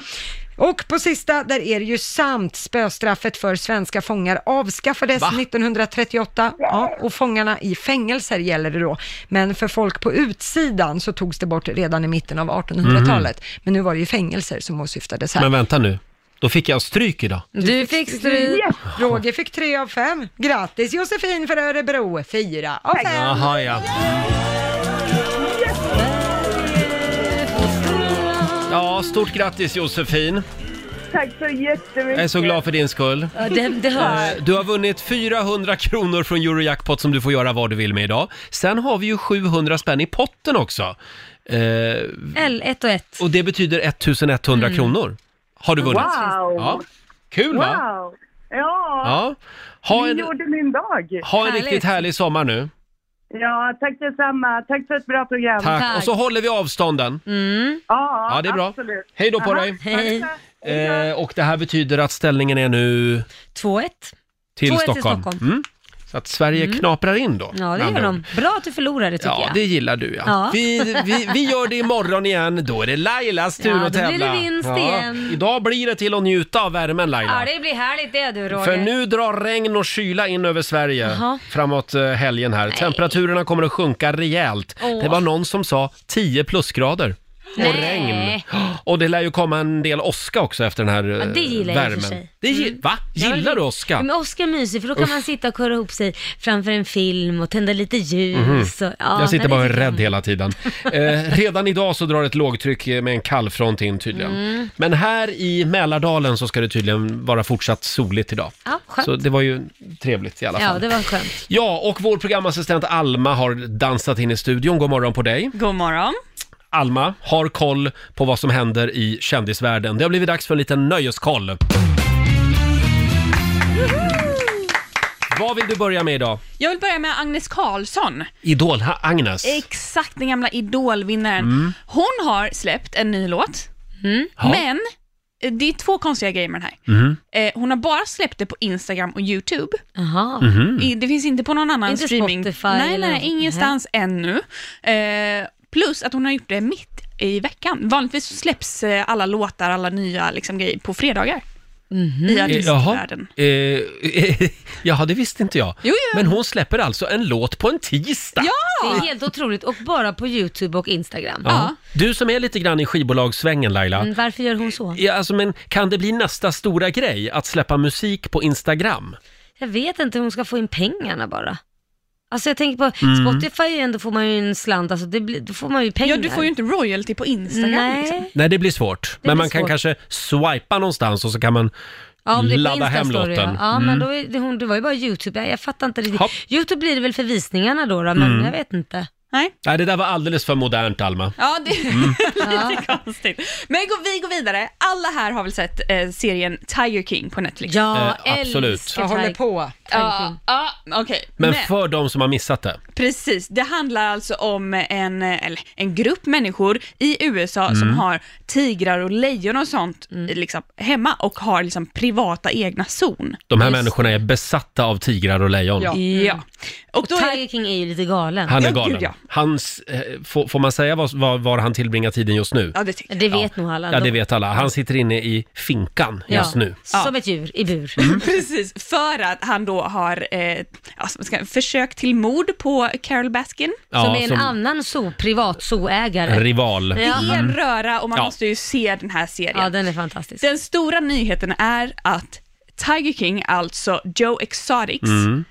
[SPEAKER 2] Och på sista, där är det ju sant, spöstraffet för svenska fångar avskaffades
[SPEAKER 11] Va?
[SPEAKER 2] 1938 ja, och fångarna i fängelser gäller det då. Men för folk på utsidan så togs det bort redan i mitten av 1800-talet. Men nu var det ju fängelser som åsyftades här.
[SPEAKER 1] Mhm. Men vänta nu, då fick jag stryk idag.
[SPEAKER 2] Du fick stryk. Roger fick tre av fem. Grattis Josefin för Örebro, fyra av fem.
[SPEAKER 1] Jaha, ja. Ja, stort grattis Josefin.
[SPEAKER 11] Tack så jättemycket.
[SPEAKER 1] Jag är så glad för din skull.
[SPEAKER 11] Ja, det- det hörs.
[SPEAKER 1] Eh, Du har vunnit 400 kronor från Eurojackpot som du får göra vad du vill med idag. Sen har vi ju 700 spänn i potten också. Eh,
[SPEAKER 3] L1 och 1.
[SPEAKER 1] och det betyder 1100
[SPEAKER 3] Mm.
[SPEAKER 1] kronor har du vunnit.
[SPEAKER 11] Wow.
[SPEAKER 1] Ja. Kul va?
[SPEAKER 11] Wow. Ja,
[SPEAKER 1] Ja. Ha
[SPEAKER 11] ni
[SPEAKER 1] en,
[SPEAKER 11] gjorde min dag.
[SPEAKER 1] ha en riktigt härlig sommar nu.
[SPEAKER 11] Ja, tack detsamma. Tack för ett bra program.
[SPEAKER 1] Tack. Och så håller vi avstånden.
[SPEAKER 11] Ja,
[SPEAKER 1] Ja, det är bra.
[SPEAKER 11] absolut.
[SPEAKER 1] Hej då på
[SPEAKER 11] Aha.
[SPEAKER 1] dig.
[SPEAKER 3] Mm, Hej.
[SPEAKER 1] Eh, och det här betyder att ställningen är nu...
[SPEAKER 3] 2-1.
[SPEAKER 1] Till
[SPEAKER 3] 2-1 till
[SPEAKER 1] Stockholm.
[SPEAKER 3] Stockholm. Mm.
[SPEAKER 1] Mm. Så att Sverige knaprar in då.
[SPEAKER 3] Ja,
[SPEAKER 1] med
[SPEAKER 3] det
[SPEAKER 1] andra
[SPEAKER 3] gör
[SPEAKER 1] ord.
[SPEAKER 3] de. Bra att du förlorade tycker
[SPEAKER 1] Ja,
[SPEAKER 3] jag.
[SPEAKER 1] det gillar du ja.
[SPEAKER 3] Ja.
[SPEAKER 1] Vi, vi, vi gör det imorgon igen. Då är det Lailas tur
[SPEAKER 3] Ja,
[SPEAKER 1] att
[SPEAKER 3] då blir det
[SPEAKER 1] tävla.
[SPEAKER 3] vinst igen.
[SPEAKER 1] Idag blir det till att njuta av värmen
[SPEAKER 3] Ja,
[SPEAKER 1] Laila.
[SPEAKER 3] det blir härligt det du Roger.
[SPEAKER 1] För nu drar regn och kyla in över Sverige
[SPEAKER 3] Jaha.
[SPEAKER 1] framåt eh, helgen här. Temperaturerna kommer att sjunka rejält.
[SPEAKER 3] Åh.
[SPEAKER 1] Det var någon som sa 10 plusgrader. och regn. Och det lär ju komma en del åska också efter den här ja,
[SPEAKER 3] det gillar jag i och för
[SPEAKER 1] värmen.
[SPEAKER 3] sig. Mm.
[SPEAKER 1] Det gi- Va? Gillar du åska?
[SPEAKER 3] Men Oskar är mysig för då kan
[SPEAKER 1] Uff.
[SPEAKER 3] man sitta och kurra ihop sig framför en film och tända lite ljus.
[SPEAKER 1] Mhm.
[SPEAKER 3] Och, ja,
[SPEAKER 1] jag sitter
[SPEAKER 3] nej, det
[SPEAKER 1] bara och är
[SPEAKER 3] tycker
[SPEAKER 1] rädd hela
[SPEAKER 3] <laughs>
[SPEAKER 1] tiden. Eh, redan idag så drar ett lågtryck med en kallfront in tydligen.
[SPEAKER 3] Mm.
[SPEAKER 1] Men här i Mälardalen så ska det tydligen vara fortsatt soligt idag.
[SPEAKER 3] jag. Ja, skönt.
[SPEAKER 1] Så det var ju trevligt i alla fall.
[SPEAKER 3] ja, det var skönt.
[SPEAKER 1] Ja, och vår programassistent Alma har dansat in i studion. God morgon på dig.
[SPEAKER 12] God morgon.
[SPEAKER 1] Alma har koll på vad som händer i kändisvärlden. Det har blivit dags för en liten nöjeskoll. Vad vill du börja med idag?
[SPEAKER 13] Jag vill börja med Agnes Carlsson.
[SPEAKER 1] Idol, ha, Agnes.
[SPEAKER 13] Exakt, den gamla idolvinnaren.
[SPEAKER 1] Mm.
[SPEAKER 13] Hon har släppt en ny låt, Mm.
[SPEAKER 1] Ja.
[SPEAKER 13] men eh, det är två konstiga grejer med den här.
[SPEAKER 1] Mhm.
[SPEAKER 13] Eh, hon har bara släppt det på Instagram och YouTube.
[SPEAKER 1] Mhm.
[SPEAKER 13] I, det finns inte på någon annan
[SPEAKER 3] Inte
[SPEAKER 13] streaming.
[SPEAKER 3] Spotify
[SPEAKER 13] nej,
[SPEAKER 3] eller
[SPEAKER 13] nej,
[SPEAKER 3] något.
[SPEAKER 13] ingenstans ännu. Eh, plus att hon har gjort det mitt i veckan. Vanligtvis så släpps eh, alla låtar, alla nya liksom, grejer på fredagar.
[SPEAKER 3] Mhm.
[SPEAKER 13] I
[SPEAKER 1] Eh, Jaha,
[SPEAKER 13] artistvärlden.
[SPEAKER 1] eh, eh, <laughs> jaha, det visste inte jag.
[SPEAKER 13] Jo, jo.
[SPEAKER 1] Men hon släpper alltså en låt på en tisdag.
[SPEAKER 3] Det är helt otroligt och bara på YouTube och Instagram.
[SPEAKER 1] Ja. Du som är lite grann i skivbolagssvängen Laila.
[SPEAKER 3] Mm, varför gör hon så?
[SPEAKER 1] Ja, alltså, men kan det bli nästa stora grej att släppa musik på Instagram?
[SPEAKER 3] Jag vet inte hur hon ska få in pengarna bara. Alltså jag tänker på,
[SPEAKER 1] Mm.
[SPEAKER 3] Spotify är ju ändå får man ju en slant, alltså det blir, då får man ju pengar.
[SPEAKER 13] Ja, du får ju inte royalty på Instagram.
[SPEAKER 3] Nej.
[SPEAKER 13] Liksom.
[SPEAKER 1] Nej, det blir svårt.
[SPEAKER 3] Det
[SPEAKER 1] men
[SPEAKER 3] blir
[SPEAKER 1] man kan
[SPEAKER 3] svårt.
[SPEAKER 1] kanske swipa någonstans och så kan man
[SPEAKER 3] Ja, om det är på
[SPEAKER 1] ladda hem
[SPEAKER 3] Insta-story,
[SPEAKER 1] låten.
[SPEAKER 3] Ja, ja
[SPEAKER 1] Mm.
[SPEAKER 3] men då är det, hon, det var ju bara YouTube, jag, jag fattar inte riktigt. YouTube blir det väl för visningarna då, då men
[SPEAKER 1] Mm.
[SPEAKER 3] jag vet inte.
[SPEAKER 13] Nej.
[SPEAKER 1] Nej, det där var alldeles för modernt Alma.
[SPEAKER 13] Ja, det
[SPEAKER 1] Mm.
[SPEAKER 13] <laughs> lite konstigt. Men gå- vi går vidare. Alla här har väl sett eh, serien Tiger King på Netflix?
[SPEAKER 1] Ja, Eh, absolut. älskar
[SPEAKER 2] Jag håller
[SPEAKER 13] på. Ja, ja okej.
[SPEAKER 1] Men
[SPEAKER 13] Men-
[SPEAKER 1] för de som har missat det.
[SPEAKER 13] Precis, det handlar alltså om en, eh, eller, en grupp människor i USA som
[SPEAKER 1] Mm.
[SPEAKER 13] har tigrar och lejon och sånt liksom, hemma och har liksom privata egna zon.
[SPEAKER 1] De här människorna är besatta av tigrar och lejon.
[SPEAKER 13] Ja. ja. Och då
[SPEAKER 3] Tiger King är ju lite galen.
[SPEAKER 1] Han är galen.
[SPEAKER 13] ja.
[SPEAKER 1] Hans, eh, får, får man säga var, var, var han tillbringar tiden just nu?
[SPEAKER 13] Ja, det,
[SPEAKER 3] vet nog alla.
[SPEAKER 1] Ja, det
[SPEAKER 3] De-
[SPEAKER 1] vet alla. Han sitter inne i finkan just nu. Mm.
[SPEAKER 3] Som ett djur i bur. <laughs>
[SPEAKER 13] Precis, för att han då har eh, alltså, ska, försök till mord på Carol Baskin.
[SPEAKER 1] Ja,
[SPEAKER 3] som är en
[SPEAKER 1] som-
[SPEAKER 3] annan zoo, privat zooägare.
[SPEAKER 1] En rival.
[SPEAKER 13] Det är en
[SPEAKER 1] Mm.
[SPEAKER 13] röra och man
[SPEAKER 1] Ja.
[SPEAKER 13] måste ju se den här serien.
[SPEAKER 3] Ja, den är fantastisk.
[SPEAKER 13] Den stora nyheten är att Tiger King, alltså Joe Exotics,
[SPEAKER 5] Mm.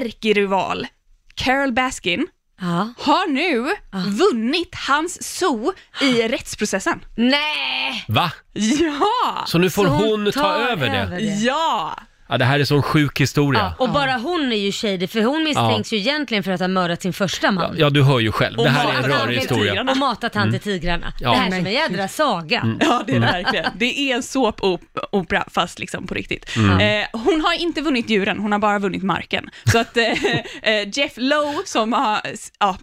[SPEAKER 13] ärkerival Carol Baskin, har nu vunnit hans zoo i rättsprocessen.
[SPEAKER 3] Nej!
[SPEAKER 1] Va?
[SPEAKER 13] Ja!
[SPEAKER 1] Så nu får Så hon hon ta tar över det? över det.
[SPEAKER 13] Ja!
[SPEAKER 1] Ja, det här är sån sjuk historia.
[SPEAKER 3] Och bara hon är ju shady, för hon misstänks ju egentligen för att ha mördat sin första man.
[SPEAKER 1] Ja, du hör ju själv. Det här är en
[SPEAKER 3] matat
[SPEAKER 1] rörig
[SPEAKER 3] han till
[SPEAKER 1] historia. Mm.
[SPEAKER 3] tigrarna. Och matat han till tigrarna.
[SPEAKER 1] Ja.
[SPEAKER 3] Det här är
[SPEAKER 1] Men
[SPEAKER 3] som en jädra saga.
[SPEAKER 1] Mm.
[SPEAKER 13] <laughs> Ja, det är det
[SPEAKER 1] Mm.
[SPEAKER 13] verkligen. Det är en såpopera, fast liksom på riktigt.
[SPEAKER 1] Mm.
[SPEAKER 13] Eh, hon har inte vunnit djuren, hon har bara vunnit marken. Så att eh, <laughs> eh, Jeff Lowe, som har, ja,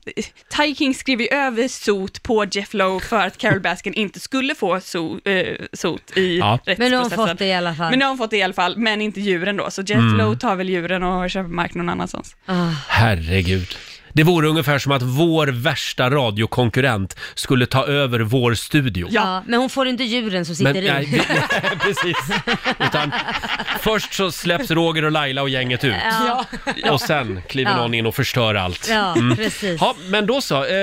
[SPEAKER 13] Tiger King skrev ju över sot på Jeff Lowe för att <laughs> Carol Baskin inte skulle få so, eh, sot i
[SPEAKER 1] Ja.
[SPEAKER 13] rättsprocessen.
[SPEAKER 3] Men nu har hon fått det i alla fall.
[SPEAKER 13] Men nu har hon fått det i alla fall, men inte djuren då. Så Jeff
[SPEAKER 1] Mm.
[SPEAKER 13] Lowe tar väl djuren och köper mark någon annanstans.
[SPEAKER 1] Herregud. Det vore ungefär som att vår värsta radiokonkurrent skulle ta över vår studio.
[SPEAKER 3] Ja. men hon får inte djuren som sitter
[SPEAKER 1] Men-
[SPEAKER 3] i.
[SPEAKER 1] nej,
[SPEAKER 3] <laughs>
[SPEAKER 1] det- <laughs> precis. Utan först så släpps Roger och Laila och gänget ut.
[SPEAKER 3] Ja.
[SPEAKER 1] Och sen kliver
[SPEAKER 3] Ja.
[SPEAKER 1] någon in och förstör allt.
[SPEAKER 3] Ja, precis.
[SPEAKER 1] Ja, men då så.
[SPEAKER 3] <laughs>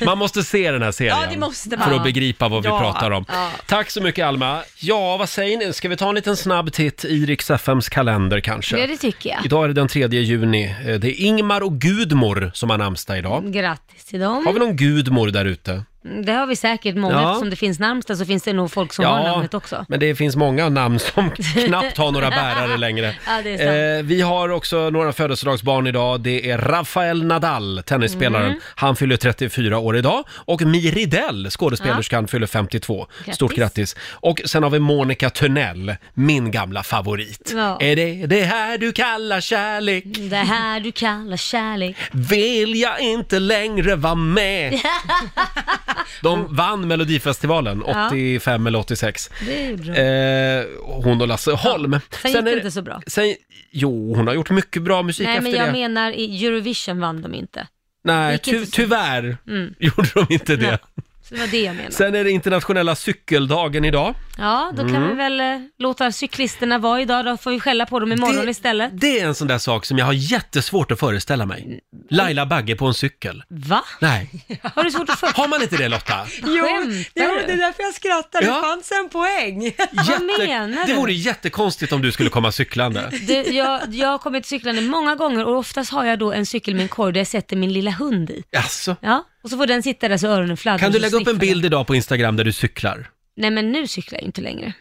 [SPEAKER 1] Eh, man måste se den här serien.
[SPEAKER 13] Ja, det måste man.
[SPEAKER 1] För att begripa vad vi
[SPEAKER 13] Ja.
[SPEAKER 1] pratar om.
[SPEAKER 13] Ja.
[SPEAKER 1] Tack så mycket Alma. Ja, vad säger ni? Ska vi ta en liten snabb titt i Rix FMs kalender kanske?
[SPEAKER 3] Ja, det tycker jag.
[SPEAKER 1] Idag är det den 3 juni. Eh, Det är Ingmar och Gudmor som har namnsdag idag.
[SPEAKER 3] Grattis till dem. Mm,
[SPEAKER 1] Har vi någon Gudmor där ute?
[SPEAKER 3] Det har vi säkert många,
[SPEAKER 1] Ja.
[SPEAKER 3] eftersom det finns Närmsta så finns det nog folk som har namnet också.
[SPEAKER 1] men det finns många namn
[SPEAKER 3] <laughs>
[SPEAKER 1] som knappt har några bärare längre.
[SPEAKER 3] Ja, det är
[SPEAKER 1] Eh, vi har också några födelsedagsbarn idag. Det är Rafael Nadal, tennisspelaren.
[SPEAKER 3] Mm.
[SPEAKER 1] Han fyller 34 år idag. Och Miridell, skådespelerskan, fyller 52.
[SPEAKER 3] Grattis.
[SPEAKER 1] Stort grattis. Och sen har vi Monica Törnell, min gamla favorit.
[SPEAKER 3] Ja.
[SPEAKER 1] Är det det här du kallar kärlek?
[SPEAKER 3] Det här du kallar kärlek.
[SPEAKER 1] Vill jag inte längre vara
[SPEAKER 3] <laughs>
[SPEAKER 1] med? De vann Melodifestivalen
[SPEAKER 3] Ja.
[SPEAKER 1] 85 eller 86.
[SPEAKER 3] Det är ju bra.
[SPEAKER 1] Eh, hon och Lasse Holm.
[SPEAKER 3] Sen, gick
[SPEAKER 1] är
[SPEAKER 3] det inte så bra.
[SPEAKER 1] Sen, jo, hon har gjort mycket bra musik
[SPEAKER 3] Nej,
[SPEAKER 1] efter
[SPEAKER 3] men jag
[SPEAKER 1] det.
[SPEAKER 3] menar i Eurovision vann de inte.
[SPEAKER 1] Nej,
[SPEAKER 3] gick
[SPEAKER 1] ty,
[SPEAKER 3] inte så
[SPEAKER 1] tyvärr
[SPEAKER 3] Mm.
[SPEAKER 1] <laughs> gjorde de inte det.
[SPEAKER 3] Nej. det var det jag menade.
[SPEAKER 1] Sen är det internationella cykeldagen idag.
[SPEAKER 3] Ja, då kan
[SPEAKER 1] Mm.
[SPEAKER 3] vi väl eh, låta cyklisterna vara idag, då får vi skälla på dem imorgon istället.
[SPEAKER 1] Det är en sån där sak som jag har jättesvårt att föreställa mig. Laila Bagge på en cykel.
[SPEAKER 3] Va?
[SPEAKER 1] Nej,
[SPEAKER 3] Har
[SPEAKER 1] <laughs>
[SPEAKER 3] du svårt att få...
[SPEAKER 1] har man inte det Lotta?
[SPEAKER 2] Jo, jo,
[SPEAKER 3] du?
[SPEAKER 2] det är därför jag skrattar.
[SPEAKER 1] Ja.
[SPEAKER 2] Det fanns en poäng.
[SPEAKER 3] <laughs> Vad menar
[SPEAKER 1] Det
[SPEAKER 3] du?
[SPEAKER 1] vore jättekonstigt om du skulle komma cyklande.
[SPEAKER 3] Du, jag, jag har kommit cyklande många gånger och oftast har jag då en cykel med en korg där jag sätter min lilla hund i.
[SPEAKER 1] Jaså?
[SPEAKER 3] Ja, och så får den sitta där så öronen fladdrar.
[SPEAKER 1] Kan du
[SPEAKER 3] så
[SPEAKER 1] lägga upp en
[SPEAKER 3] sniffar den.
[SPEAKER 1] bild idag på Instagram där du cyklar?
[SPEAKER 3] Nej men nu cyklar jag ju inte längre.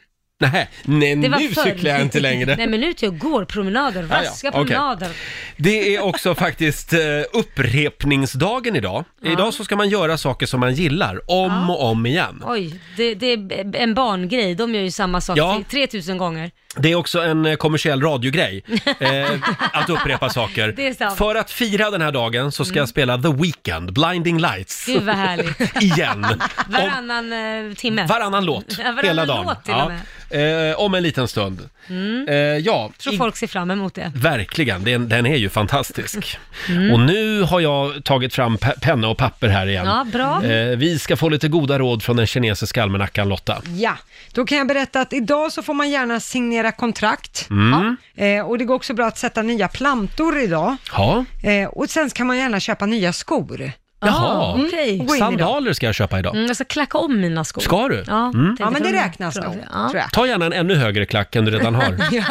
[SPEAKER 1] Nej, nej
[SPEAKER 3] Det var
[SPEAKER 1] nu
[SPEAKER 3] förr.
[SPEAKER 1] cyklar jag inte längre.
[SPEAKER 3] <laughs> Nej men nu ute jag går promenader,
[SPEAKER 1] ja,
[SPEAKER 3] raska
[SPEAKER 1] okej.
[SPEAKER 3] promenader.
[SPEAKER 1] Det är
[SPEAKER 3] <laughs>
[SPEAKER 1] också faktiskt eh, upprepningsdagen idag. Idag så ska man göra saker som man gillar om
[SPEAKER 3] Ja.
[SPEAKER 1] och om igen.
[SPEAKER 3] Oj, det, det är en barngrej, de gör ju samma sak
[SPEAKER 1] Ja.
[SPEAKER 3] ja. 3000 gånger.
[SPEAKER 1] Det är också en eh, kommersiell radiogrej,
[SPEAKER 3] <laughs>
[SPEAKER 1] eh, att upprepa saker.
[SPEAKER 3] Det är sant. Mm.
[SPEAKER 1] För att fira den här dagen så ska jag spela The Weeknd, Blinding Lights.
[SPEAKER 3] Gud
[SPEAKER 1] <laughs>
[SPEAKER 3] vad härligt.
[SPEAKER 1] Igen.
[SPEAKER 3] <laughs>
[SPEAKER 1] Om,
[SPEAKER 3] Varannan eh, timme.
[SPEAKER 1] varannan låt,
[SPEAKER 3] Ja, varannan
[SPEAKER 1] hela dagen.
[SPEAKER 3] Låt till och med.
[SPEAKER 1] Ja. Eh, om en liten stund.
[SPEAKER 3] Mm.
[SPEAKER 1] Eh, ja,
[SPEAKER 3] Tror
[SPEAKER 1] i-
[SPEAKER 3] folk ser fram emot det.
[SPEAKER 1] Verkligen, den, den är ju fantastisk.
[SPEAKER 3] <laughs> Mm.
[SPEAKER 1] Och nu har jag tagit fram pe- penna och papper här igen.
[SPEAKER 2] Ja, bra.
[SPEAKER 1] Eh, vi ska få lite goda råd från den kinesiska almanackan Lotta.
[SPEAKER 2] Ja, då kan jag berätta att idag så får man gärna signera kontrakt.
[SPEAKER 1] Mm.
[SPEAKER 2] Eh, och det går också bra att sätta nya plantor idag.
[SPEAKER 1] Ja.
[SPEAKER 2] Eh, och sen kan man gärna köpa nya skor.
[SPEAKER 1] Jaha,
[SPEAKER 2] Mm, gå in idag.
[SPEAKER 1] sandaler ska jag köpa idag.
[SPEAKER 3] Ah, Mm, jag ska klacka om mina skor.
[SPEAKER 1] Ska du?
[SPEAKER 3] Ja,
[SPEAKER 1] Mm.
[SPEAKER 3] tänkte
[SPEAKER 2] Ja, men det
[SPEAKER 3] från-
[SPEAKER 2] räknas
[SPEAKER 3] från-
[SPEAKER 2] nog,
[SPEAKER 3] ja.
[SPEAKER 2] tror jag.
[SPEAKER 1] Ta gärna en ännu högre klack än du redan
[SPEAKER 3] <laughs>
[SPEAKER 1] har.
[SPEAKER 2] Ja.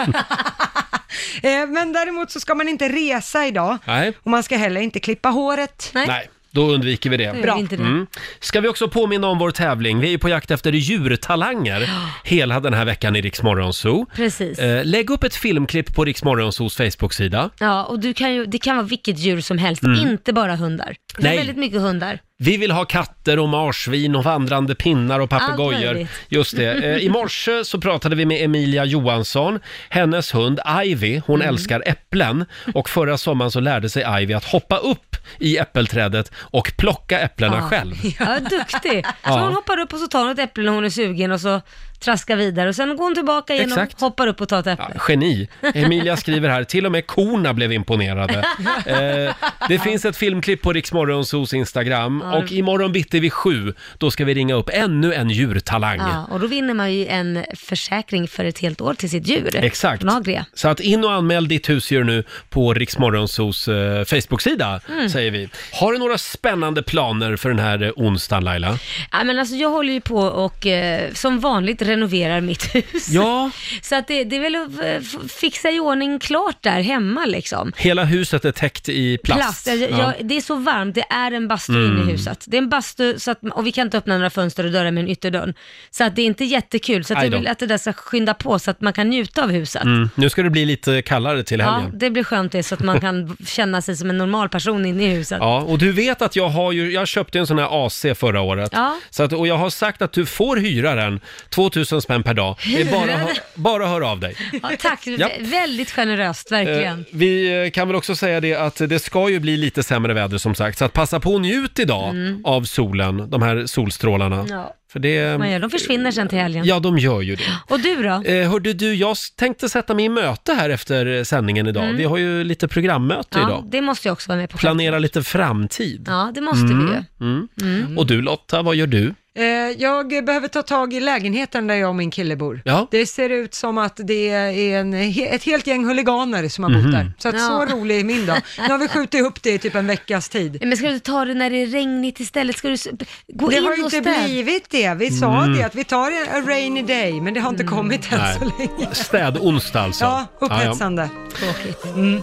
[SPEAKER 2] eh, men däremot så ska man inte resa idag.
[SPEAKER 1] Nej.
[SPEAKER 2] Och man ska heller inte klippa håret.
[SPEAKER 1] Nej, då undviker vi det.
[SPEAKER 2] Då gör vi inte det.
[SPEAKER 1] Mm. Ska vi också påminna om vår tävling? Vi är ju på jakt efter
[SPEAKER 3] <gasps>
[SPEAKER 1] djurtalanger hela den här veckan i Rix Morgon Zoo.
[SPEAKER 3] Precis.
[SPEAKER 1] Eh, lägg upp ett filmklipp på Rix Morgon Zoos Facebook-sida.
[SPEAKER 3] Ja, och du kan ju, det kan vara vilket djur som helst,
[SPEAKER 1] Mm.
[SPEAKER 3] inte bara hundar. Det är
[SPEAKER 1] Nej.
[SPEAKER 3] väldigt mycket hundar.
[SPEAKER 1] Vi vill ha katter och marsvin och vandrande pinnar och
[SPEAKER 3] Allt
[SPEAKER 1] papegojor.
[SPEAKER 3] möjligt.
[SPEAKER 1] Just det. Eh, I morse så pratade vi med Emilia Johansson. Hennes hund Ivy, hon
[SPEAKER 3] Mm.
[SPEAKER 1] älskar äpplen. Och förra sommaren så lärde sig Ivy att hoppa upp i äppelträdet och plocka äpplena
[SPEAKER 3] Ja.
[SPEAKER 1] själv.
[SPEAKER 3] <laughs> Ja, duktig. Så
[SPEAKER 1] Ja.
[SPEAKER 3] hon hoppar upp och så tar hon ett äpple när hon är sugen och så traskar vidare och sen går hon tillbaka igen
[SPEAKER 1] Exakt.
[SPEAKER 3] och hoppar upp och tar ett äpple.
[SPEAKER 1] Geni. Emilia skriver här, till och med korna blev imponerade. Eh, det finns ett filmklipp på Riksmorgonsos Instagram
[SPEAKER 3] Ja, det-
[SPEAKER 1] och imorgon bitti vid sju, då ska vi ringa upp ännu en djurtalang.
[SPEAKER 3] Ja, och då vinner man ju en försäkring för ett helt år till sitt djur.
[SPEAKER 1] Exakt.
[SPEAKER 3] Från Agria.
[SPEAKER 1] Så att in och anmäl ditt husdjur nu på Riksmorgonsos eh, Facebook-sida,
[SPEAKER 3] Mm.
[SPEAKER 1] säger vi. Har du några spännande planer för den här eh, onsdagen Laila?
[SPEAKER 3] Ja, men alltså, jag håller ju på och eh, som vanligt renoverar mitt hus.
[SPEAKER 1] Ja.
[SPEAKER 3] <laughs> Så att det, det är väl att eh, f- fixa i ordning klart där hemma liksom.
[SPEAKER 1] Hela huset är täckt i plast.
[SPEAKER 3] Jag,
[SPEAKER 1] Ja.
[SPEAKER 3] jag, det är så varmt, det är en bastu inne
[SPEAKER 1] Mm.
[SPEAKER 3] i huset. Det är en bastu så att, och vi kan inte öppna några fönster och dörrar med en ytterdörr. Så att det är inte jättekul, så att
[SPEAKER 1] Aj
[SPEAKER 3] jag
[SPEAKER 1] då.
[SPEAKER 3] vill att det där ska skynda på så att man kan njuta av huset.
[SPEAKER 1] Mm. Nu ska det bli lite kallare till
[SPEAKER 3] Ja,
[SPEAKER 1] helgen.
[SPEAKER 3] det blir skönt det, så
[SPEAKER 1] <laughs>
[SPEAKER 3] att man kan känna sig som en normal person inne i huset.
[SPEAKER 1] Ja, och du vet att jag har ju, jag köpte en sån här AC förra året.
[SPEAKER 3] Ja.
[SPEAKER 1] Så att, och jag har sagt att du får hyra den, 2000 spänn per dag. Det är bara,
[SPEAKER 3] Hyra
[SPEAKER 1] hö- bara hör av dig.
[SPEAKER 3] Ja,
[SPEAKER 1] <laughs>
[SPEAKER 3] tack,
[SPEAKER 1] Ja.
[SPEAKER 3] Vä- väldigt generöst verkligen.
[SPEAKER 1] Eh, vi eh, kan väl också säga det att det ska ju bli lite sämre väder som sagt, så att passa på och njut idag
[SPEAKER 3] Mm.
[SPEAKER 1] av solen, de här solstrålarna.
[SPEAKER 3] Ja.
[SPEAKER 1] För det,
[SPEAKER 3] Man gör, de försvinner sen till helgen.
[SPEAKER 1] ja, de gör ju det.
[SPEAKER 3] Och du då?
[SPEAKER 1] Eh, hörde du, jag s- tänkte sätta mig i möte här efter eh, sändningen idag.
[SPEAKER 3] Mm.
[SPEAKER 1] Vi har ju lite programmöte
[SPEAKER 3] Ja,
[SPEAKER 1] idag.
[SPEAKER 3] det måste jag också vara med på.
[SPEAKER 1] Planera lite framtid.
[SPEAKER 3] Ja, det måste vi ju.
[SPEAKER 1] Mm.
[SPEAKER 3] Mm.
[SPEAKER 1] Och du Lotta, vad gör du?
[SPEAKER 2] Eh, jag behöver ta tag i lägenheten där jag och min kille bor.
[SPEAKER 1] Ja.
[SPEAKER 2] Det ser ut som att det är en, he- ett helt gäng huliganer som har bott
[SPEAKER 1] Mhm.
[SPEAKER 2] där. Så att så
[SPEAKER 3] Ja.
[SPEAKER 2] rolig är min dag. Nu har vi skjutit upp det i typ en veckas tid.
[SPEAKER 3] Men ska du ta det när det är regnigt istället? Ska du s- gå
[SPEAKER 2] det
[SPEAKER 3] in
[SPEAKER 2] har
[SPEAKER 3] och
[SPEAKER 2] inte
[SPEAKER 3] städa?
[SPEAKER 2] blivit det. Vi sa
[SPEAKER 1] Mm.
[SPEAKER 2] det att vi tar en a rainy day, men det har inte
[SPEAKER 3] Mm.
[SPEAKER 2] kommit än så länge.
[SPEAKER 1] Städonsdag alltså.
[SPEAKER 2] Ja,
[SPEAKER 1] Ja,
[SPEAKER 2] upphetsande.
[SPEAKER 3] Tråkigt.
[SPEAKER 1] ja.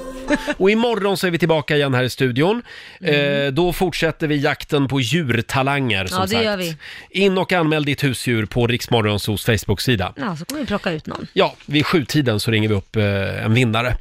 [SPEAKER 1] Och imorgon så är vi tillbaka igen här i studion. Eh, då fortsätter vi jakten på djurtalanger som
[SPEAKER 3] Mm. Ja, det
[SPEAKER 1] sagt.
[SPEAKER 3] gör vi.
[SPEAKER 1] In och anmäl ditt husdjur på Riksmorgonsos Facebook-sida.
[SPEAKER 3] Ja, så kommer vi plocka ut någon.
[SPEAKER 1] Ja, vid sjutiden så ringer vi upp eh, en vinnare.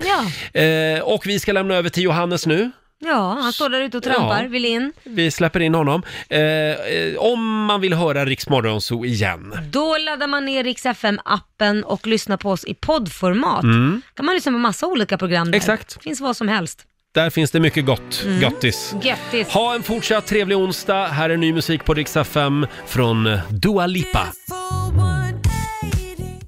[SPEAKER 3] Ja,
[SPEAKER 1] Eh, och vi ska lämna över till Johannes nu.
[SPEAKER 3] ja han står där ute och trampar,
[SPEAKER 1] Ja.
[SPEAKER 3] vill in.
[SPEAKER 1] Vi släpper in honom. Eh, eh, om man vill höra Riksmorgonso igen.
[SPEAKER 3] Då laddar man ner Rix FM-appen och lyssnar på oss i poddformat.
[SPEAKER 1] Mm.
[SPEAKER 3] kan man lyssna på massa olika program där.
[SPEAKER 1] Exakt.
[SPEAKER 3] finns vad som helst.
[SPEAKER 1] Där finns det mycket gott.
[SPEAKER 3] Mm.
[SPEAKER 1] Gottis.
[SPEAKER 3] Grattis.
[SPEAKER 1] Ha en fortsatt trevlig onsdag. Här är ny musik på Rix FM från Dua Lipa.